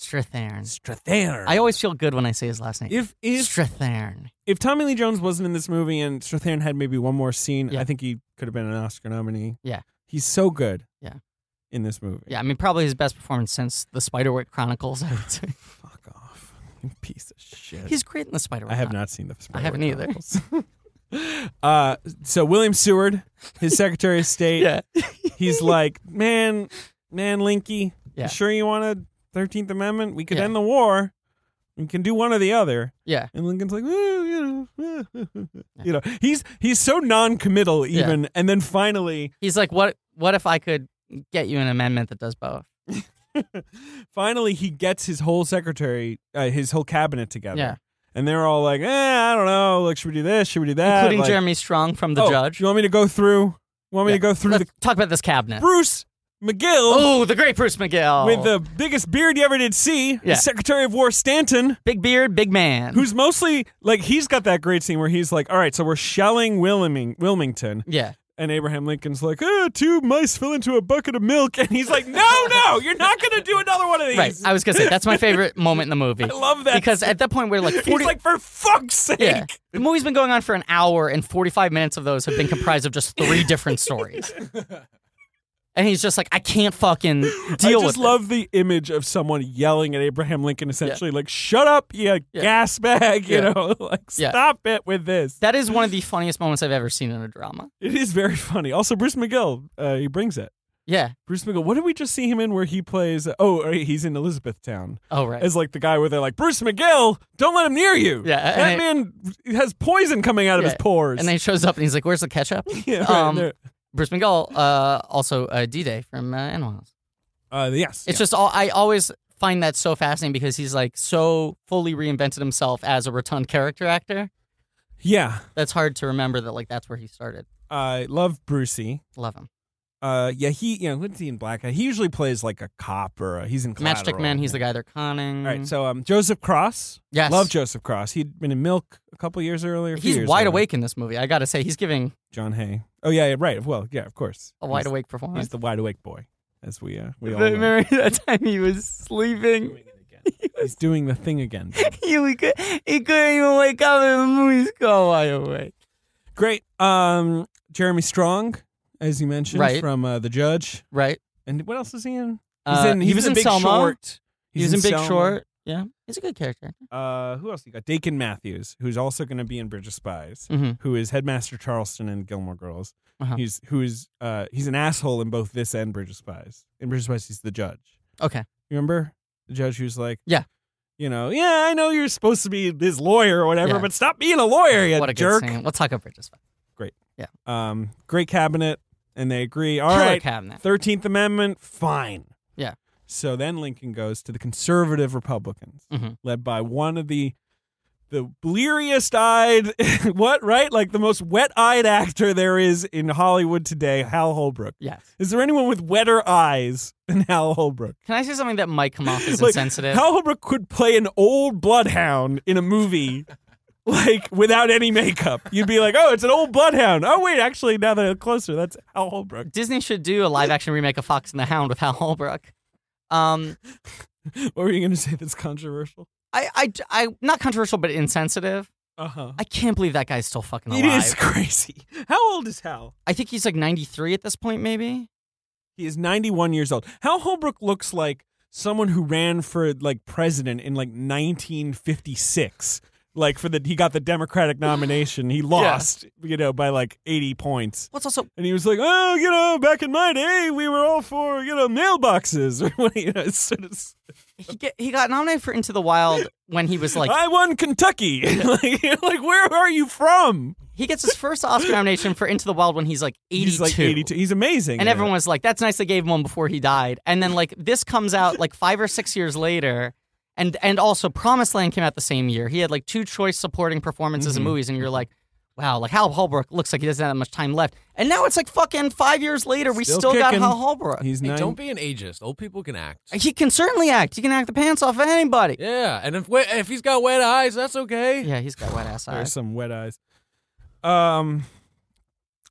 Speaker 2: Strathairn.
Speaker 3: Strathairn.
Speaker 2: I always feel good when I say his last name.
Speaker 3: if if
Speaker 2: Strathairn.
Speaker 3: if Tommy Lee Jones wasn't in this movie and Strathairn had maybe one more scene,
Speaker 2: Yeah.
Speaker 3: I think he could have been an Oscar nominee.
Speaker 2: Yeah.
Speaker 3: He's so good.
Speaker 2: Yeah.
Speaker 3: In this movie.
Speaker 2: Yeah, I mean, probably his best performance since the Spiderwick Chronicles. I would say.
Speaker 3: Fuck off. You piece of shit.
Speaker 2: He's great in the Spiderwick.
Speaker 3: I have
Speaker 2: Chronicles.
Speaker 3: not seen the
Speaker 2: I haven't either.
Speaker 3: either. uh so William Seward, his Secretary of State,
Speaker 2: Yeah.
Speaker 3: he's like, Man, man, Linky,
Speaker 2: Yeah.
Speaker 3: you sure you want a thirteenth amendment? We could
Speaker 2: Yeah.
Speaker 3: end the war. We can do one or the other.
Speaker 2: Yeah.
Speaker 3: And Lincoln's like, "Well, you know, you know, he's he's so non-committal
Speaker 2: Yeah.
Speaker 3: even, and then finally,
Speaker 2: He's like, what? What if I could get you an amendment that does both?
Speaker 3: finally he gets his whole secretary, uh, his whole cabinet together,
Speaker 2: Yeah.
Speaker 3: and they're all like, eh, I don't know, like should we do this? Should we do that?
Speaker 2: including
Speaker 3: Like,
Speaker 2: Jeremy Strong from The
Speaker 3: "Oh,
Speaker 2: Judge.
Speaker 3: You want me to go through? Want me
Speaker 2: Yeah.
Speaker 3: to go through
Speaker 2: Let's
Speaker 3: the
Speaker 2: talk about this cabinet.
Speaker 3: Bruce McGill
Speaker 2: Oh, the great Bruce McGill
Speaker 3: with the biggest beard you ever did see,
Speaker 2: Yeah.
Speaker 3: Secretary of War Stanton?
Speaker 2: big beard, big man.
Speaker 3: Who's mostly like he's got that great scene where he's like, all right, so we're shelling Wilming- Wilmington,
Speaker 2: yeah?
Speaker 3: And Abraham Lincoln's like, ah, two mice fell into a bucket of milk. And he's like, no, no, you're not going to do another one of these.
Speaker 2: Right. I was gonna say that's my favorite moment in the movie. I
Speaker 3: love that
Speaker 2: because at that point we're like
Speaker 3: he's
Speaker 2: forty.
Speaker 3: like, for fuck's sake.
Speaker 2: yeah, the movie's been going on for an hour, and forty-five minutes of those have been comprised of just three different stories. And he's just like, I can't fucking deal with
Speaker 3: I just love the image of someone yelling at Abraham Lincoln, essentially, like, shut up, you
Speaker 2: Yeah.
Speaker 3: gas bag, you
Speaker 2: Yeah.
Speaker 3: know, like,
Speaker 2: Yeah.
Speaker 3: stop it with this.
Speaker 2: it. That is one of the funniest moments I've ever seen in a drama.
Speaker 3: It is very funny. Also, Bruce McGill, uh, he brings it.
Speaker 2: Yeah.
Speaker 3: Bruce McGill, what did we just see him in where he plays? oh, he's in Elizabethtown.
Speaker 2: Oh right.
Speaker 3: as like the guy where they're like, Bruce McGill, don't let him near you.
Speaker 2: Yeah, and
Speaker 3: that man has poison coming out of his
Speaker 2: Yeah,
Speaker 3: pores.
Speaker 2: and then he shows up and he's like, "Where's the ketchup?"
Speaker 3: yeah, right
Speaker 2: um,
Speaker 3: there.
Speaker 2: Bruce McGill, uh, also uh, D Day from uh, Animal House.
Speaker 3: Uh, yes,
Speaker 2: It's just all I always find that so fascinating because he's like so fully reinvented himself as a rotund character actor.
Speaker 3: yeah.
Speaker 2: That's hard to remember that like that's where he started.
Speaker 3: I love Brucey.
Speaker 2: Love him.
Speaker 3: Uh, yeah, he you know what's he in Black? Hat? He usually plays like a cop or a, he's in
Speaker 2: Matchstick
Speaker 3: Collateral.
Speaker 2: Man, he's the guy they're conning.
Speaker 3: All right, so um, Joseph Cross.
Speaker 2: yes.
Speaker 3: Love Joseph Cross. He'd been in Milk a couple years earlier. a few
Speaker 2: He's
Speaker 3: years
Speaker 2: wide
Speaker 3: earlier.
Speaker 2: awake in this movie. I gotta say, he's giving
Speaker 3: John Hay. Oh yeah, yeah, right. Well, yeah, of course.
Speaker 2: a wide
Speaker 3: He's-
Speaker 2: awake
Speaker 3: He's
Speaker 2: performance.
Speaker 3: the wide awake boy, as we uh, we all
Speaker 2: But
Speaker 3: know.
Speaker 2: remember that time he was sleeping.
Speaker 3: He's doing the thing again.
Speaker 2: He, we could, he couldn't even wake up, and the movie's so wide awake.
Speaker 3: Great. Um, Jeremy Strong, as you mentioned,
Speaker 2: Right.
Speaker 3: from uh, The Judge.
Speaker 2: Right?
Speaker 3: And what else is he in? He's
Speaker 2: Uh,
Speaker 3: in.
Speaker 2: he
Speaker 3: he's
Speaker 2: was
Speaker 3: in,
Speaker 2: in
Speaker 3: Big
Speaker 2: Selma.
Speaker 3: Short.
Speaker 2: He was in Big
Speaker 3: Selma.
Speaker 2: Short. Yeah, he's a good character.
Speaker 3: Uh, who else you got? Dakin Matthews, who's also going to be in Bridge of Spies,
Speaker 2: Mm-hmm.
Speaker 3: who is Headmaster Charleston in Gilmore Girls.
Speaker 2: Uh-huh.
Speaker 3: He's who is uh, he's an asshole in both this and Bridge of Spies. In Bridge of Spies, he's the judge.
Speaker 2: Okay.
Speaker 3: You remember? the judge who's like,
Speaker 2: Yeah.
Speaker 3: you know, yeah, I know you're supposed to be his lawyer or whatever,
Speaker 2: Yeah.
Speaker 3: but stop being a lawyer, you
Speaker 2: what a
Speaker 3: jerk.
Speaker 2: good scene. Let's talk about Bridges.
Speaker 3: Um, great cabinet, and they agree. All
Speaker 2: Killer
Speaker 3: right,
Speaker 2: cabinet.
Speaker 3: Thirteenth Amendment, fine.
Speaker 2: Yeah.
Speaker 3: So then Lincoln goes to the conservative Republicans,
Speaker 2: Mhm.
Speaker 3: led by one of the the bleariest eyed what right like the most wet eyed actor there is in Hollywood today, Hal Holbrook.
Speaker 2: Yes.
Speaker 3: Is there anyone with wetter eyes than Hal Holbrook?
Speaker 2: Can I say something that might come off as
Speaker 3: Like,
Speaker 2: insensitive?
Speaker 3: Hal Holbrook could play an old bloodhound in a movie. Like without any makeup, you'd be like, "Oh, it's an old bloodhound." Oh, wait, actually, now that I'm closer, that's Hal Holbrook.
Speaker 2: Disney should do a live action remake of Fox and the Hound with Hal Holbrook. Um,
Speaker 3: What were you going to say? That's controversial.
Speaker 2: I, I, I, not controversial, but insensitive.
Speaker 3: Uh huh.
Speaker 2: I can't believe that guy's still fucking
Speaker 3: It
Speaker 2: alive.
Speaker 3: is crazy. How old is Hal?
Speaker 2: I think he's like 93 at this point, maybe.
Speaker 3: He is 91 years old. Hal Holbrook looks like someone who ran for like president in like 1956. Like for the he got the Democratic nomination. He lost, you know, by like 80 points.
Speaker 2: What's also
Speaker 3: And he was like, "Oh, you know, back in my day, we were all for, you know, mailboxes." Or what you know, it's sort of,
Speaker 2: he get, he got nominated for Into the Wild when he was like
Speaker 3: I won Kentucky. like, you're like, where are you from?
Speaker 2: he gets his first Oscar nomination for Into the Wild when he's like 82.
Speaker 3: He's like 82. He's amazing.
Speaker 2: And
Speaker 3: in it.
Speaker 2: everyone was like, "That's nice they gave him one before he died." And then like this comes out like five or six years later, and and also Promised Land came out the same year. He had like two choice supporting performances
Speaker 3: Mm-hmm.
Speaker 2: in movies, and you're like, "Wow!" Like Hal Holbrook looks like he doesn't have that much time left. And now it's like fucking five years later, we
Speaker 3: Still
Speaker 2: still, got
Speaker 3: kicking.
Speaker 2: Hal Holbrook.
Speaker 3: He's
Speaker 5: Hey,
Speaker 3: nine.
Speaker 5: don't be an ageist. Old people can act.
Speaker 2: he can certainly act. He can act the pants off of anybody.
Speaker 5: Yeah, and if we- if he's got wet eyes, that's okay.
Speaker 2: Yeah, he's got wet ass
Speaker 3: There's
Speaker 2: eyes.
Speaker 3: some wet eyes. Um,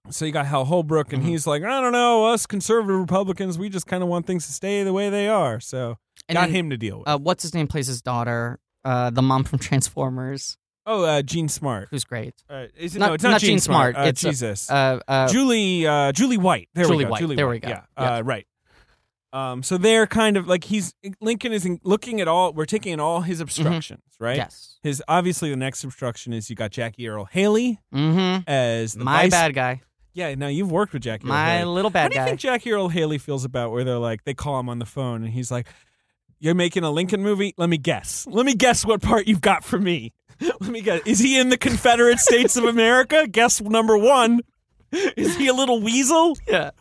Speaker 3: so you got Hal Holbrook, and
Speaker 2: Mhm.
Speaker 3: he's like, I don't know, us conservative Republicans, we just kind of want things to stay the way they are. So
Speaker 2: And
Speaker 3: got
Speaker 2: then,
Speaker 3: him to deal with.
Speaker 2: Uh, what's his name plays his daughter, uh, the mom from Transformers,
Speaker 3: oh, uh, Gene Smart.
Speaker 2: who's great.
Speaker 3: Uh, is it,
Speaker 2: not-
Speaker 3: no, it's not,
Speaker 2: not Gene
Speaker 3: Smart.
Speaker 2: Smart,
Speaker 3: Uh,
Speaker 2: it's, uh,
Speaker 3: Jesus.
Speaker 2: Uh, uh,
Speaker 3: Julie. Uh, Julie White. There we
Speaker 2: Julie
Speaker 3: go.
Speaker 2: White,
Speaker 3: Julie
Speaker 2: there
Speaker 3: White.
Speaker 2: we go.
Speaker 3: Yeah. Uh, right. Um, so they're kind of like he's Lincoln is in- looking at all. We're taking in all his
Speaker 2: Mm-hmm.
Speaker 3: obstructions, right?
Speaker 2: Yes.
Speaker 3: His obviously the next obstruction is you got Jackie Earl Haley
Speaker 2: Mm-hmm.
Speaker 3: as the
Speaker 2: My
Speaker 3: vice-
Speaker 2: bad guy.
Speaker 3: Yeah, now you've worked with Jackie. Earle
Speaker 2: My
Speaker 3: Haley.
Speaker 2: little
Speaker 3: How
Speaker 2: bad
Speaker 3: do you
Speaker 2: guy.
Speaker 3: think Jackie Earl Haley feels about where they're like they call him on the phone and he's like, "You're making a Lincoln movie? Let me guess. Let me guess what part you've got for me. Let me guess. Is he in the Confederate States of America? Guess number one. Is he a little weasel?
Speaker 2: yeah.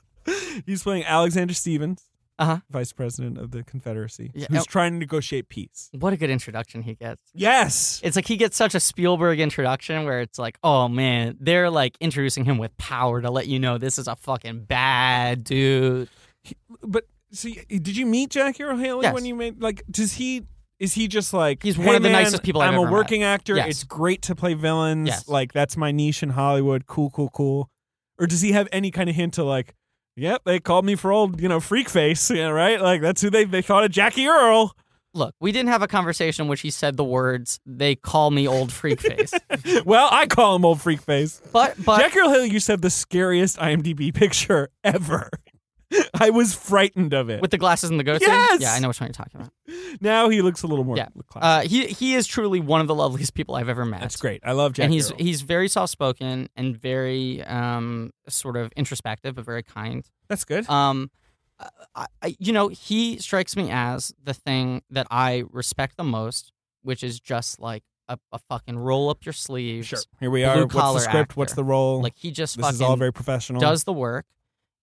Speaker 3: He's playing Alexander Stevens,
Speaker 2: Uh-huh.
Speaker 3: vice president of the Confederacy,
Speaker 2: Yeah, oh.
Speaker 3: who's
Speaker 2: no-
Speaker 3: trying to negotiate peace.
Speaker 2: What a good introduction he gets.
Speaker 3: Yes.
Speaker 2: It's like he gets such a Spielberg introduction where it's like, oh man, they're like introducing him with power to let you know this is a fucking bad dude.
Speaker 3: But see, did you meet Jackie Earl Haley
Speaker 2: Yes.
Speaker 3: when you made like? Does he? Is he just like
Speaker 2: He's
Speaker 3: "Hey,
Speaker 2: one of the
Speaker 3: man,
Speaker 2: nicest people I've
Speaker 3: I'm a
Speaker 2: ever met."
Speaker 3: working actor.
Speaker 2: Yes.
Speaker 3: It's great to play villains.
Speaker 2: Yes.
Speaker 3: Like that's my niche in Hollywood. Cool, cool, cool. Or does he have any kind of hint to like? Yep, they called me for old, you know, freak face. Yeah, right. Like that's who they they thought of Jackie Earl.
Speaker 2: Look, we didn't have a conversation in which he said the words, they call me old freak face.
Speaker 3: well, I call him old freak face.
Speaker 2: but but
Speaker 3: Jackie Earl Haley used to have the scariest IMDb picture ever. I was frightened of it.
Speaker 2: with the glasses and the goatee?
Speaker 3: Yes!
Speaker 2: Yeah, I know which one you're talking about.
Speaker 3: now he looks a little more.
Speaker 2: Yeah.
Speaker 3: classy.
Speaker 2: Uh, he he is truly one of the loveliest people I've ever met.
Speaker 3: that's great. I love Jackie.
Speaker 2: and he's
Speaker 3: Earl.
Speaker 2: he's very soft spoken and very um, sort of introspective, but very kind.
Speaker 3: that's good.
Speaker 2: Um, I- I, I, you know, he strikes me as the thing that I respect the most, which is just like a, a fucking roll up your sleeves.
Speaker 3: Sure. Here we
Speaker 2: blue
Speaker 3: are. What's the
Speaker 2: collar
Speaker 3: script? What's
Speaker 2: actor.
Speaker 3: the role?
Speaker 2: Like he just
Speaker 3: this
Speaker 2: fucking
Speaker 3: is all very professional.
Speaker 2: does the work.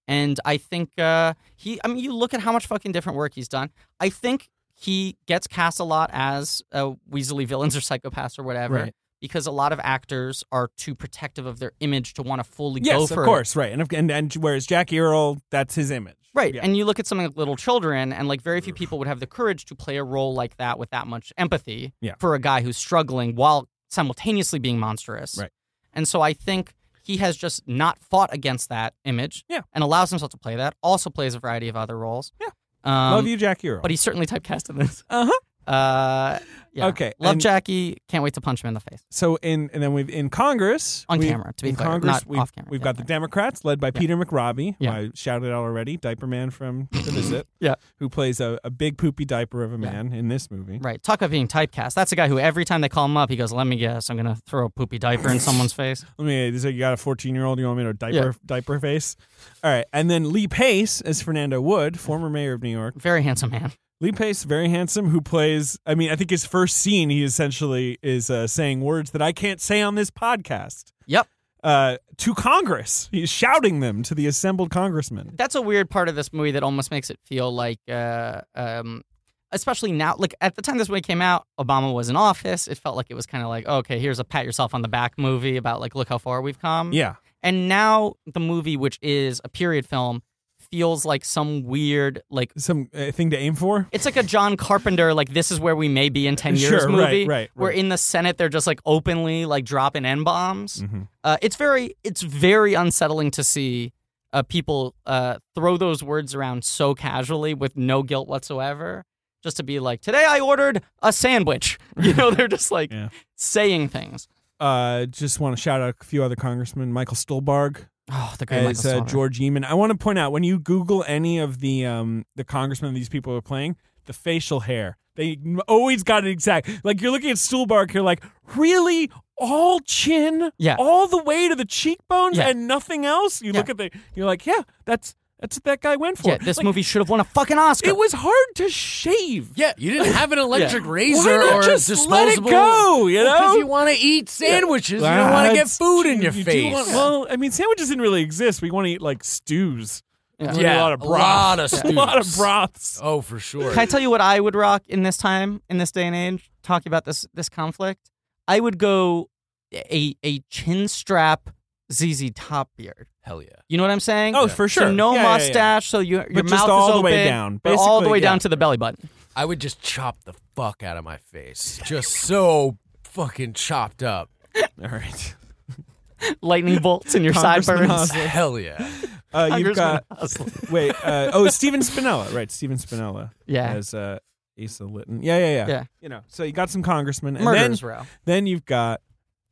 Speaker 2: And I think uh, he, I mean, you look at how much fucking different work he's done. I think he gets cast a lot as uh, Weasley villains or psychopaths or whatever.
Speaker 3: Right.
Speaker 2: Because a lot of actors are too protective of their image to want to fully go
Speaker 3: yes,
Speaker 2: for it.
Speaker 3: of course, right. And, if- and and whereas Jackie Earl, that's his image.
Speaker 2: Right.
Speaker 3: Yeah.
Speaker 2: And you look at something like Little Children, and like very few people would have the courage to play a role like that with that much empathy
Speaker 3: Yeah.
Speaker 2: for a guy who's struggling while simultaneously being monstrous.
Speaker 3: Right.
Speaker 2: And so I think he has just not fought against that image
Speaker 3: Yeah.
Speaker 2: and allows himself to play that, also plays a variety of other roles.
Speaker 3: Yeah.
Speaker 2: Um,
Speaker 3: Love you, Jackie Earl.
Speaker 2: But he's certainly typecast in this.
Speaker 3: uh-huh.
Speaker 2: Uh, yeah.
Speaker 3: Okay,
Speaker 2: Love
Speaker 3: and-
Speaker 2: Jackie. Can't wait to punch him in the face.
Speaker 3: So in and then we've in Congress
Speaker 2: On
Speaker 3: we-
Speaker 2: camera, to be
Speaker 3: in
Speaker 2: clear,
Speaker 3: Congress,
Speaker 2: not
Speaker 3: we've,
Speaker 2: off camera,
Speaker 3: We've
Speaker 2: yeah,
Speaker 3: got the
Speaker 2: right.
Speaker 3: Democrats led by Peter McRobbie,
Speaker 2: Yeah.
Speaker 3: who I shouted out already, diaper man from The Visit,
Speaker 2: Yeah.
Speaker 3: who plays a, a big poopy diaper of a
Speaker 2: Yeah.
Speaker 3: man in this movie.
Speaker 2: Right. Talk about being typecast. That's a guy who every time they call him up, he goes, Let me guess, I'm going to throw a poopy diaper in someone's face.
Speaker 3: Let me. So you got a 14 year old. You want me to diaper
Speaker 2: Yeah.
Speaker 3: diaper face? All right. And then Lee Pace as Fernando Wood, former mayor of New York.
Speaker 2: Very handsome man.
Speaker 3: Lee Pace, very handsome, who plays. I mean, I think his first scene, he essentially is uh, saying words that I can't say on this podcast.
Speaker 2: Yep.
Speaker 3: Uh, to Congress, he's shouting them to the assembled congressmen.
Speaker 2: that's a weird part of this movie that almost makes it feel like, uh, um, especially now, like at the time this movie came out, Obama was in office. It felt like it was kind of like, okay, here's a pat yourself on the back movie about like, look how far we've come.
Speaker 3: Yeah,
Speaker 2: And now the movie, which is a period film, feels like some weird, like,
Speaker 3: some uh, thing to aim for.
Speaker 2: it's like a John Carpenter, like this is where we may be in ten years
Speaker 3: Sure, right,
Speaker 2: movie.
Speaker 3: right,
Speaker 2: Where
Speaker 3: right.
Speaker 2: in the Senate they're just like openly like dropping n bombs.
Speaker 3: Mhm.
Speaker 2: Uh, it's very it's very unsettling to see uh, people uh, throw those words around so casually with no guilt whatsoever. Just to be like, today I ordered a sandwich. You know, they're just like
Speaker 3: Yeah.
Speaker 2: saying things.
Speaker 3: Uh, just want to shout out a few other congressmen. Michael Stolbarg,
Speaker 2: Oh, the great
Speaker 3: as
Speaker 2: Michael
Speaker 3: uh,
Speaker 2: Sawyer.
Speaker 3: George Eamon. I want to point out when you Google any of the um, the congressmen these people are playing, the facial hair they m- always got it exact. Like you're looking at Stuhlbarg, you're like, really, all chin,
Speaker 2: Yeah.
Speaker 3: all the way to the cheekbones,
Speaker 2: Yeah.
Speaker 3: and nothing else. You
Speaker 2: Yeah.
Speaker 3: look at the, you're like, yeah, that's that's what that guy went for.
Speaker 2: Yeah, this
Speaker 3: Like,
Speaker 2: movie should have won a fucking Oscar.
Speaker 3: It was hard to shave.
Speaker 5: Yeah, you didn't have an electric razor
Speaker 3: Why not
Speaker 5: or
Speaker 3: just
Speaker 5: a disposable.
Speaker 3: let it go? You
Speaker 5: Well, 'cause
Speaker 3: know.
Speaker 5: you want to eat sandwiches. You don't
Speaker 3: Ah,
Speaker 5: want to get
Speaker 3: it's
Speaker 5: food in
Speaker 3: true.
Speaker 5: your
Speaker 3: You do
Speaker 5: face.
Speaker 3: want- well, I mean, sandwiches didn't really exist. We want to eat like stews.
Speaker 2: Yeah.
Speaker 3: Like, a lot of
Speaker 5: a
Speaker 3: broth.
Speaker 5: lot of
Speaker 3: a lot of
Speaker 5: stews.
Speaker 3: broths.
Speaker 5: Oh, for sure.
Speaker 2: Can I tell you what I would rock in this time, in this day and age, talking about this this conflict? I would go a a chin strap ZZ top beard.
Speaker 5: Hell yeah.
Speaker 2: You know what I'm saying?
Speaker 3: Oh, for sure.
Speaker 2: So no
Speaker 3: Yeah, yeah, yeah.
Speaker 2: mustache, so your your
Speaker 3: just
Speaker 2: mouth is
Speaker 3: all the
Speaker 2: open,
Speaker 3: way down.
Speaker 2: but all the
Speaker 3: Basically,
Speaker 2: way down
Speaker 3: yeah.
Speaker 2: to the belly button.
Speaker 5: I would just chop the fuck out of my face. Just so fucking chopped up.
Speaker 3: All right.
Speaker 2: Lightning bolts in your
Speaker 3: Congressman
Speaker 2: sideburns.
Speaker 3: Haas.
Speaker 5: Hell yeah.
Speaker 3: Uh,
Speaker 2: Congressman
Speaker 3: you've got
Speaker 2: Haas.
Speaker 3: wait. Uh, oh, Steven Spinella, right? Steven Spinella
Speaker 2: Yeah.
Speaker 3: as uh, Asa Litton. Yeah, yeah, yeah,
Speaker 2: Yeah.
Speaker 3: You know, so you got some congressmen, and
Speaker 2: Murderers
Speaker 3: then
Speaker 2: row.
Speaker 3: then you've got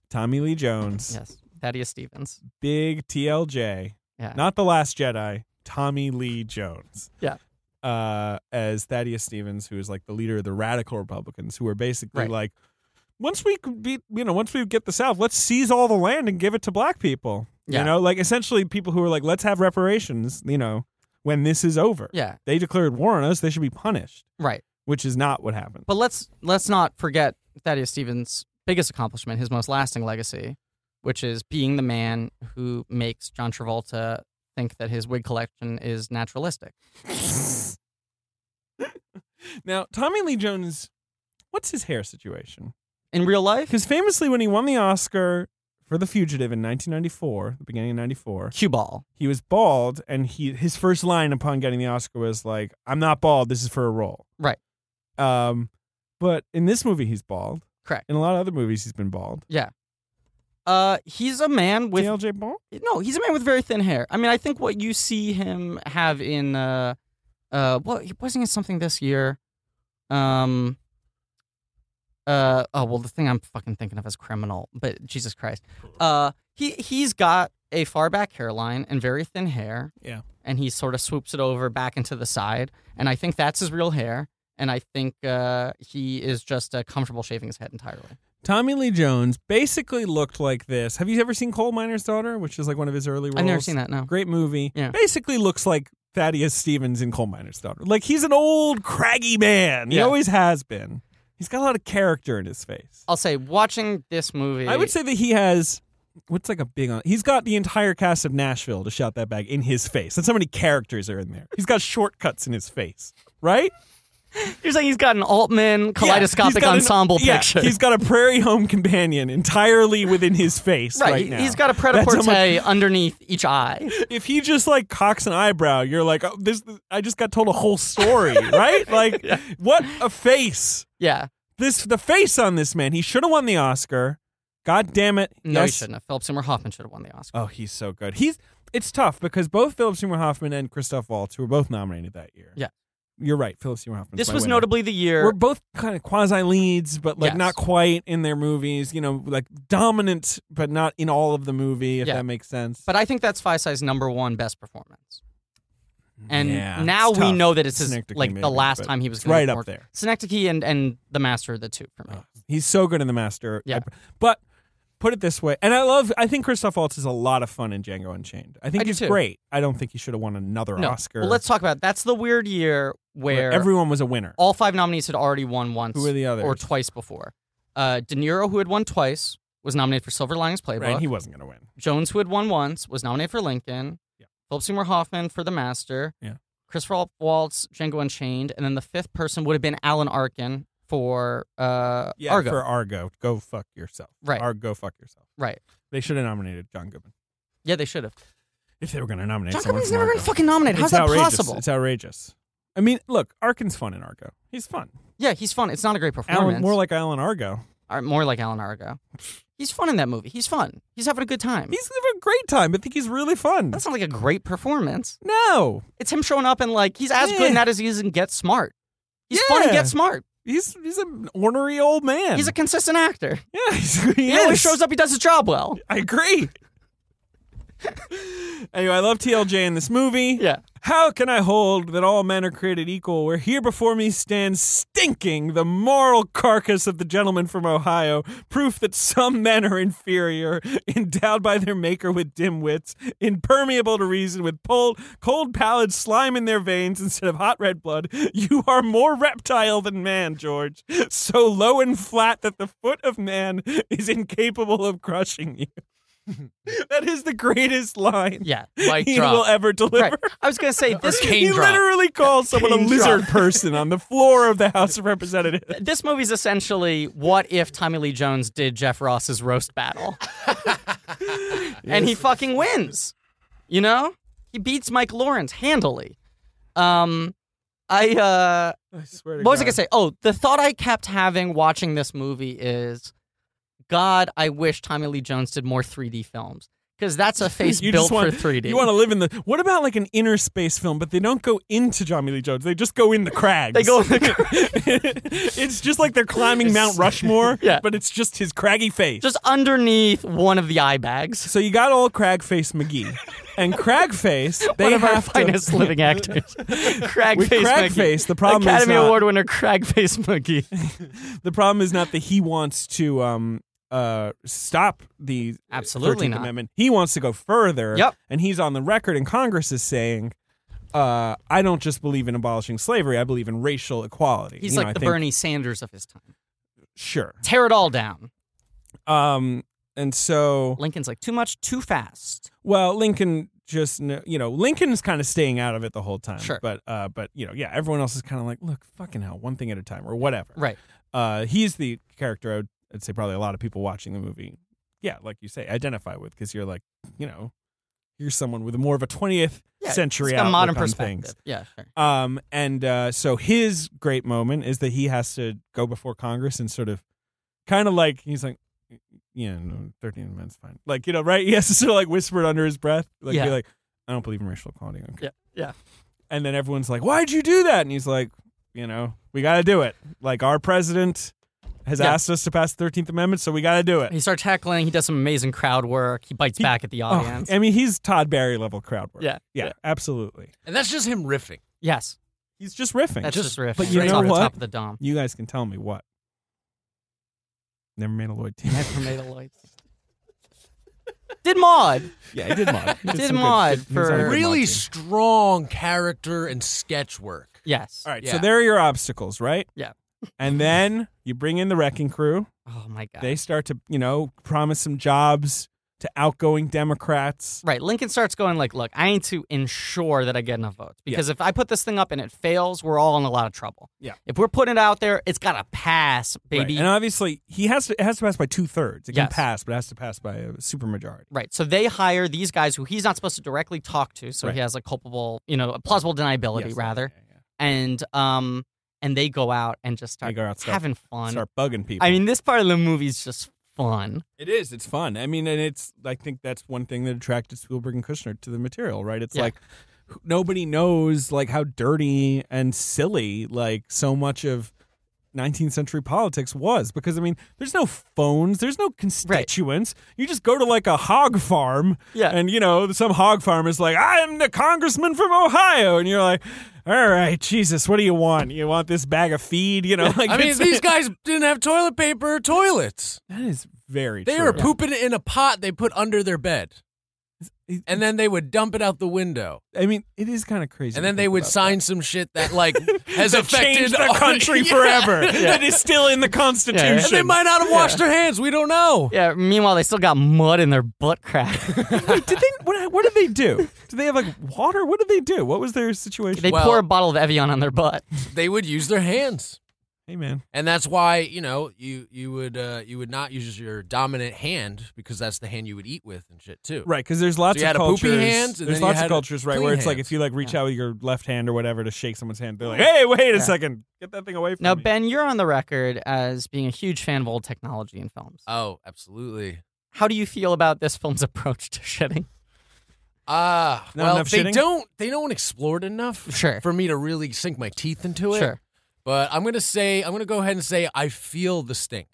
Speaker 3: Tommy Lee Jones,
Speaker 2: Yes. Thaddeus Stevens.
Speaker 3: big TLJ,
Speaker 2: Yeah.
Speaker 3: not the Last Jedi. Tommy Lee Jones.
Speaker 2: Yeah.
Speaker 3: Uh, as Thaddeus Stevens, who is like the leader of the radical Republicans, who are basically
Speaker 2: Right.
Speaker 3: like, once we could be, you know, once we get the South, let's seize all the land and give it to black people.
Speaker 2: Yeah.
Speaker 3: You know, like essentially people who are like, let's have reparations. You know, when this is over,
Speaker 2: Yeah.
Speaker 3: they declared war on us; they should be punished,
Speaker 2: Right.
Speaker 3: which is not what happened.
Speaker 2: But let's let's not forget Thaddeus Stevens' biggest accomplishment, his most lasting legacy, which is being the man who makes John Travolta think that his wig collection is naturalistic.
Speaker 3: Now, Tommy Lee Jones, what's his hair situation?
Speaker 2: In real life,
Speaker 3: Because famously, when he won the Oscar for The Fugitive in 1994, the beginning of '94.
Speaker 2: cue ball.
Speaker 3: he was bald and he his first line upon getting the oscar was like i'm not bald this is for a role
Speaker 2: Right.
Speaker 3: um but in this movie he's bald
Speaker 2: Correct.
Speaker 3: in a lot of other movies he's been bald
Speaker 2: Uh, he's a man with
Speaker 3: tlj bald
Speaker 2: no, he's a man with very thin hair. I mean, I think what you see him have in uh, uh, what wasn't it something this year? Um, uh, oh well, the thing I'm fucking thinking of is criminal, but Jesus Christ, uh, he he's got a far back hairline and very thin hair.
Speaker 3: Yeah.
Speaker 2: and he sort of swoops it over back into the side, and I think that's his real hair. And I think uh, he is just uh, comfortable shaving his head entirely.
Speaker 3: tommy lee jones basically looked like this have you ever seen coal miner's daughter which is like one of his early roles
Speaker 2: I've never seen that. No.
Speaker 3: great movie
Speaker 2: Yeah.
Speaker 3: basically looks like thaddeus stevens in coal miner's daughter like he's an old craggy man he
Speaker 2: Yeah.
Speaker 3: always has been he's got a lot of character in his face
Speaker 2: I'll say watching this movie.
Speaker 3: I would say that he has what's like a big on. He's got the entire cast of Nashville to shout that back in his face. That's how many characters are in there. He's got shortcuts in his face, right?
Speaker 2: You're saying he's got an Altman
Speaker 3: Yeah, he's
Speaker 2: kaleidoscopic
Speaker 3: got an-
Speaker 2: ensemble
Speaker 3: yeah,
Speaker 2: picture.
Speaker 3: He's got a Prairie Home companion entirely within his face right,
Speaker 2: right. he-
Speaker 3: now.
Speaker 2: He's got a pret a
Speaker 3: That's how
Speaker 2: porte
Speaker 3: much-
Speaker 2: underneath each eye.
Speaker 3: If he just like cocks an eyebrow, you're like, oh, this. I just got told a whole story, right? Like, what a face!
Speaker 2: Yeah.
Speaker 3: This the face on this man. He should have won the Oscar. God damn it!
Speaker 2: No, he
Speaker 3: Yes.
Speaker 2: shouldn't have. Philip Seymour Hoffman should have won the Oscar.
Speaker 3: Oh, he's so good. He's it's tough because both Philip Seymour Hoffman and Christoph Waltz who were both nominated that year.
Speaker 2: Yeah.
Speaker 3: you're right. Philip Seymour Hoffman.
Speaker 2: this was notably the year.
Speaker 3: We're both kind of quasi leads, but like
Speaker 2: Yes.
Speaker 3: not quite in their movies. You know, like dominant, but not in all of the movie. If
Speaker 2: Yeah.
Speaker 3: that makes sense.
Speaker 2: but I think that's Feisai's number one best performance. And
Speaker 3: Yeah,
Speaker 2: now
Speaker 3: it's
Speaker 2: we
Speaker 3: tough.
Speaker 2: know that it's his,
Speaker 3: Synecdoche
Speaker 2: like
Speaker 3: maybe,
Speaker 2: the last
Speaker 3: but
Speaker 2: time he was
Speaker 3: it's
Speaker 2: gonna
Speaker 3: right up
Speaker 2: work.
Speaker 3: there. Uh,
Speaker 2: Synecdoche and, and The Master are the two for me.
Speaker 3: he's so good in The Master.
Speaker 2: Yeah.
Speaker 3: I- but put it this way, and I love. I think Christoph Waltz is a lot of fun in Django Unchained. I think
Speaker 2: I do
Speaker 3: he's
Speaker 2: too.
Speaker 3: great. I don't think he should have won another
Speaker 2: no.
Speaker 3: Oscar.
Speaker 2: Well, let's talk about That's the weird year where
Speaker 3: everyone was a winner.
Speaker 2: all five nominees had already won once
Speaker 3: Who were the others?
Speaker 2: or twice before. Uh, De Niro, who had won twice, was nominated for Silver Linings Playbook.
Speaker 3: Right, he wasn't going to win.
Speaker 2: Jones, who had won once, was nominated for Lincoln.
Speaker 3: Yeah.
Speaker 2: Philip Seymour Hoffman for The Master.
Speaker 3: Yeah.
Speaker 2: Christopher Waltz, Django Unchained, and then the fifth person would have been Alan Arkin for uh,
Speaker 3: Yeah,
Speaker 2: Argo.
Speaker 3: for Argo, go fuck yourself.
Speaker 2: Right.
Speaker 3: Argo, fuck yourself.
Speaker 2: right.
Speaker 3: They should have nominated John Goodman
Speaker 2: Yeah, they should have.
Speaker 3: if they were going to nominate
Speaker 2: John
Speaker 3: someone.
Speaker 2: Goodman's
Speaker 3: from
Speaker 2: never been
Speaker 3: Argo.
Speaker 2: fucking nominated. How's
Speaker 3: It's
Speaker 2: that
Speaker 3: outrageous.
Speaker 2: possible?
Speaker 3: It's outrageous. I mean, look, Arkin's fun in Argo. He's fun.
Speaker 2: Yeah, he's fun. It's not a great performance.
Speaker 3: Alan, more like Alan Argo.
Speaker 2: Or more like Alan Argo. He's fun in that movie. He's fun. He's having a good time.
Speaker 3: He's having a great time. I think he's really fun.
Speaker 2: That's not like a great performance.
Speaker 3: no,
Speaker 2: It's him showing up and like he's as good in
Speaker 3: Yeah.
Speaker 2: that as he is in Get Smart. He's fun in
Speaker 3: Yeah.
Speaker 2: Get Smart.
Speaker 3: he's he's an ornery old man.
Speaker 2: He's a consistent actor.
Speaker 3: yeah. He's, he
Speaker 2: He always
Speaker 3: is.
Speaker 2: shows up. He does his job well.
Speaker 3: I agree. anyway, I love TLJ in this movie.
Speaker 2: Yeah.
Speaker 3: How can I hold that all men are created equal? Where here before me stands stinking the moral carcass of the gentleman from Ohio, proof that some men are inferior, endowed by their maker with dim wits, impermeable to reason, with cold, cold pallid slime in their veins instead of hot red blood. You are more reptile than man, George, so low and flat that the foot of man is incapable of crushing you. that is the greatest line
Speaker 2: Yeah.
Speaker 5: Mic
Speaker 3: he
Speaker 5: drop.
Speaker 3: will ever deliver.
Speaker 2: Right. I was gonna say this.
Speaker 5: Kane
Speaker 3: he
Speaker 5: drop.
Speaker 3: literally calls someone a
Speaker 2: Cane
Speaker 3: lizard person on the floor of the House of Representatives.
Speaker 2: This movie's essentially what if Tommy Lee Jones did Jeff Ross's roast battle, and he fucking wins. You know, he beats Mike Lawrence handily. Um, I uh,
Speaker 3: I swear to
Speaker 2: what was I gonna say? Oh, the thought I kept having watching this movie is, God, I wish Tommy Lee Jones did more 3D films because that's a face
Speaker 3: You
Speaker 2: built
Speaker 3: just want,
Speaker 2: for 3D.
Speaker 3: You want to live in the. What about like an inner space film? But they don't go into Johnny Lee Jones. They just go in the crags.
Speaker 2: They go in
Speaker 3: it's just like they're climbing Mount Rushmore.
Speaker 2: Yeah.
Speaker 3: But it's just his craggy face.
Speaker 2: just underneath one of the eye bags.
Speaker 3: so you got old Crag Face McGee, and Crag Face. They
Speaker 2: one of
Speaker 3: have
Speaker 2: our
Speaker 3: to-
Speaker 2: finest living actors, Cragface.
Speaker 3: With
Speaker 2: McGee.
Speaker 3: Cragface, the problem is uh,
Speaker 2: Academy
Speaker 3: not-
Speaker 2: Award winner Cragface McGee.
Speaker 3: The problem is not that he wants to um uh stop the
Speaker 2: Absolutely
Speaker 3: 13th
Speaker 2: not.
Speaker 3: Amendment. He wants to go further.
Speaker 2: Yep.
Speaker 3: And he's on the record in Congress is saying, uh, I don't just believe in abolishing slavery, I believe in racial equality.
Speaker 2: He's
Speaker 3: You know,
Speaker 2: like
Speaker 3: I
Speaker 2: the
Speaker 3: think-
Speaker 2: Bernie Sanders of his time.
Speaker 3: Sure.
Speaker 2: Tear it all down.
Speaker 3: Um and so
Speaker 2: Lincoln's like too much, too fast.
Speaker 3: well, Lincoln just kn- you know, Lincoln's kind of staying out of it the whole time.
Speaker 2: Sure.
Speaker 3: But uh but you know, yeah, everyone else is kind of like, look, fucking hell, one thing at a time or whatever.
Speaker 2: Right.
Speaker 3: uh, he's the character I would, I'd say probably a lot of people watching the movie, yeah, like you say, identify with because you're like, you know, you're someone with more of a 20th
Speaker 2: Yeah,
Speaker 3: century
Speaker 2: it's got a
Speaker 3: outlook
Speaker 2: modern
Speaker 3: on
Speaker 2: perspective.
Speaker 3: things.
Speaker 2: Yeah, sure.
Speaker 3: Um, and uh, so his great moment is that he has to go before Congress and sort of, kind of like he's like, yeah, no, 13 amendment's fine, like you know, right? He has to sort of like whisper it under his breath, like
Speaker 2: Yeah.
Speaker 3: be like, I don't believe in racial equality. Okay.
Speaker 2: Yeah, yeah.
Speaker 3: And then everyone's like, why'd you do that? And he's like, you know, we got to do it. Like our president has
Speaker 2: Yeah.
Speaker 3: asked us to pass the 13th amendment, so we got to do it.
Speaker 2: He starts heckling. He does some amazing crowd work. He bites back at the
Speaker 3: Oh,
Speaker 2: audience.
Speaker 3: I mean, he's Todd Barry level crowd work.
Speaker 2: Yeah,
Speaker 3: Yeah,
Speaker 2: yeah.
Speaker 3: absolutely.
Speaker 5: And that's just him riffing.
Speaker 2: yes,
Speaker 3: He's just riffing.
Speaker 2: that's just, riff.
Speaker 3: but you
Speaker 2: It's
Speaker 3: know
Speaker 2: off the
Speaker 3: what?
Speaker 2: top of the dome.
Speaker 3: You guys can tell me what. Never made a Lloyd team.
Speaker 2: Never made a light. Did Maud?
Speaker 3: yeah, I did mod.
Speaker 2: Did
Speaker 3: some good-
Speaker 2: mod
Speaker 3: did- he was on a
Speaker 2: for-
Speaker 3: good mod
Speaker 5: Really
Speaker 3: team.
Speaker 5: strong character and sketch work.
Speaker 2: Yes.
Speaker 3: All right, so
Speaker 5: Yeah.
Speaker 3: there are your obstacles, right?
Speaker 2: Yeah.
Speaker 3: And then you bring in the wrecking crew.
Speaker 2: Oh my god.
Speaker 3: They start to, you know, promise some jobs to outgoing Democrats.
Speaker 2: Right. Lincoln starts going like, "Look, I need to ensure that I get enough votes because if I put this thing up and it fails, we're all in a lot of trouble.
Speaker 3: Yeah.
Speaker 2: If we're putting it out there, it's got to pass, baby.
Speaker 3: Right. And obviously, he has to it has to pass by two thirds. It
Speaker 2: Yes.
Speaker 3: can pass, but it has to pass by a supermajority.
Speaker 2: Right. So they hire these guys who he's not supposed to directly talk to, so he
Speaker 3: Right.
Speaker 2: has a culpable, you know, a plausible deniability
Speaker 3: Yes.
Speaker 2: rather,
Speaker 3: Yeah, yeah,
Speaker 2: and um, and they go out and just
Speaker 3: They
Speaker 2: start
Speaker 3: go out, start-
Speaker 2: having
Speaker 3: yeah.
Speaker 2: fun.
Speaker 3: Start bugging people.
Speaker 2: I mean, this part of the movie is just fun.
Speaker 3: it is. It's fun. I mean, and it's. I think that's one thing that attracted Spielberg and Kushner to the material. Right. It's
Speaker 2: Yeah.
Speaker 3: like who- nobody knows like how dirty and silly like so much of 19th century politics was because I mean, there's no phones, there's no constituents. You just go to like a hog farm,
Speaker 2: Yeah.
Speaker 3: and you know, some hog farm is like, I'm the congressman from Ohio, and you're like, all right, Jesus, what do you want? You want this bag of feed? You know, like
Speaker 5: I mean,
Speaker 3: it's-
Speaker 5: these guys didn't have toilet paper or toilets.
Speaker 3: that is very
Speaker 5: They
Speaker 3: true.
Speaker 5: were pooping in a pot they put under their bed.
Speaker 3: It-
Speaker 5: and then they would dump it out the window,
Speaker 3: I mean, it is kind of crazy.
Speaker 5: and
Speaker 3: to
Speaker 5: then they
Speaker 3: think
Speaker 5: would
Speaker 3: about
Speaker 5: sign
Speaker 3: that.
Speaker 5: some shit that like has
Speaker 3: That
Speaker 5: affected
Speaker 3: changed the
Speaker 5: our-
Speaker 3: country
Speaker 5: Yeah.
Speaker 3: forever. That is still in the Constitution.
Speaker 5: And they might not have washed their hands. We don't know.
Speaker 2: Yeah. Meanwhile, they still got mud in their butt crack.
Speaker 3: Wait, did they? What, what did they do? Did they have like water? What did they do? What was their situation?
Speaker 2: they
Speaker 5: Well-
Speaker 2: pour a bottle of Evian on their butt.
Speaker 5: They would use their hands.
Speaker 3: hey man,
Speaker 5: And that's why you know you you would uh, you would not use your dominant hand because that's the hand you would eat with and shit too.
Speaker 3: right? Because there's lots
Speaker 5: you
Speaker 3: of
Speaker 5: had a
Speaker 3: cultures.
Speaker 5: poopy hand, and then
Speaker 3: there's
Speaker 5: you
Speaker 3: lots
Speaker 5: had
Speaker 3: of
Speaker 5: a
Speaker 3: cultures, right?
Speaker 5: clean
Speaker 3: Where it's like
Speaker 5: hand.
Speaker 3: if you like reach out with your left hand or whatever to shake someone's hand, they're like, "Hey, wait a second, get that thing away from
Speaker 2: Now,
Speaker 3: me."
Speaker 2: Ben, you're on the record as being a huge fan of old technology in films.
Speaker 5: Oh, absolutely.
Speaker 2: How do you feel about this film's approach to shitting?
Speaker 5: Ah,
Speaker 3: Not
Speaker 5: well,
Speaker 3: enough
Speaker 5: they
Speaker 3: shitting?
Speaker 5: don't they don't explore it enough
Speaker 2: Sure.
Speaker 5: for me to really sink my teeth into it.
Speaker 2: Sure.
Speaker 5: But I'm gonna say I'm gonna go ahead and say I feel the stink.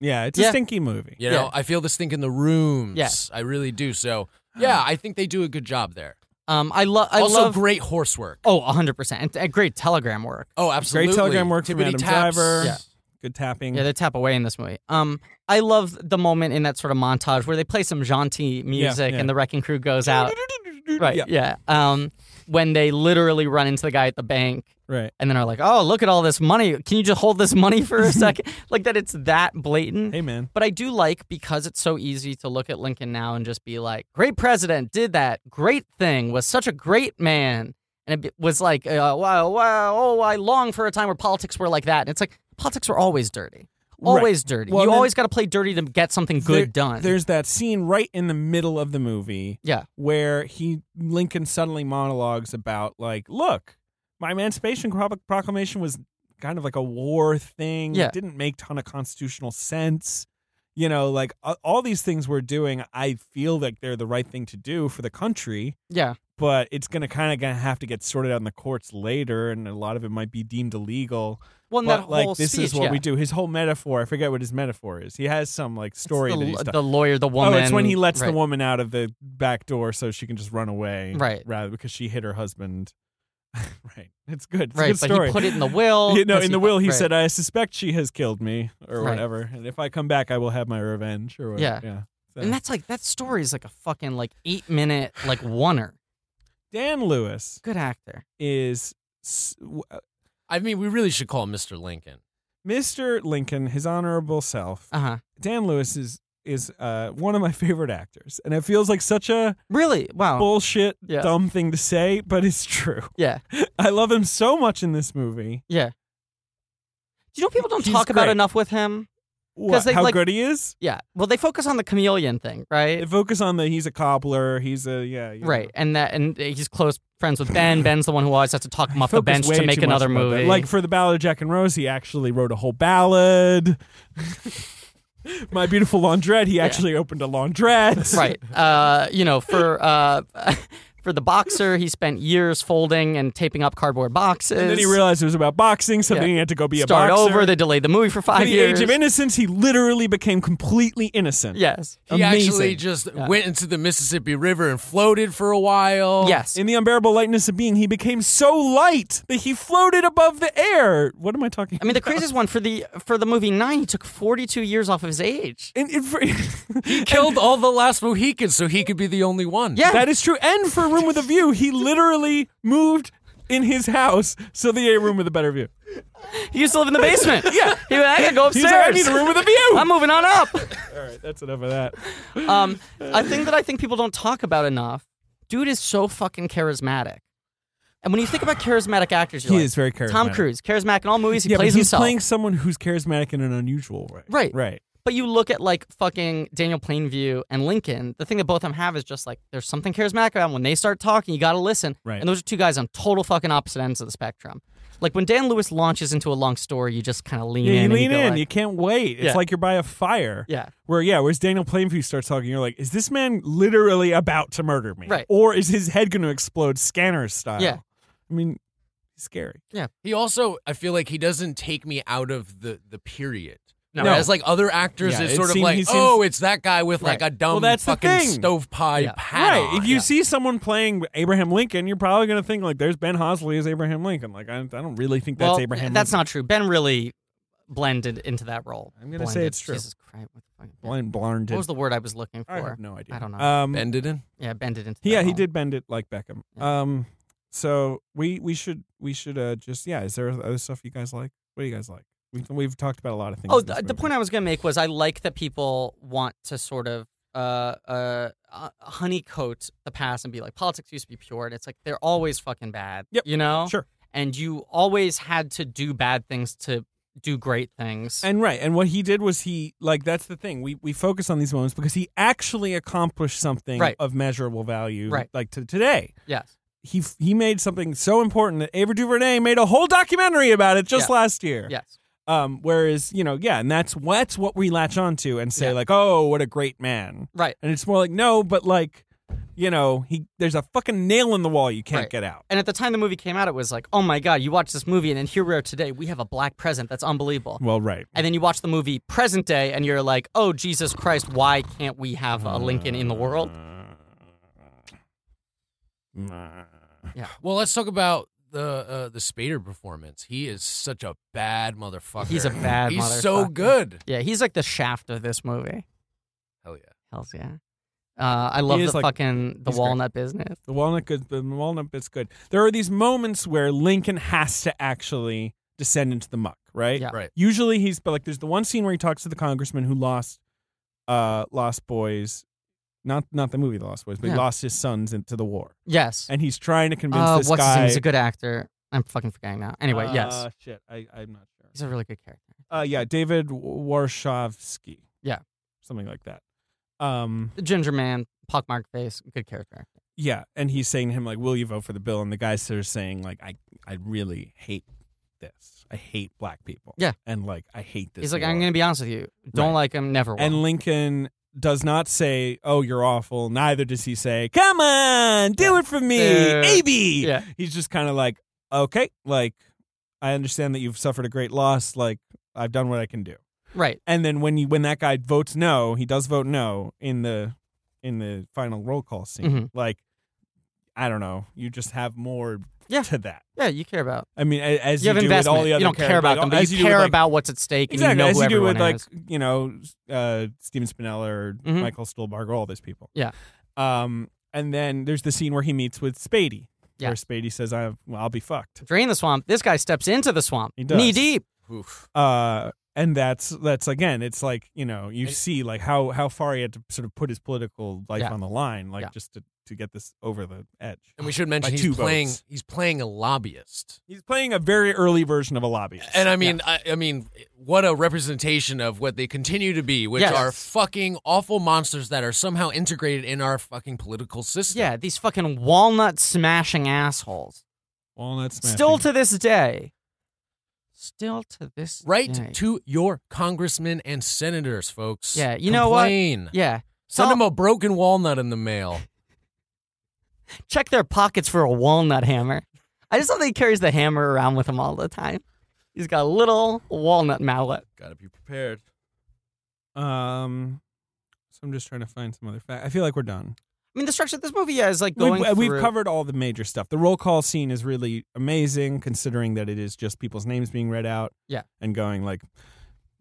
Speaker 3: yeah, it's
Speaker 2: Yeah.
Speaker 3: a stinky movie.
Speaker 5: You know,
Speaker 2: Yeah.
Speaker 5: I feel the stink in the rooms.
Speaker 2: Yeah.
Speaker 5: I really do. So yeah, I think they do a good job there.
Speaker 2: Um, I, lo- I
Speaker 5: also,
Speaker 2: love.
Speaker 5: great horse work.
Speaker 2: oh, 100%. And, and great telegram work.
Speaker 5: Oh, absolutely.
Speaker 3: telegram work from
Speaker 5: Tippity
Speaker 3: Adam
Speaker 5: taps.
Speaker 3: Driver. Yeah. Good
Speaker 5: Mm.
Speaker 3: tapping.
Speaker 2: Yeah, they tap away in this movie. Um, I love the moment in that sort of montage where they play some jaunty music
Speaker 3: yeah.
Speaker 2: and the wrecking crew goes out. Right.
Speaker 3: Yeah.
Speaker 2: Yeah. Um, when they literally run into the guy at the bank
Speaker 3: Right.
Speaker 2: and then are like, "Oh, look at all this money. Can you just hold this money for a second? like that it's that blatant.
Speaker 3: Hey man.
Speaker 2: But I do like because it's so easy to look at Lincoln now and just be like, "Great president, did that great thing, was such a great man." And it was like, uh, "Wow, wow, oh, I long for a time where politics were like that." And it's like politics were always dirty. Always dirty.
Speaker 3: Well,
Speaker 2: you
Speaker 3: then-
Speaker 2: always got to play dirty to get something good
Speaker 3: There-
Speaker 2: done.
Speaker 3: There's that scene right in the middle of the movie
Speaker 2: yeah.
Speaker 3: where he Lincoln suddenly monologues about like, look, my Emancipation Pro- Proclamation was kind of like a war thing.
Speaker 2: Yeah.
Speaker 3: It didn't make ton of constitutional sense. You know, like a- all these things we're doing, I feel like they're the right thing to do for the country,
Speaker 2: Yeah.
Speaker 3: but it's gonna kind of gonna have to get sorted out in the courts later, and a lot of it might be deemed illegal.
Speaker 2: Well, and
Speaker 3: but
Speaker 2: that
Speaker 3: like,
Speaker 2: whole
Speaker 3: this
Speaker 2: speech,
Speaker 3: is what
Speaker 2: yeah.
Speaker 3: we do. His whole metaphor, I forget what his metaphor is. He has some like
Speaker 2: It's
Speaker 3: story that he's
Speaker 2: the,
Speaker 3: done.
Speaker 2: the lawyer, the woman.
Speaker 3: Oh, it's when he lets
Speaker 2: right.
Speaker 3: the woman out of the back door so she can just run away.
Speaker 2: Right.
Speaker 3: Rather because she hit her husband. right. It's good. It's a
Speaker 2: Right,
Speaker 3: good
Speaker 2: but
Speaker 3: story.
Speaker 2: he put it in the will.
Speaker 3: You know,
Speaker 2: 'cause
Speaker 3: in the will, he
Speaker 2: right.
Speaker 3: said, "I suspect she has killed me, or
Speaker 2: Right.
Speaker 3: whatever, and if I come back, I will have my revenge." Or whatever. yeah. So-
Speaker 2: And that's like that story is like a fucking like eight minute like oneer.
Speaker 3: Dan Lewis
Speaker 2: Good actor.
Speaker 3: is s- w- uh,
Speaker 5: I mean, we really should call him Mr. Lincoln.
Speaker 3: Mr. Lincoln, his honorable self.
Speaker 2: Uh huh.
Speaker 3: Dan Lewis is is uh, one of my favorite actors, and it feels like such a
Speaker 2: Really? Wow.
Speaker 3: bullshit,
Speaker 2: Oh. Yeah.
Speaker 3: dumb thing to say, but it's true.
Speaker 2: yeah.
Speaker 3: I love him so much in this movie.
Speaker 2: Yeah. Do you know people don't
Speaker 3: He's
Speaker 2: talk about
Speaker 3: great.
Speaker 2: enough with him?
Speaker 3: What,
Speaker 2: they,
Speaker 3: how
Speaker 2: like-
Speaker 3: good he is.
Speaker 2: Yeah. Well, they focus on the chameleon thing,
Speaker 3: They
Speaker 2: right?
Speaker 3: focus on the he's a cobbler. He's a yeah. you
Speaker 2: Right.
Speaker 3: know.
Speaker 2: And that and uh, he's close friends with Ben. Ben's the one who always has to talk him off the
Speaker 3: Focus
Speaker 2: bench
Speaker 3: way
Speaker 2: to
Speaker 3: too
Speaker 2: make
Speaker 3: much
Speaker 2: another
Speaker 3: about that.
Speaker 2: movie.
Speaker 3: Like for the Ballad of Jack and Rose, he actually wrote a whole ballad. My beautiful laundrette. He actually opened a laundrette.
Speaker 2: right. Uh, you know, for uh, for the boxer, he spent years folding and taping up cardboard boxes.
Speaker 3: And then he realized it was about boxing, so
Speaker 2: Yeah.
Speaker 3: then he had to go be a
Speaker 2: start
Speaker 3: boxer.
Speaker 2: over. They delayed the movie for
Speaker 3: For
Speaker 2: five
Speaker 3: the
Speaker 2: years.
Speaker 3: age of innocence, he literally became completely innocent.
Speaker 2: yes.
Speaker 5: He
Speaker 3: Amazing.
Speaker 5: actually just went into the Mississippi River and floated for a while.
Speaker 2: Yes.
Speaker 3: In the unbearable lightness of being, he became so light that he floated above the air. What am I talking?
Speaker 2: I mean, the craziest one for the for the movie Nine, he took forty two years off of his age.
Speaker 3: And, and for-
Speaker 5: Killed all the last Mohicans so he could be the only one.
Speaker 2: Yeah.
Speaker 3: That is true. And for a room with a view, he literally moved in his house so they get a room with a better view.
Speaker 2: He used to live in the basement. yeah, he went, I gotta go
Speaker 3: He's
Speaker 2: upstairs.
Speaker 3: like, I need a room with a view.
Speaker 2: I'm moving on up.
Speaker 3: All right, that's enough of that.
Speaker 2: Um, a thing that I think people don't talk about enough. Dude is so fucking charismatic. And when you think about charismatic actors, you're
Speaker 3: He
Speaker 2: like,
Speaker 3: is very
Speaker 2: Tom
Speaker 3: charismatic.
Speaker 2: Cruise, charismatic in all movies. He
Speaker 3: yeah,
Speaker 2: plays
Speaker 3: but he's
Speaker 2: himself.
Speaker 3: playing someone who's charismatic in an unusual way.
Speaker 2: Right.
Speaker 3: Right.
Speaker 2: But you look at like fucking Daniel Plainview and Lincoln, the thing that both of them have is just like there's something charismatic about 'em. when they start talking, you gotta listen.
Speaker 3: Right.
Speaker 2: And those are two guys on total fucking opposite ends of the spectrum. Like when Dan Lewis launches into a long story, you just kind of lean
Speaker 3: Yeah,
Speaker 2: in.
Speaker 3: you
Speaker 2: and
Speaker 3: lean
Speaker 2: go
Speaker 3: in.
Speaker 2: like-
Speaker 3: you can't wait. It's
Speaker 2: Yeah.
Speaker 3: like you're by a fire.
Speaker 2: yeah.
Speaker 3: Where yeah, whereas Daniel Plainview starts talking, you're like, is this man literally about to murder me?
Speaker 2: Right.
Speaker 3: Or is his head going to explode scanner style?
Speaker 2: Yeah.
Speaker 3: I mean, he's scary.
Speaker 5: He also, I feel like he doesn't take me out of the the period.
Speaker 2: No.
Speaker 5: Whereas like other actors,
Speaker 3: Yeah,
Speaker 5: it's
Speaker 3: it
Speaker 5: sort of
Speaker 3: seem-
Speaker 5: like,
Speaker 3: he seems-
Speaker 5: oh, it's that guy with like a
Speaker 2: Right.
Speaker 5: dumb
Speaker 3: Well, that's the
Speaker 5: fucking
Speaker 3: thing.
Speaker 5: stovepie
Speaker 2: Yeah.
Speaker 5: hat
Speaker 3: Right.
Speaker 5: on.
Speaker 3: If you see someone playing Abraham Lincoln, you're probably going to think like, "There's Ben Hosley as Abraham Lincoln." Like, I, I don't really think that's
Speaker 2: well,
Speaker 3: Abraham.
Speaker 2: That's
Speaker 3: Lincoln.
Speaker 2: not true. Ben really blended into that role.
Speaker 3: I'm gonna say
Speaker 2: Blended.
Speaker 3: it's true.
Speaker 2: Jesus Christ! What, the fuck-
Speaker 3: Blind, blind.
Speaker 2: what was the word I was looking for?
Speaker 3: I have no idea.
Speaker 2: I don't know.
Speaker 3: Um,
Speaker 5: Bended in.
Speaker 2: yeah, bended into.
Speaker 3: yeah,
Speaker 2: that
Speaker 3: he
Speaker 2: role.
Speaker 3: did bend it like Beckham. Um, so we we should we should uh just yeah. Is there other stuff you guys like? What do you guys like? We've we've talked about a lot of things.
Speaker 2: Oh,
Speaker 3: in this
Speaker 2: the, the
Speaker 3: movie.
Speaker 2: point I was gonna make was I like that people want to sort of uh, uh, uh, honeycoat the past and be like politics used to be pure, and it's like they're always fucking bad.
Speaker 3: Yep.
Speaker 2: You know.
Speaker 3: Sure.
Speaker 2: And you always had to do bad things to do great things.
Speaker 3: And right, and what he did was he like that's the thing. We we focus on these moments because he actually accomplished something
Speaker 2: Right.
Speaker 3: of measurable value,
Speaker 2: Right.
Speaker 3: Like to today,
Speaker 2: yes.
Speaker 3: he f- he made something so important that Ava DuVernay made a whole documentary about it just
Speaker 2: Yeah.
Speaker 3: last year.
Speaker 2: Yes.
Speaker 3: Um, whereas you know, yeah, and that's that's what we latch onto and say
Speaker 2: Yeah.
Speaker 3: like, oh, what a great man,
Speaker 2: Right.
Speaker 3: and it's more like no, but like, you know, he there's a fucking nail in the wall you can't
Speaker 2: Right.
Speaker 3: get out.
Speaker 2: And at the time the movie came out, it was like, oh my god, you watch this movie, and then here we are today. We have a black president. That's unbelievable.
Speaker 3: Well, right.
Speaker 2: and then you watch the movie present day and you're like oh jesus christ why can't we have a lincoln in the world
Speaker 5: Well, let's talk about the uh, the Spader performance. He is such a bad motherfucker.
Speaker 2: He's a bad
Speaker 5: He's so
Speaker 2: motherfucker.
Speaker 5: good.
Speaker 2: yeah he's like the shaft of this movie
Speaker 5: Hell yeah.
Speaker 2: hells yeah uh, i love
Speaker 3: He
Speaker 2: the
Speaker 3: is, like-
Speaker 2: fucking the
Speaker 3: he's great.
Speaker 2: walnut business
Speaker 3: The walnut good. The walnut bit's good. There are these moments where Lincoln has to actually descend into the muck, right?
Speaker 2: Yeah.
Speaker 5: Right.
Speaker 3: Usually he's but like there's the one scene where he talks to the congressman who lost, uh, lost boys, not not the movie The Lost Boys, but
Speaker 2: Yeah.
Speaker 3: he lost his sons into the war,
Speaker 2: yes
Speaker 3: and he's trying to convince
Speaker 2: uh,
Speaker 3: this
Speaker 2: what's his
Speaker 3: guy.
Speaker 2: name he's a good actor i'm fucking forgetting now anyway yes
Speaker 3: Uh, shit, I I'm not sure.
Speaker 2: he's a really good character
Speaker 3: Uh, yeah, David Warshawski.
Speaker 2: Yeah.
Speaker 3: something like that. Um,
Speaker 2: the ginger man pockmarked face good character
Speaker 3: Yeah, and he's saying to him like, "Will you vote for the bill?" And the guy's sort of saying like, "I I really hate this. I hate black people.
Speaker 2: Yeah.
Speaker 3: and like I hate this."
Speaker 2: he's like
Speaker 3: war."
Speaker 2: i'm gonna be honest with you don't
Speaker 3: Right.
Speaker 2: like him never will
Speaker 3: And Lincoln does not say, "Oh, you're awful." Neither does he say, "Come on, do it for me,
Speaker 2: Dude.
Speaker 3: AB."
Speaker 2: yeah
Speaker 3: He's just kind of like, "Okay, like I understand that you've suffered a great loss. Like I've done what I can do."
Speaker 2: right
Speaker 3: And then when you when that guy votes no, he does vote no in the in the final roll call scene.
Speaker 2: Mhm.
Speaker 3: Like I don't know, you just have more
Speaker 2: Yeah.
Speaker 3: to that.
Speaker 2: yeah you care about
Speaker 3: I mean, a- as
Speaker 2: you have
Speaker 3: do with
Speaker 2: investment
Speaker 3: all the other
Speaker 2: you don't care
Speaker 3: characters,
Speaker 2: about them but
Speaker 3: as
Speaker 2: you,
Speaker 3: do with,
Speaker 2: care
Speaker 3: like-
Speaker 2: about what's at stake
Speaker 3: exactly
Speaker 2: and you know
Speaker 3: as
Speaker 2: who
Speaker 3: you do
Speaker 2: everyone
Speaker 3: with like
Speaker 2: is.
Speaker 3: you know uh, Steven Spinella or
Speaker 2: Mhm.
Speaker 3: Michael Stuhlbarg or all those people.
Speaker 2: Yeah.
Speaker 3: Um, and then there's the scene where he meets with Spady,
Speaker 2: Yeah.
Speaker 3: where Spady says, "I well, I'll be fucked."
Speaker 2: drain the swamp. This guy steps into the swamp,
Speaker 3: He does.
Speaker 2: knee deep.
Speaker 5: Oof.
Speaker 3: uh and that's that's again it's like you know you
Speaker 5: And-
Speaker 3: see like how how far he had to sort of put his political life
Speaker 2: Yeah.
Speaker 3: on the line like
Speaker 2: Yeah.
Speaker 3: just to to get this over the edge
Speaker 5: And we should mention
Speaker 3: By
Speaker 5: he's
Speaker 3: two
Speaker 5: playing
Speaker 3: votes.
Speaker 5: he's playing a lobbyist.
Speaker 3: he's playing a very early version of a lobbyist
Speaker 5: And I mean, I, I mean, what a representation of what they continue to be, which
Speaker 2: Yes.
Speaker 5: are fucking awful monsters that are somehow integrated in our fucking political system.
Speaker 2: Yeah, these fucking walnut smashing assholes.
Speaker 3: walnut smashing.
Speaker 2: Still to this day. Still to this
Speaker 5: Right
Speaker 2: day.
Speaker 5: to your congressmen and senators, folks.
Speaker 2: Yeah, you know what?
Speaker 5: Complain.
Speaker 2: yeah.
Speaker 5: Send
Speaker 2: So-
Speaker 5: them a broken walnut in the mail.
Speaker 2: Check their pockets for a walnut hammer. I just love that he carries the hammer around with him all the time. He's got a little walnut mallet.
Speaker 5: Gotta be prepared.
Speaker 3: um so i'm just trying to find some other fact i feel like we're done
Speaker 2: I mean, the structure of this movie, yeah, is like going.
Speaker 3: we've, uh, we've
Speaker 2: through-
Speaker 3: covered all the major stuff the roll call scene is really amazing considering that it is just people's names being read out
Speaker 2: Yeah.
Speaker 3: and going like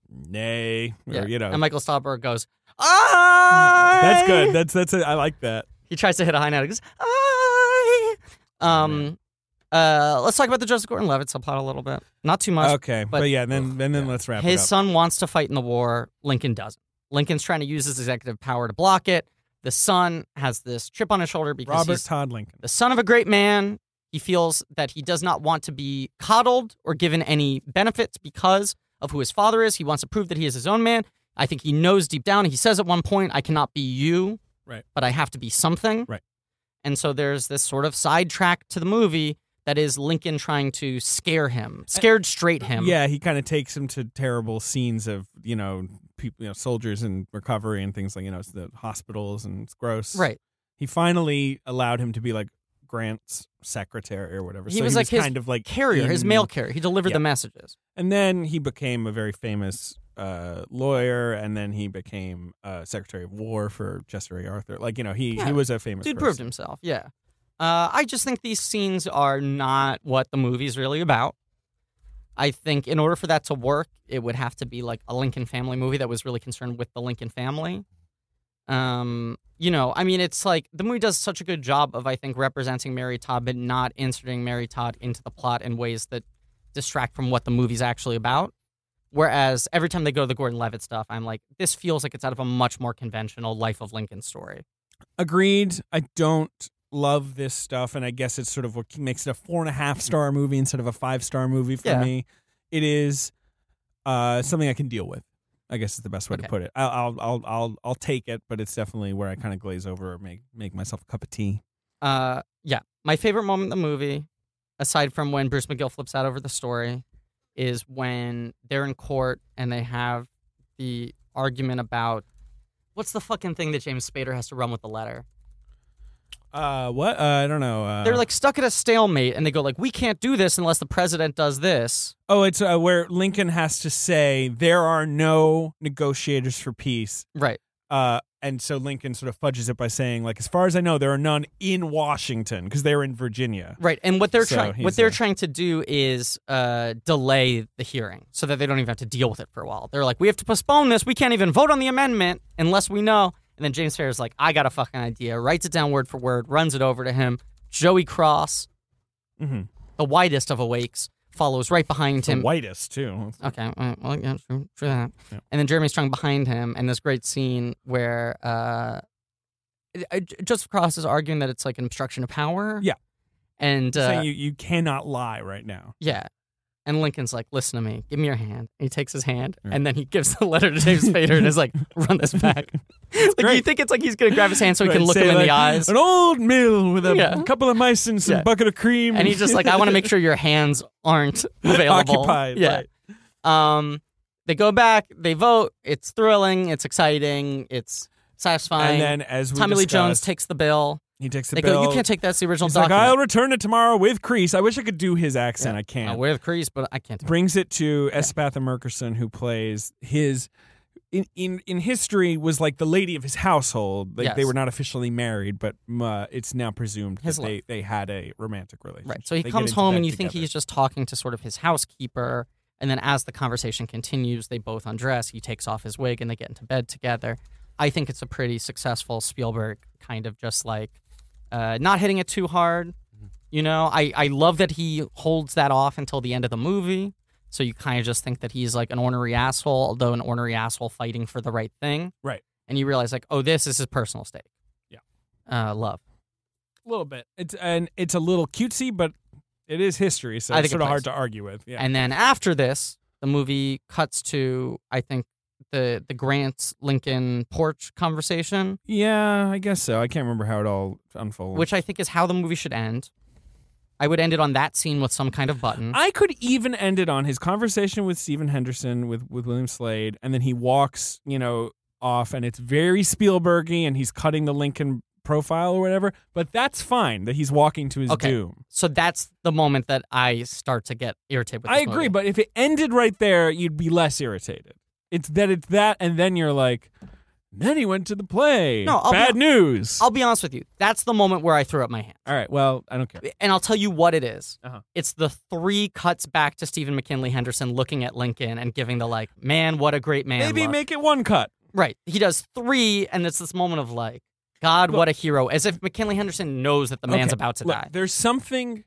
Speaker 3: nay or
Speaker 2: Yeah.
Speaker 3: you know
Speaker 2: And Michael Staubberg goes, I.
Speaker 3: that's good that's that's it i like that
Speaker 2: He tries to hit a high note. He goes, I. Um, uh, let's talk about the Joseph Gordon-Levitt subplot a little bit. Not too much.
Speaker 3: Okay, but,
Speaker 2: but-
Speaker 3: yeah, then then, then let's wrap it
Speaker 2: His
Speaker 3: up.
Speaker 2: son wants to fight in the war. Lincoln doesn't. Lincoln's trying to use his executive power to block it. The son has this chip on his shoulder because
Speaker 3: Robert
Speaker 2: he's
Speaker 3: Todd Lincoln.
Speaker 2: the son of a great man. He feels that he does not want to be coddled or given any benefits because of who his father is. He wants to prove that he is his own man. I think he knows deep down. He says at one point, "I cannot be you,
Speaker 3: Right.
Speaker 2: But I have to be something,
Speaker 3: Right.
Speaker 2: And so there's this sort of sidetrack to the movie that is Lincoln trying to scare him, scared straight him.
Speaker 3: Yeah, he kind of takes him to terrible scenes of you know people, you know, soldiers in recovery and things like you know it's the hospitals and it's gross.
Speaker 2: right.
Speaker 3: He finally allowed him to be like Grant's secretary or whatever.
Speaker 2: He
Speaker 3: so
Speaker 2: was
Speaker 3: he
Speaker 2: like
Speaker 3: was
Speaker 2: his
Speaker 3: kind of like
Speaker 2: carrier, his
Speaker 3: in-
Speaker 2: mail carrier. He delivered
Speaker 3: Yeah.
Speaker 2: the messages.
Speaker 3: And then he became a very famous uh, lawyer, and then he became uh, Secretary of War for Chester A. Arthur. Like you know, he
Speaker 2: Yeah.
Speaker 3: he was a famous
Speaker 2: Dude
Speaker 3: person.
Speaker 2: proved himself. Yeah. Uh, I just think these scenes are not what the movie's really about. I think in order for that to work, it would have to be like a Lincoln family movie that was really concerned with the Lincoln family. Um, you know, I mean, it's like the movie does such a good job of, I think, representing Mary Todd, but not inserting Mary Todd into the plot in ways that distract from what the movie's actually about. Whereas every time they go to the Gordon Levitt stuff, I'm like, this feels like it's out of a much more conventional Life of Lincoln story.
Speaker 3: Agreed. I don't love this stuff, and I guess it's sort of what makes it a four and a half star movie instead of a five star movie for
Speaker 2: Mm-hmm. Yeah.
Speaker 3: me. It is uh, something I can deal with. I guess is the best way to
Speaker 2: Okay.
Speaker 3: put it. I'll, I'll I'll I'll I'll take it, but it's definitely where I kind of glaze over or make make myself a cup of tea.
Speaker 2: Uh, yeah, my favorite moment in the movie, aside from when Bruce McGill flips out over the story, is when they're in court and they have the argument about what's the fucking thing that James Spader has to run with the letter.
Speaker 3: Uh, what? Uh, I don't know. Uh,
Speaker 2: they're like stuck at a stalemate and they go like, we can't do this unless the president does this.
Speaker 3: oh, it's uh, where Lincoln has to say there are no negotiators for peace,
Speaker 2: Right.
Speaker 3: Uh, and so Lincoln sort of fudges it by saying, like, as far as I know, there are none in Washington because they're in Virginia.
Speaker 2: Right, and what they're
Speaker 3: So
Speaker 2: trying what
Speaker 3: he's
Speaker 2: they're
Speaker 3: a-
Speaker 2: trying to do is uh, delay the hearing so that they don't even have to deal with it for a while. They're like, we have to postpone this. We can't even vote on the amendment unless we know. And then James Fair's like, I got a fucking idea. Writes it down word for word, runs it over to him. Joey Cross,
Speaker 3: Mm-hmm.
Speaker 2: the widest of awakes, follows right behind
Speaker 3: The
Speaker 2: him.
Speaker 3: whitest too.
Speaker 2: Okay. all right, Well, yeah, true, true that.
Speaker 3: Yeah.
Speaker 2: And then Jeremy Strong behind him, and this great scene where uh, it- uh, J- Joseph Cross is arguing that it's like an obstruction of power.
Speaker 3: Yeah.
Speaker 2: And uh,
Speaker 3: Saying you, you cannot lie right now.
Speaker 2: yeah. And Lincoln's like, listen to me, give me your hand. And he takes his hand,
Speaker 3: Yeah.
Speaker 2: and then he gives the letter to James Spader and is like, run this back. like, you
Speaker 3: great.
Speaker 2: think it's like he's going to grab his hand so he
Speaker 3: Right,
Speaker 2: can look
Speaker 3: say
Speaker 2: him in
Speaker 3: like,
Speaker 2: the eyes.
Speaker 3: An old mill with a
Speaker 2: Yeah.
Speaker 3: couple of mice and some
Speaker 2: Yeah.
Speaker 3: bucket of cream.
Speaker 2: And he's just like, I want to make sure your hands aren't available.
Speaker 3: occupied.
Speaker 2: Yeah.
Speaker 3: Right.
Speaker 2: Um, they go back, they vote. It's thrilling, it's exciting, it's satisfying.
Speaker 3: And then as we
Speaker 2: Tommy Lee Jones
Speaker 3: discussed,
Speaker 2: takes the bill.
Speaker 3: he takes the
Speaker 2: they
Speaker 3: bill.
Speaker 2: go, you can't take that's the original
Speaker 3: He's like, I'll
Speaker 2: document.
Speaker 3: return it tomorrow with Crease. I wish I could do his accent. I can't.
Speaker 2: I'm aware of Crease, but I can't. do it.
Speaker 3: brings it to Espatha Merkerson, who plays his in, in in history was like the lady of his household. Like they
Speaker 2: Yes.
Speaker 3: were not officially married, but uh, it's now presumed
Speaker 2: His
Speaker 3: that they, they had a romantic relationship.
Speaker 2: Right. So he
Speaker 3: They get
Speaker 2: comes
Speaker 3: into
Speaker 2: home
Speaker 3: bed
Speaker 2: and you think
Speaker 3: together.
Speaker 2: he's just talking to sort of his housekeeper. And then as the conversation continues, they both undress. He takes off his wig and they get into bed together. I think it's a pretty successful Spielberg kind of just like uh, not hitting it too hard.
Speaker 3: Mm-hmm.
Speaker 2: You know, I, I love that he holds that off until the end of the movie. So you kind of just think that he's like an ornery asshole, although an ornery asshole fighting for the right thing.
Speaker 3: Right.
Speaker 2: And you realize like, oh, this is his personal stake.
Speaker 3: Yeah.
Speaker 2: Uh, love.
Speaker 3: a little bit. It's and it's a little cutesy, but it is history, so
Speaker 2: I
Speaker 3: it's
Speaker 2: think it
Speaker 3: sort of hard
Speaker 2: plays.
Speaker 3: to argue with. Yeah.
Speaker 2: And then after this, the movie cuts to I think the the Grant Lincoln porch conversation,
Speaker 3: yeah, I guess so. I can't remember how it all unfolded.
Speaker 2: which I think is how the movie should end. I would end it on that scene with some kind of button.
Speaker 3: I could even end it on his conversation with Stephen Henderson with with William Slade, and then he walks, you know, off, and it's very Spielbergy, and he's cutting the Lincoln profile or whatever. But that's fine that he's walking to his
Speaker 2: Okay.
Speaker 3: doom.
Speaker 2: so that's the moment that I start to get irritated with.
Speaker 3: I
Speaker 2: this
Speaker 3: agree,
Speaker 2: movie.
Speaker 3: but if it ended right there, you'd be less irritated. It's that it's that, and then you're like, then he went to the play.
Speaker 2: No, I'll be-
Speaker 3: bad news.
Speaker 2: I'll be honest with you. That's the moment where I threw up my hand.
Speaker 3: All right, well, I don't care.
Speaker 2: and I'll tell you what it is.
Speaker 3: Uh-huh.
Speaker 2: It's the three cuts back to Stephen McKinley Henderson looking at Lincoln and giving the like, man, what a great man.
Speaker 3: Maybe
Speaker 2: look."
Speaker 3: make it one cut.
Speaker 2: Right. He does three, and it's this moment of like, God,
Speaker 3: Look-
Speaker 2: what a hero. As if McKinley Henderson knows that the man's
Speaker 3: Okay,
Speaker 2: about to
Speaker 3: look,
Speaker 2: die.
Speaker 3: There's something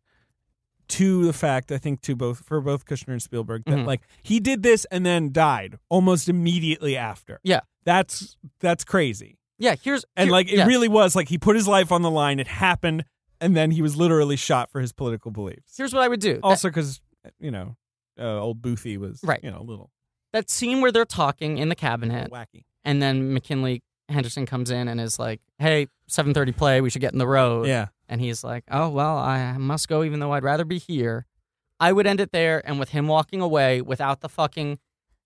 Speaker 3: to the fact I think to both for both Kushner and Spielberg that
Speaker 2: Mhm.
Speaker 3: like he did this and then died almost immediately after.
Speaker 2: Yeah.
Speaker 3: That's that's crazy.
Speaker 2: Yeah, here's
Speaker 3: And
Speaker 2: here-
Speaker 3: like it
Speaker 2: yeah.
Speaker 3: really was like he put his life on the line, it happened, and then he was literally shot for his political beliefs.
Speaker 2: Here's what I would do. That-
Speaker 3: Also cuz you know, uh, old Boothie was
Speaker 2: uh, Right.
Speaker 3: you know, a little
Speaker 2: that scene where they're talking in the cabinet,
Speaker 3: wacky.
Speaker 2: and then McKinley Henderson comes in and is like, "Hey, 7:30 play. We should get in the road."
Speaker 3: Yeah.
Speaker 2: And he's like, "Oh well, I must go, even though I'd rather be here." I would end it there, and with him walking away without the fucking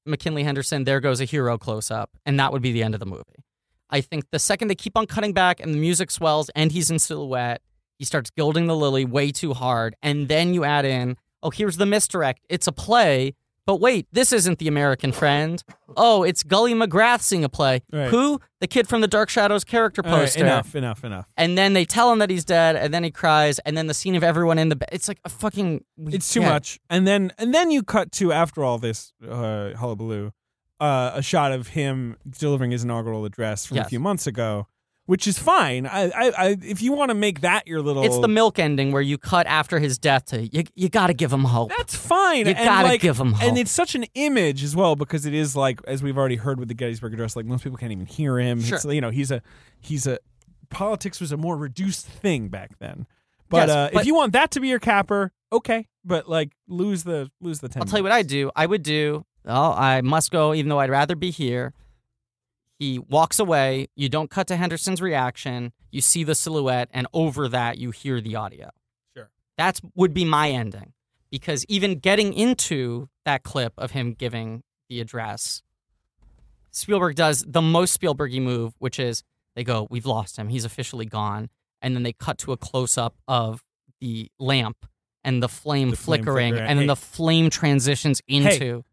Speaker 2: McKinley Henderson, there goes a hero close up, and that would be the end of the movie. I think the second they keep on cutting back and the music swells and he's in silhouette, he starts gilding the lily way too hard, and then you add in, oh, here's the misdirect. It's a play, But wait, this isn't the American friend. Oh, it's Gully McGrath singing a play.
Speaker 3: Right.
Speaker 2: Who? The kid from the Dark Shadows character
Speaker 3: All right,
Speaker 2: poster.
Speaker 3: enough, enough, enough.
Speaker 2: And then they tell him that he's dead, and then he cries, and then the scene of everyone in the bed. It's like a fucking.
Speaker 3: It's too
Speaker 2: yeah.
Speaker 3: much. And then and then you cut to after all this uh, hullabaloo, uh, a shot of him delivering his inaugural address from a
Speaker 2: Yes.
Speaker 3: few months ago, which is fine. I, I, I if you want to make that your little,
Speaker 2: It's the milk ending where you cut after his death to you. You gotta give him hope.
Speaker 3: That's fine.
Speaker 2: You
Speaker 3: and
Speaker 2: gotta
Speaker 3: like,
Speaker 2: give 'em hope.
Speaker 3: And it's such an image as well because it is like, as we've already heard with the Gettysburg Address, like most people can't even hear him.
Speaker 2: Sure.
Speaker 3: It's, you know, he's a he's a politics was a more reduced thing back then. But,
Speaker 2: Yes,
Speaker 3: uh, if
Speaker 2: but-
Speaker 3: you want that to be your capper, okay. But like lose the lose the ten.
Speaker 2: I'll tell you what
Speaker 3: minutes.
Speaker 2: I do. I would do. Oh, I must go, even though I'd rather be here. He walks away. You don't cut to Henderson's reaction. You see the silhouette, and over that, you hear the audio.
Speaker 5: Sure.
Speaker 2: That's would be my ending, because even getting into that clip of him giving the address, Spielberg does the most Spielbergy move, which is they go, "We've lost him. He's officially gone," and then they cut to a close up of the lamp and the flame
Speaker 3: The flame
Speaker 2: flickering,
Speaker 3: flickering.
Speaker 2: and then
Speaker 3: Hey.
Speaker 2: the flame transitions into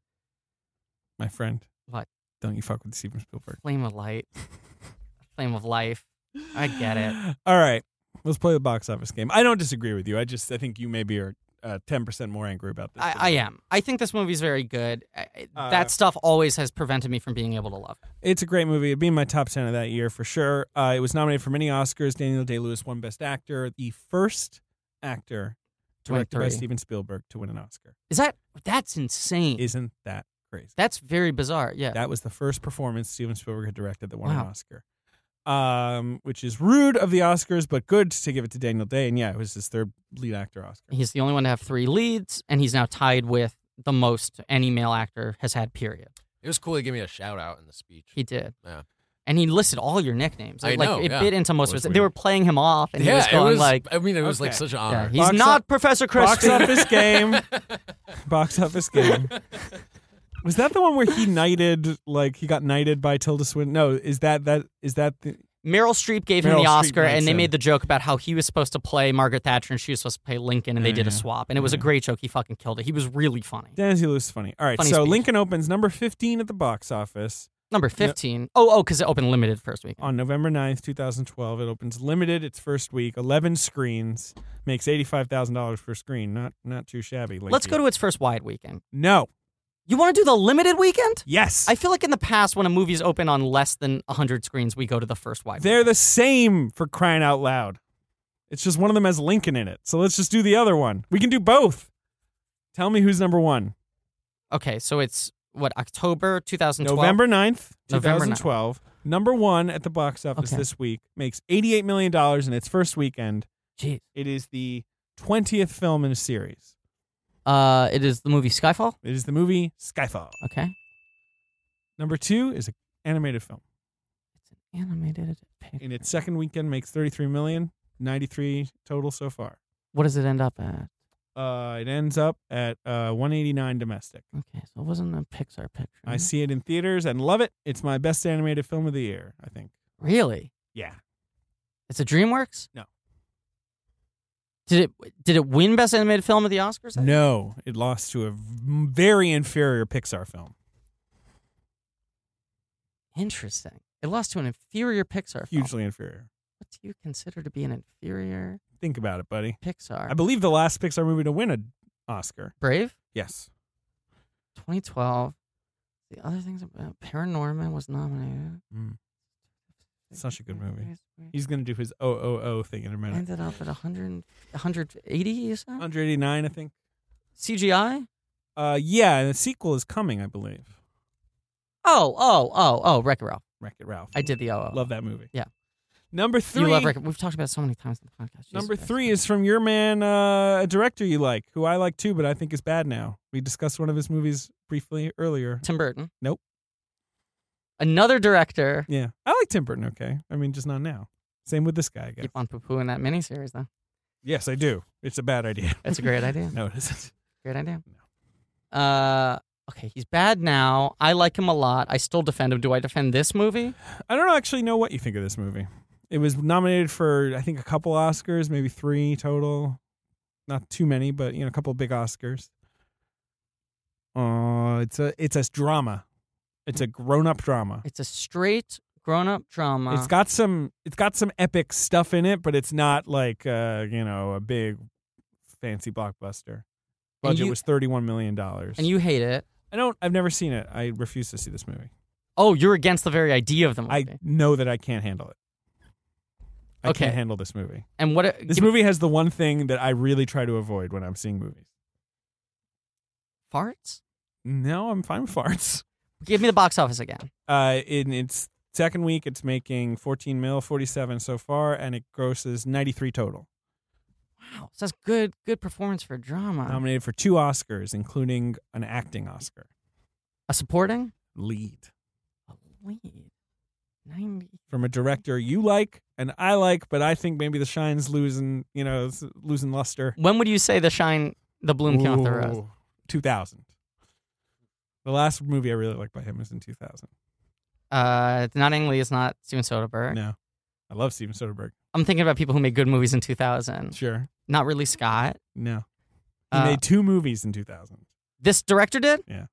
Speaker 3: my friend.
Speaker 2: What?
Speaker 3: Don't you fuck with Steven Spielberg.
Speaker 2: flame of light, flame of life. I get it.
Speaker 3: All right, let's play the box office game. I don't disagree with you. I just I think you maybe are uh, ten percent more angry about this. than
Speaker 2: I, I am. I think this movie's very good. I- I-
Speaker 3: Uh,
Speaker 2: that stuff always has prevented me from being able to love it.
Speaker 3: It's a great movie. It'd be in my top 10 of that year for sure. Uh, it was nominated for many Oscars. Daniel Day Lewis won Best Actor, the first actor
Speaker 2: Win
Speaker 3: directed by
Speaker 2: three.
Speaker 3: Steven Spielberg to win an Oscar.
Speaker 2: Is that that's insane?
Speaker 3: Isn't that crazy?
Speaker 2: that's very bizarre. Yeah.
Speaker 3: That was the first performance Steven Spielberg had directed that won an
Speaker 2: Wow.
Speaker 3: Oscar. Um, which is rude of the Oscars, but good to give it to Daniel Day. And yeah, it was his third lead actor Oscar.
Speaker 2: he's the only one to have three leads, and he's now tied with the most any male actor has had. Period.
Speaker 5: It was cool. He gave me a shout out in the speech.
Speaker 2: He did.
Speaker 5: Yeah.
Speaker 2: And he listed all your nicknames.
Speaker 5: I
Speaker 2: like
Speaker 5: know,
Speaker 2: it
Speaker 5: yeah.
Speaker 2: bit into most
Speaker 5: That
Speaker 2: of
Speaker 5: was
Speaker 2: us. They were
Speaker 5: weird.
Speaker 2: playing him off, and he
Speaker 5: yeah,
Speaker 2: was going
Speaker 5: it was
Speaker 2: like,
Speaker 5: I mean, it was like
Speaker 3: Okay.
Speaker 5: such an
Speaker 2: yeah,
Speaker 5: honor.
Speaker 2: "He's
Speaker 3: Box
Speaker 2: not Professor
Speaker 3: Box
Speaker 2: Krusty."
Speaker 3: office game. Box office game. Was that the one where he knighted, like he got knighted by Tilda Swinton? No, is that that is that the
Speaker 2: Meryl Streep gave him
Speaker 3: Meryl
Speaker 2: the
Speaker 3: Streep
Speaker 2: Oscar,
Speaker 3: writes
Speaker 2: and they
Speaker 3: him.
Speaker 2: made the joke about how he was supposed to play Margaret Thatcher and she was supposed to play Lincoln, and they
Speaker 3: Yeah,
Speaker 2: did a
Speaker 3: yeah.
Speaker 2: swap, and it was a
Speaker 3: Mm-hmm.
Speaker 2: great joke. He fucking killed it. He was really funny.
Speaker 3: Dennis Lewis is funny. All right,
Speaker 2: Funny
Speaker 3: so
Speaker 2: speech.
Speaker 3: Lincoln opens number 15 at the box office
Speaker 2: Number fifteen. Oh, oh, because it opened limited first week.
Speaker 3: on November 9th, 2012. It opens limited its first week, 11 screens, makes $85,000 per screen. Not not too shabby. Linky.
Speaker 2: Let's go to its first wide weekend.
Speaker 3: No.
Speaker 2: You want to do the limited weekend?
Speaker 3: Yes.
Speaker 2: I feel like in the past, when a movie's open on less than 100 screens, we go to the first wide.
Speaker 3: They're the same for crying out loud. It's just one of them has Lincoln in it. So let's just do the other one. We can do both. Tell me who's number 1.
Speaker 2: okay, so it's what, October 2012?
Speaker 3: November 9th,
Speaker 2: November
Speaker 3: 2012. Number 1 at the box office
Speaker 2: Okay.
Speaker 3: this week makes $88 million in its first weekend.
Speaker 2: Jeez.
Speaker 3: It is the 20th film in a series.
Speaker 2: Uh, it is the movie Skyfall.
Speaker 3: It is the movie Skyfall.
Speaker 2: Okay.
Speaker 3: Number two is an animated film.
Speaker 2: Animated picture.
Speaker 3: In its second weekend, makes 33 million, 93 total so far.
Speaker 2: What does it end up at?
Speaker 3: Uh, it ends up at uh, 189 domestic.
Speaker 2: Okay, so it wasn't a Pixar picture.
Speaker 3: I see it in theaters and love it. It's my best animated film of the year, I think.
Speaker 2: Really?
Speaker 3: Yeah.
Speaker 2: It's a DreamWorks?
Speaker 3: No.
Speaker 2: Did it did it win Best Animated Film at the Oscars?
Speaker 3: No, it lost to a v- very inferior Pixar film.
Speaker 2: Interesting. It lost to an inferior Pixar film.
Speaker 3: Hugely inferior.
Speaker 2: What do you consider to be an inferior
Speaker 3: Think about it, buddy.
Speaker 2: Pixar?
Speaker 3: I believe the last Pixar movie to win an Oscar.
Speaker 2: Brave?
Speaker 3: Yes.
Speaker 2: 2012. The other things about Paranorman was nominated.
Speaker 3: Mm. Such a good movie. He's going to do his OOO thing in a minute.
Speaker 2: Ended up at 100, 180, you said?
Speaker 3: 189, I think.
Speaker 2: CGI?
Speaker 3: Uh, yeah, and the sequel is coming, I believe.
Speaker 2: Oh, oh, oh, oh, Wreck It Ralph.
Speaker 3: Wreck It Ralph.
Speaker 2: I did the oh.
Speaker 3: love that movie.
Speaker 2: Yeah.
Speaker 3: Number three.
Speaker 2: You love Wreck It We've talked about it so many times in the podcast. Jesus
Speaker 3: Number
Speaker 2: Christ.
Speaker 3: three is from your man, uh, a director you like, who I like too, but I think is bad now. We discussed one of his movies briefly earlier.
Speaker 2: Tim Burton.
Speaker 3: Nope.
Speaker 2: Another director.
Speaker 3: Yeah, I like Tim Burton. Okay, I mean just not now. Same with this guy. I guess.
Speaker 2: Keep on poo pooing that miniseries, though.
Speaker 3: Yes, I do. It's a bad idea.
Speaker 2: That's a great idea.
Speaker 3: No, it isn't.
Speaker 2: Great idea. Uh, okay, he's bad now. I like him a lot. I still defend him. Do I defend this movie?
Speaker 3: I don't actually know what you think of this movie. It was nominated for I think a couple Oscars, maybe three total. Not too many, but you know, a couple big Oscars. Oh, it's a it's a drama. It's a grown up drama.
Speaker 2: It's a straight grown up drama.
Speaker 3: It's got some it's got some epic stuff in it, but it's not like uh, you know, a big fancy blockbuster. Budget
Speaker 2: you-
Speaker 3: was thirty one million dollars.
Speaker 2: and you hate it.
Speaker 3: I don't I've never seen it. I refuse to see this movie.
Speaker 2: Oh, you're against the very idea of the
Speaker 3: I
Speaker 2: movie.
Speaker 3: know that I can't handle it. I
Speaker 2: Okay.
Speaker 3: can't handle this movie.
Speaker 2: and what?
Speaker 3: This
Speaker 2: give me-
Speaker 3: movie has the one thing that I really try to avoid when I'm seeing movies.
Speaker 2: farts?
Speaker 3: No, I'm fine with farts.
Speaker 2: Give me the box office again.
Speaker 3: Uh, in its second week, it's making 14 mil, 47 so far, and it grosses 93 total.
Speaker 2: Wow, so that's Oh, good. Good performance for a drama.
Speaker 3: Nominated for two Oscars, including an acting Oscar.
Speaker 2: a supporting.
Speaker 3: Lead.
Speaker 2: A lead. Ninety.
Speaker 3: From a director you like and I like, but I think maybe The Shine's losing, you know, it's losing luster.
Speaker 2: When would you say the shine, the bloom came off the rose?
Speaker 3: Ooh, 2000. The last movie I really liked by him was in 2000.
Speaker 2: Uh, it's not Ang Lee. It's not Steven Soderbergh.
Speaker 3: No. I love Steven Soderbergh.
Speaker 2: I'm thinking about people who made good movies in 2000.
Speaker 3: Sure.
Speaker 2: Not really Scott.
Speaker 3: No. He
Speaker 2: Uh,
Speaker 3: made two movies in 2000.
Speaker 2: This director did?
Speaker 3: Yeah.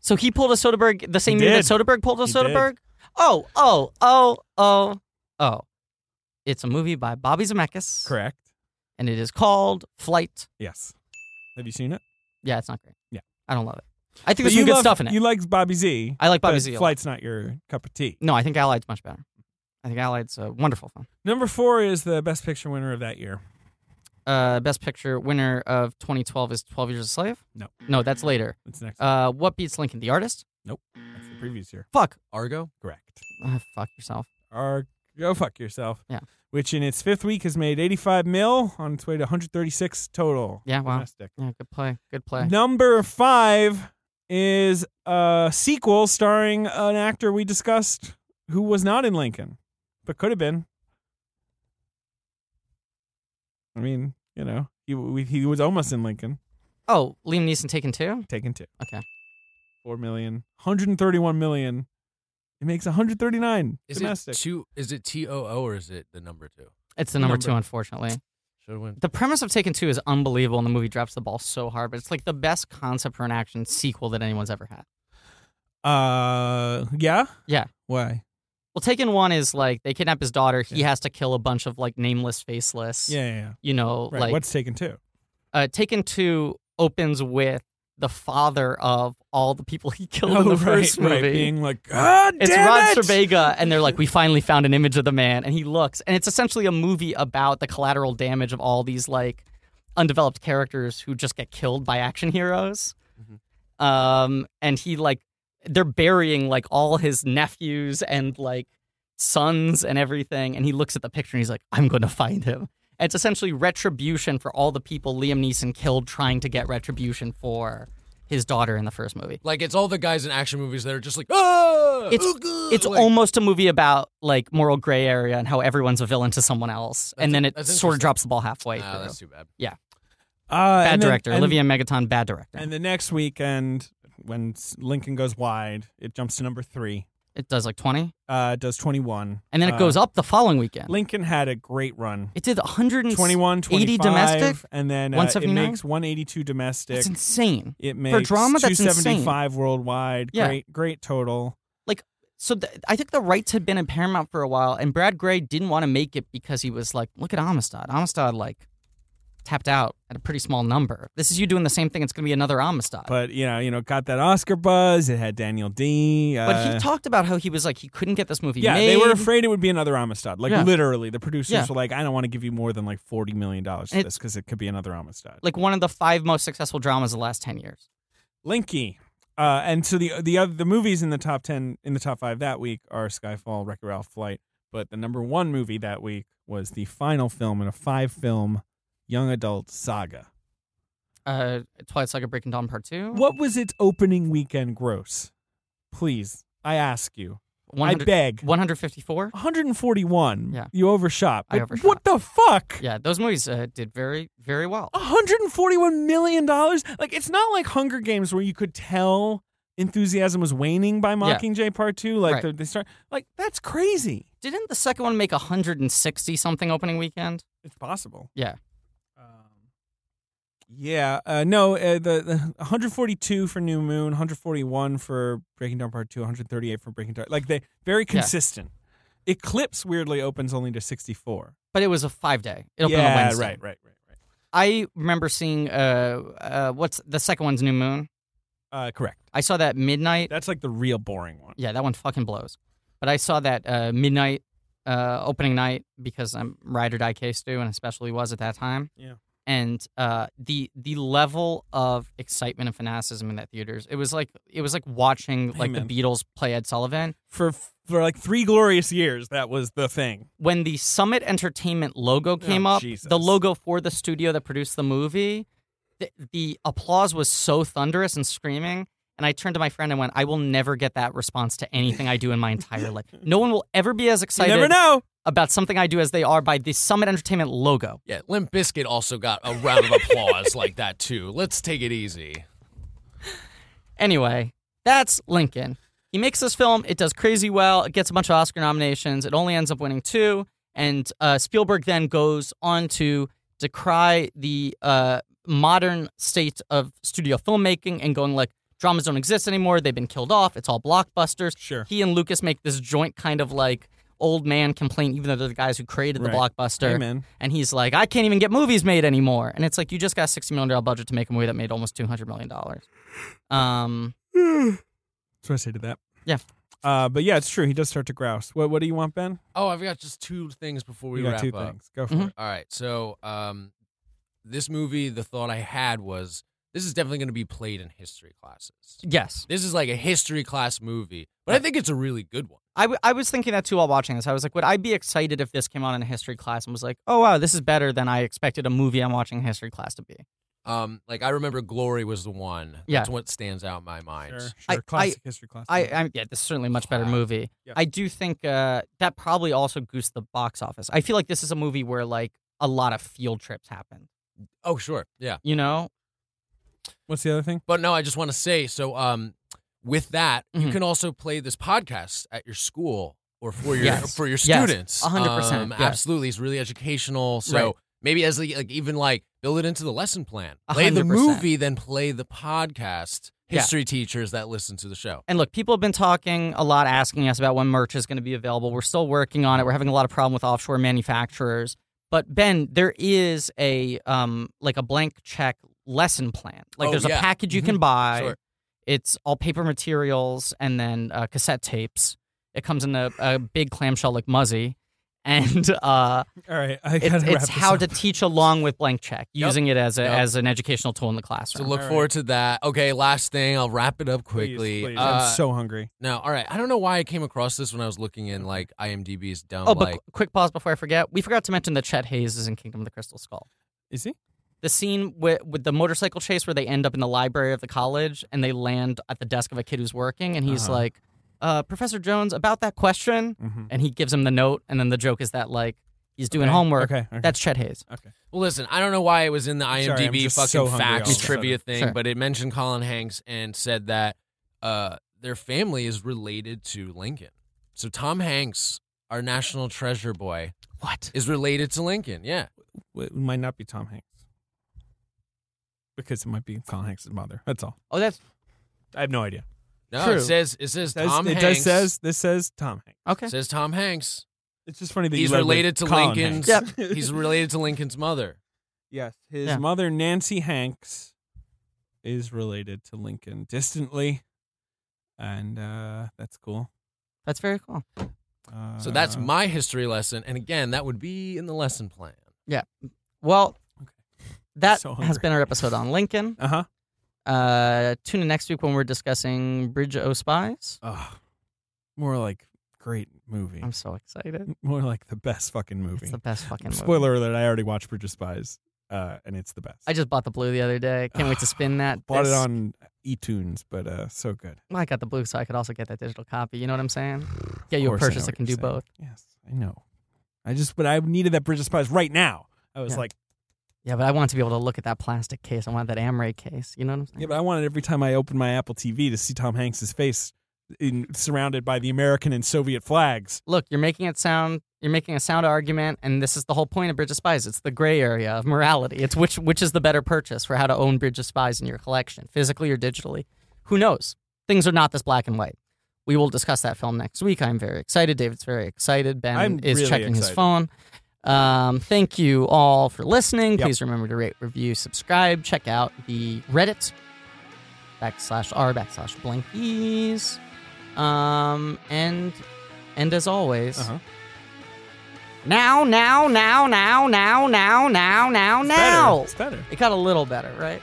Speaker 2: So he pulled a Soderbergh the same year that
Speaker 3: did.
Speaker 2: Soderbergh pulled a
Speaker 3: He did.
Speaker 2: Soderbergh? Oh, oh, oh, oh, oh. It's a movie by Bobby Zemeckis.
Speaker 3: Correct.
Speaker 2: And it is called Flight.
Speaker 3: Yes. Have you seen it?
Speaker 2: Yeah, it's not great.
Speaker 3: Yeah.
Speaker 2: I don't love it. I think
Speaker 3: But
Speaker 2: there's some
Speaker 3: you
Speaker 2: good
Speaker 3: love-
Speaker 2: stuff in it.
Speaker 3: You like Bobby Z.
Speaker 2: I like Bobby
Speaker 3: but
Speaker 2: Z. a lot.
Speaker 3: Flight's not your cup of tea.
Speaker 2: No, I think Allied's much better. I think Allied's a wonderful film.
Speaker 3: Number four is the best picture winner of that year.
Speaker 2: Uh, Best Picture winner of 2012 is 12 Years a Slave?
Speaker 3: No.
Speaker 2: No, that's later.
Speaker 3: It's next.
Speaker 2: Uh, what beats Lincoln? The Artist?
Speaker 3: That's the previous year.
Speaker 2: Fuck.
Speaker 5: Argo.
Speaker 3: Correct.
Speaker 2: Ah, fuck yourself.
Speaker 3: Or go fuck yourself.
Speaker 2: Yeah.
Speaker 3: Which in its fifth week has made 85 mil on its way to 136 total.
Speaker 2: Yeah, wow.
Speaker 3: Domestic.
Speaker 2: Yeah, good play. Good play.
Speaker 3: Number five is a sequel starring an actor we discussed who was not in Lincoln, but could have been. I mean, you know, he, we- he was almost in Lincoln.
Speaker 2: Oh, Liam Neeson taken two?
Speaker 3: Taken two.
Speaker 2: Okay.
Speaker 3: Four million. 131 million. It makes 139
Speaker 5: Is
Speaker 3: domestic.
Speaker 5: it two? Is it T O O or is it the number two?
Speaker 2: It's the number,
Speaker 3: Number.
Speaker 2: two, unfortunately.
Speaker 5: Should win.
Speaker 2: The premise of Taken Two is unbelievable, and the movie drops the ball so hard. But it's like the best concept for an action sequel that anyone's ever had.
Speaker 3: uh, yeah?
Speaker 2: Yeah.
Speaker 3: Why?
Speaker 2: Well, Taken One is like they kidnap his daughter. He has to kill a bunch of like nameless, faceless.
Speaker 3: Yeah, yeah, yeah.
Speaker 2: You know,
Speaker 3: Right.
Speaker 2: like
Speaker 3: What's taken two?
Speaker 2: uh, Taken Two opens with the father of all the people he killed in the
Speaker 3: Oh, right,
Speaker 2: first movie.
Speaker 3: right. Being like, God
Speaker 2: It's
Speaker 3: damn
Speaker 2: Rod
Speaker 3: it!
Speaker 2: Servega, and they're like, we finally found an image of the man, and he looks, and it's essentially a movie about the collateral damage of all these like undeveloped characters who just get killed by action heroes. Um, and he like they're burying like all his nephews and like sons and everything, and he looks at the picture and he's like, I'm going to find him. And it's essentially retribution for all the people Liam Neeson killed trying to get retribution for his daughter in the first movie.
Speaker 5: Like it's all the guys in action movies that are just like, ah,
Speaker 2: It's-
Speaker 5: ooh, good,"
Speaker 2: it's
Speaker 5: like,
Speaker 2: almost a movie about like moral gray area and how everyone's a villain to someone else, and then it
Speaker 5: that's
Speaker 2: sort of
Speaker 5: interesting.
Speaker 2: drops the ball halfway
Speaker 5: Ah,
Speaker 2: through.
Speaker 5: that's too bad.
Speaker 3: Uh,
Speaker 2: Bad
Speaker 3: and then-
Speaker 2: director,
Speaker 3: and-
Speaker 2: Olivia Megaton, bad director.
Speaker 3: And the next weekend, when S- Lincoln goes wide, it jumps to number three.
Speaker 2: it does like twenty,
Speaker 3: Uh, it does 21.
Speaker 2: and then it
Speaker 3: Uh,
Speaker 2: goes up the following weekend.
Speaker 3: Lincoln had a great run.
Speaker 2: it did 121.
Speaker 3: 21,
Speaker 2: 80
Speaker 3: 25,
Speaker 2: domestic,
Speaker 3: and then uh, it
Speaker 2: 179?
Speaker 3: makes 182 domestic.
Speaker 2: It's insane.
Speaker 3: It makes
Speaker 2: drama, that's insane.
Speaker 3: 275 worldwide.
Speaker 2: Yeah.
Speaker 3: Great, great total.
Speaker 2: So th- I think the rights had been in Paramount for a while, and Brad Gray didn't want to make it because he was like, "Look at Amistad. Amistad like tapped out at a pretty small number. This is you doing the same thing. It's going to be another Amistad."
Speaker 3: But you know, you know, got that Oscar buzz. It had Daniel D. Uh,
Speaker 2: But he talked about how he was like he couldn't get this movie
Speaker 3: yeah,
Speaker 2: made.
Speaker 3: they were afraid it would be another Amistad. Like
Speaker 2: Yeah.
Speaker 3: literally, the producers
Speaker 2: Yeah.
Speaker 3: were like, "I don't want to give you more than like forty million dollars for
Speaker 2: And it-
Speaker 3: this because it could be another Amistad."
Speaker 2: like one of the five most successful dramas of the last 10 years.
Speaker 3: Linky. Uh, and so the the other the movies in the top ten in the top five that week are Skyfall, Wreck-It Ralph, Flight. But the number one movie that week was the final film in a five film young adult saga.
Speaker 2: Uh, Twilight Saga Breaking Dawn Part 2.
Speaker 3: What was its opening weekend gross? Please, I ask you, I
Speaker 2: 100
Speaker 3: beg.
Speaker 2: 154.
Speaker 3: 141.
Speaker 2: Yeah.
Speaker 3: You overshot.
Speaker 2: I
Speaker 3: but
Speaker 2: overshot.
Speaker 3: What the fuck?
Speaker 2: Yeah, those movies uh, did very, very well.
Speaker 3: 141 million dollars like it's not like hunger games where you could tell enthusiasm was waning by mockingjay part two like
Speaker 2: Right.
Speaker 3: they- they start like that's crazy
Speaker 2: Didn't the second one make 160 something opening weekend?
Speaker 3: it's possible
Speaker 2: Yeah.
Speaker 3: um, Yeah, uh, no, uh, the, the 142 for New Moon, 141 for Breaking Down Part 2, 138 for Breaking Down. Like they very consistent. Eclipse weirdly opens only to 64.
Speaker 2: But it was a five day. It opened on
Speaker 3: yeah,
Speaker 2: Wednesday.
Speaker 3: right, right, right,
Speaker 2: I remember seeing uh, uh, what's the second one's New Moon.
Speaker 3: right. Uh, correct.
Speaker 2: I saw that midnight.
Speaker 3: That's like the real boring one.
Speaker 2: yeah, that one fucking blows. But I saw that uh, midnight uh, opening night because I'm ride or die case too, and especially was at that time.
Speaker 3: Yeah.
Speaker 2: And uh, the the level of excitement and fanaticism in that theaters, it was like it was like watching like
Speaker 3: man.
Speaker 2: the Beatles play Ed Sullivan.
Speaker 3: For for like three glorious years, that was the thing.
Speaker 2: When the Summit Entertainment logo came up,
Speaker 3: Oh, Jesus.
Speaker 2: the logo for the studio that produced the movie, the, the applause was so thunderous and screaming. And I turned to my friend and went, "I will never get that response to anything I do in my entire life. No one will ever be as
Speaker 3: You
Speaker 2: excited
Speaker 3: never know.
Speaker 2: about something I do as they are by the Summit Entertainment logo.
Speaker 5: Yeah, Limp Biscuit also got a round of applause like that too. Let's take it easy.
Speaker 2: Anyway, that's Lincoln. He makes this film. It does crazy well. It gets a bunch of Oscar nominations. It only ends up winning two. And uh, Spielberg then goes on to decry the uh, modern state of studio filmmaking and going like, dramas don't exist anymore. They've been killed off. It's all blockbusters.
Speaker 3: Sure.
Speaker 2: He and Lucas make this joint kind of like old man complaint, even though they're the guys who created the
Speaker 3: Right.
Speaker 2: blockbuster.
Speaker 3: Hey, man.
Speaker 2: and he's like, I can't even get movies made anymore. And it's like, you just got a sixty million dollar budget to make a movie that made almost two hundred million dollars. Um,
Speaker 3: That's what I say to that.
Speaker 2: Yeah.
Speaker 3: Uh, but yeah, it's true. He does start to grouse. What What do you want, Ben?
Speaker 5: Oh, I've got just two things before we
Speaker 3: you got
Speaker 5: wrap
Speaker 3: two
Speaker 5: up.
Speaker 3: things. Go for
Speaker 2: Mhm.
Speaker 3: it.
Speaker 5: All right, so um, this movie, the thought I had was this is definitely going to be played in history classes.
Speaker 2: yes,
Speaker 5: This is like a history class movie, but I think it's a really good one.
Speaker 2: I, w- I was thinking that too while watching this. I was like, would I be excited if this came on in a history class and was like, oh wow, this is better than I expected a movie I'm watching in history class to be.
Speaker 5: Um, like I remember, Glory was the one.
Speaker 2: Yeah.
Speaker 5: That's what stands out in my mind.
Speaker 3: Sure, sure.
Speaker 2: I-
Speaker 3: classic history class.
Speaker 2: I, I yeah, this is certainly a much better
Speaker 5: Wow.
Speaker 2: movie.
Speaker 3: Yep.
Speaker 2: I do think uh, that probably also goosed the box office. I feel like this is a movie where like a lot of field trips happen.
Speaker 5: Oh, sure, yeah.
Speaker 2: You know,
Speaker 3: What's the other thing?
Speaker 5: But no, I just want to say so. Um, with that, you
Speaker 2: Mhm.
Speaker 5: can also play this podcast at your school or for your
Speaker 2: Yes.
Speaker 5: for your
Speaker 2: Yes.
Speaker 5: students.
Speaker 2: A hundred percent,
Speaker 5: Um,
Speaker 2: yes.
Speaker 5: Absolutely, it's really educational. So
Speaker 2: Right.
Speaker 5: maybe as like, like even like build it into the lesson plan.
Speaker 2: A
Speaker 5: Play the
Speaker 2: hundred percent.
Speaker 5: movie, then play the podcast.
Speaker 2: Yeah.
Speaker 5: History teachers that listen to the show.
Speaker 2: And look, people have been talking a lot, asking us about when merch is going to be available. We're still working on it. We're having a lot of problem with offshore manufacturers. But Ben, there is a um like a blank check lesson plan. Like
Speaker 5: Oh,
Speaker 2: there's
Speaker 5: yeah.
Speaker 2: a package you
Speaker 3: Mm-hmm.
Speaker 5: Mhm.
Speaker 2: can buy.
Speaker 5: Sure.
Speaker 2: It's all paper materials and then uh, cassette tapes. It comes in a, a big clamshell like Muzzy. And uh,
Speaker 3: All right, I
Speaker 2: it's,
Speaker 3: gotta wrap
Speaker 2: it's
Speaker 3: this
Speaker 2: how
Speaker 3: up.
Speaker 2: to teach along with blank check,
Speaker 5: Yep.
Speaker 2: using it as a,
Speaker 5: Yep.
Speaker 2: as an educational tool in the
Speaker 5: So
Speaker 2: classroom.
Speaker 5: look
Speaker 3: All right.
Speaker 5: forward to that. Okay, last thing. I'll wrap it up
Speaker 3: Please,
Speaker 5: quickly.
Speaker 3: please.
Speaker 5: Uh,
Speaker 3: I'm so hungry.
Speaker 5: No, all right. I don't know why I came across this when I was looking in like IMDb's dumb
Speaker 2: oh, but
Speaker 5: like
Speaker 2: qu- quick pause before I forget. We forgot to mention that Chet Hayes is in Kingdom of the Crystal Skull.
Speaker 3: Is he?
Speaker 2: the scene with, with the motorcycle chase where they end up in the library of the college and they land at the desk of a kid who's working and he's
Speaker 3: Uh-huh.
Speaker 2: like uh, professor jones about that question
Speaker 3: Mm-hmm.
Speaker 2: and he gives him the note and then the joke is that like he's doing homework
Speaker 3: Okay. okay.
Speaker 2: that's chet hayes
Speaker 5: Well, listen, I don't know why it was in the
Speaker 3: I'm sorry, I'm
Speaker 5: IMDb
Speaker 3: just
Speaker 5: fucking
Speaker 3: so hungry all
Speaker 5: facts
Speaker 3: of a
Speaker 5: trivia thing,
Speaker 2: Sure.
Speaker 5: but it mentioned Colin Hanks and said that uh, their family is related to Lincoln. So Tom Hanks, our national treasure boy,
Speaker 2: what
Speaker 5: is related to Lincoln. Yeah.
Speaker 3: Well, it might not be Tom Hanks because it might be Colin Hanks' mother. That's all.
Speaker 2: oh that's
Speaker 3: I have no idea.
Speaker 5: No,
Speaker 2: True.
Speaker 5: it says it says
Speaker 3: Says-
Speaker 5: Tom
Speaker 3: it
Speaker 5: Hanks
Speaker 3: does says this says Tom Hanks.
Speaker 2: okay
Speaker 5: says Tom Hanks.
Speaker 3: It's just funny that
Speaker 5: He's
Speaker 3: you led with
Speaker 5: related to
Speaker 3: Colin
Speaker 5: Lincoln's.
Speaker 3: Hanks.
Speaker 5: He's related to Lincoln's mother.
Speaker 3: yes. His
Speaker 2: Yeah.
Speaker 3: mother Nancy Hanks is related to Lincoln distantly, and uh, that's cool.
Speaker 2: that's very cool
Speaker 3: Uh,
Speaker 5: So that's my history lesson, and again, that would be in the lesson plan.
Speaker 2: well
Speaker 3: Okay.
Speaker 2: that
Speaker 3: So
Speaker 2: has
Speaker 3: hungry.
Speaker 2: been our episode on lincoln
Speaker 3: uh huh.
Speaker 2: uh, tune in next week when we're discussing bridge o spies
Speaker 3: Oh, more like great movie.
Speaker 2: i'm so excited
Speaker 3: More like the best fucking movie.
Speaker 2: it's the best fucking movie.
Speaker 3: Spoiler alert! I already watched Bridge of Spies, uh, and it's the best.
Speaker 2: i just bought the blue the other day can't wait to spin that
Speaker 3: bought it
Speaker 2: This-
Speaker 3: on eTunes, but uh, so good.
Speaker 2: Well, I got the blue, so I could also get that digital copy. You know what I'm saying? Get
Speaker 3: Of
Speaker 2: you a
Speaker 3: course I know
Speaker 2: purchase that
Speaker 3: what
Speaker 2: can do
Speaker 3: you're saying.
Speaker 2: both.
Speaker 3: Yes, I know. I just, but I needed that Bridge of Spies right now. I was
Speaker 2: Yeah.
Speaker 3: like,
Speaker 2: Yeah, but I want to be able to look at that plastic case. I want that Amray case. You know what I'm saying?
Speaker 3: yeah, but I wanted every time I opened my Apple TV to see Tom Hanks's face in, surrounded by the American and Soviet flags.
Speaker 2: Look, you're making it sound you're making a sound argument, and this is the whole point of Bridge of Spies. It's the gray area of morality. It's which which is the better purchase for how to own Bridge of Spies in your collection, physically or digitally. Who knows? Things are not this black and white. We will discuss that film next week. I'm very excited. David's very excited. Ben
Speaker 3: I'm
Speaker 2: is
Speaker 3: really
Speaker 2: checking his
Speaker 3: excited.
Speaker 2: phone. Um, thank you all for listening.
Speaker 3: Yep.
Speaker 2: Please remember to rate, review, subscribe. Check out the Reddit backslash r backslash blankies. Um, and and as always,
Speaker 3: Uh-huh.
Speaker 2: now, now, now, now, now, now, now, now, now.
Speaker 3: It's better. It's better.
Speaker 2: It got a little better, right?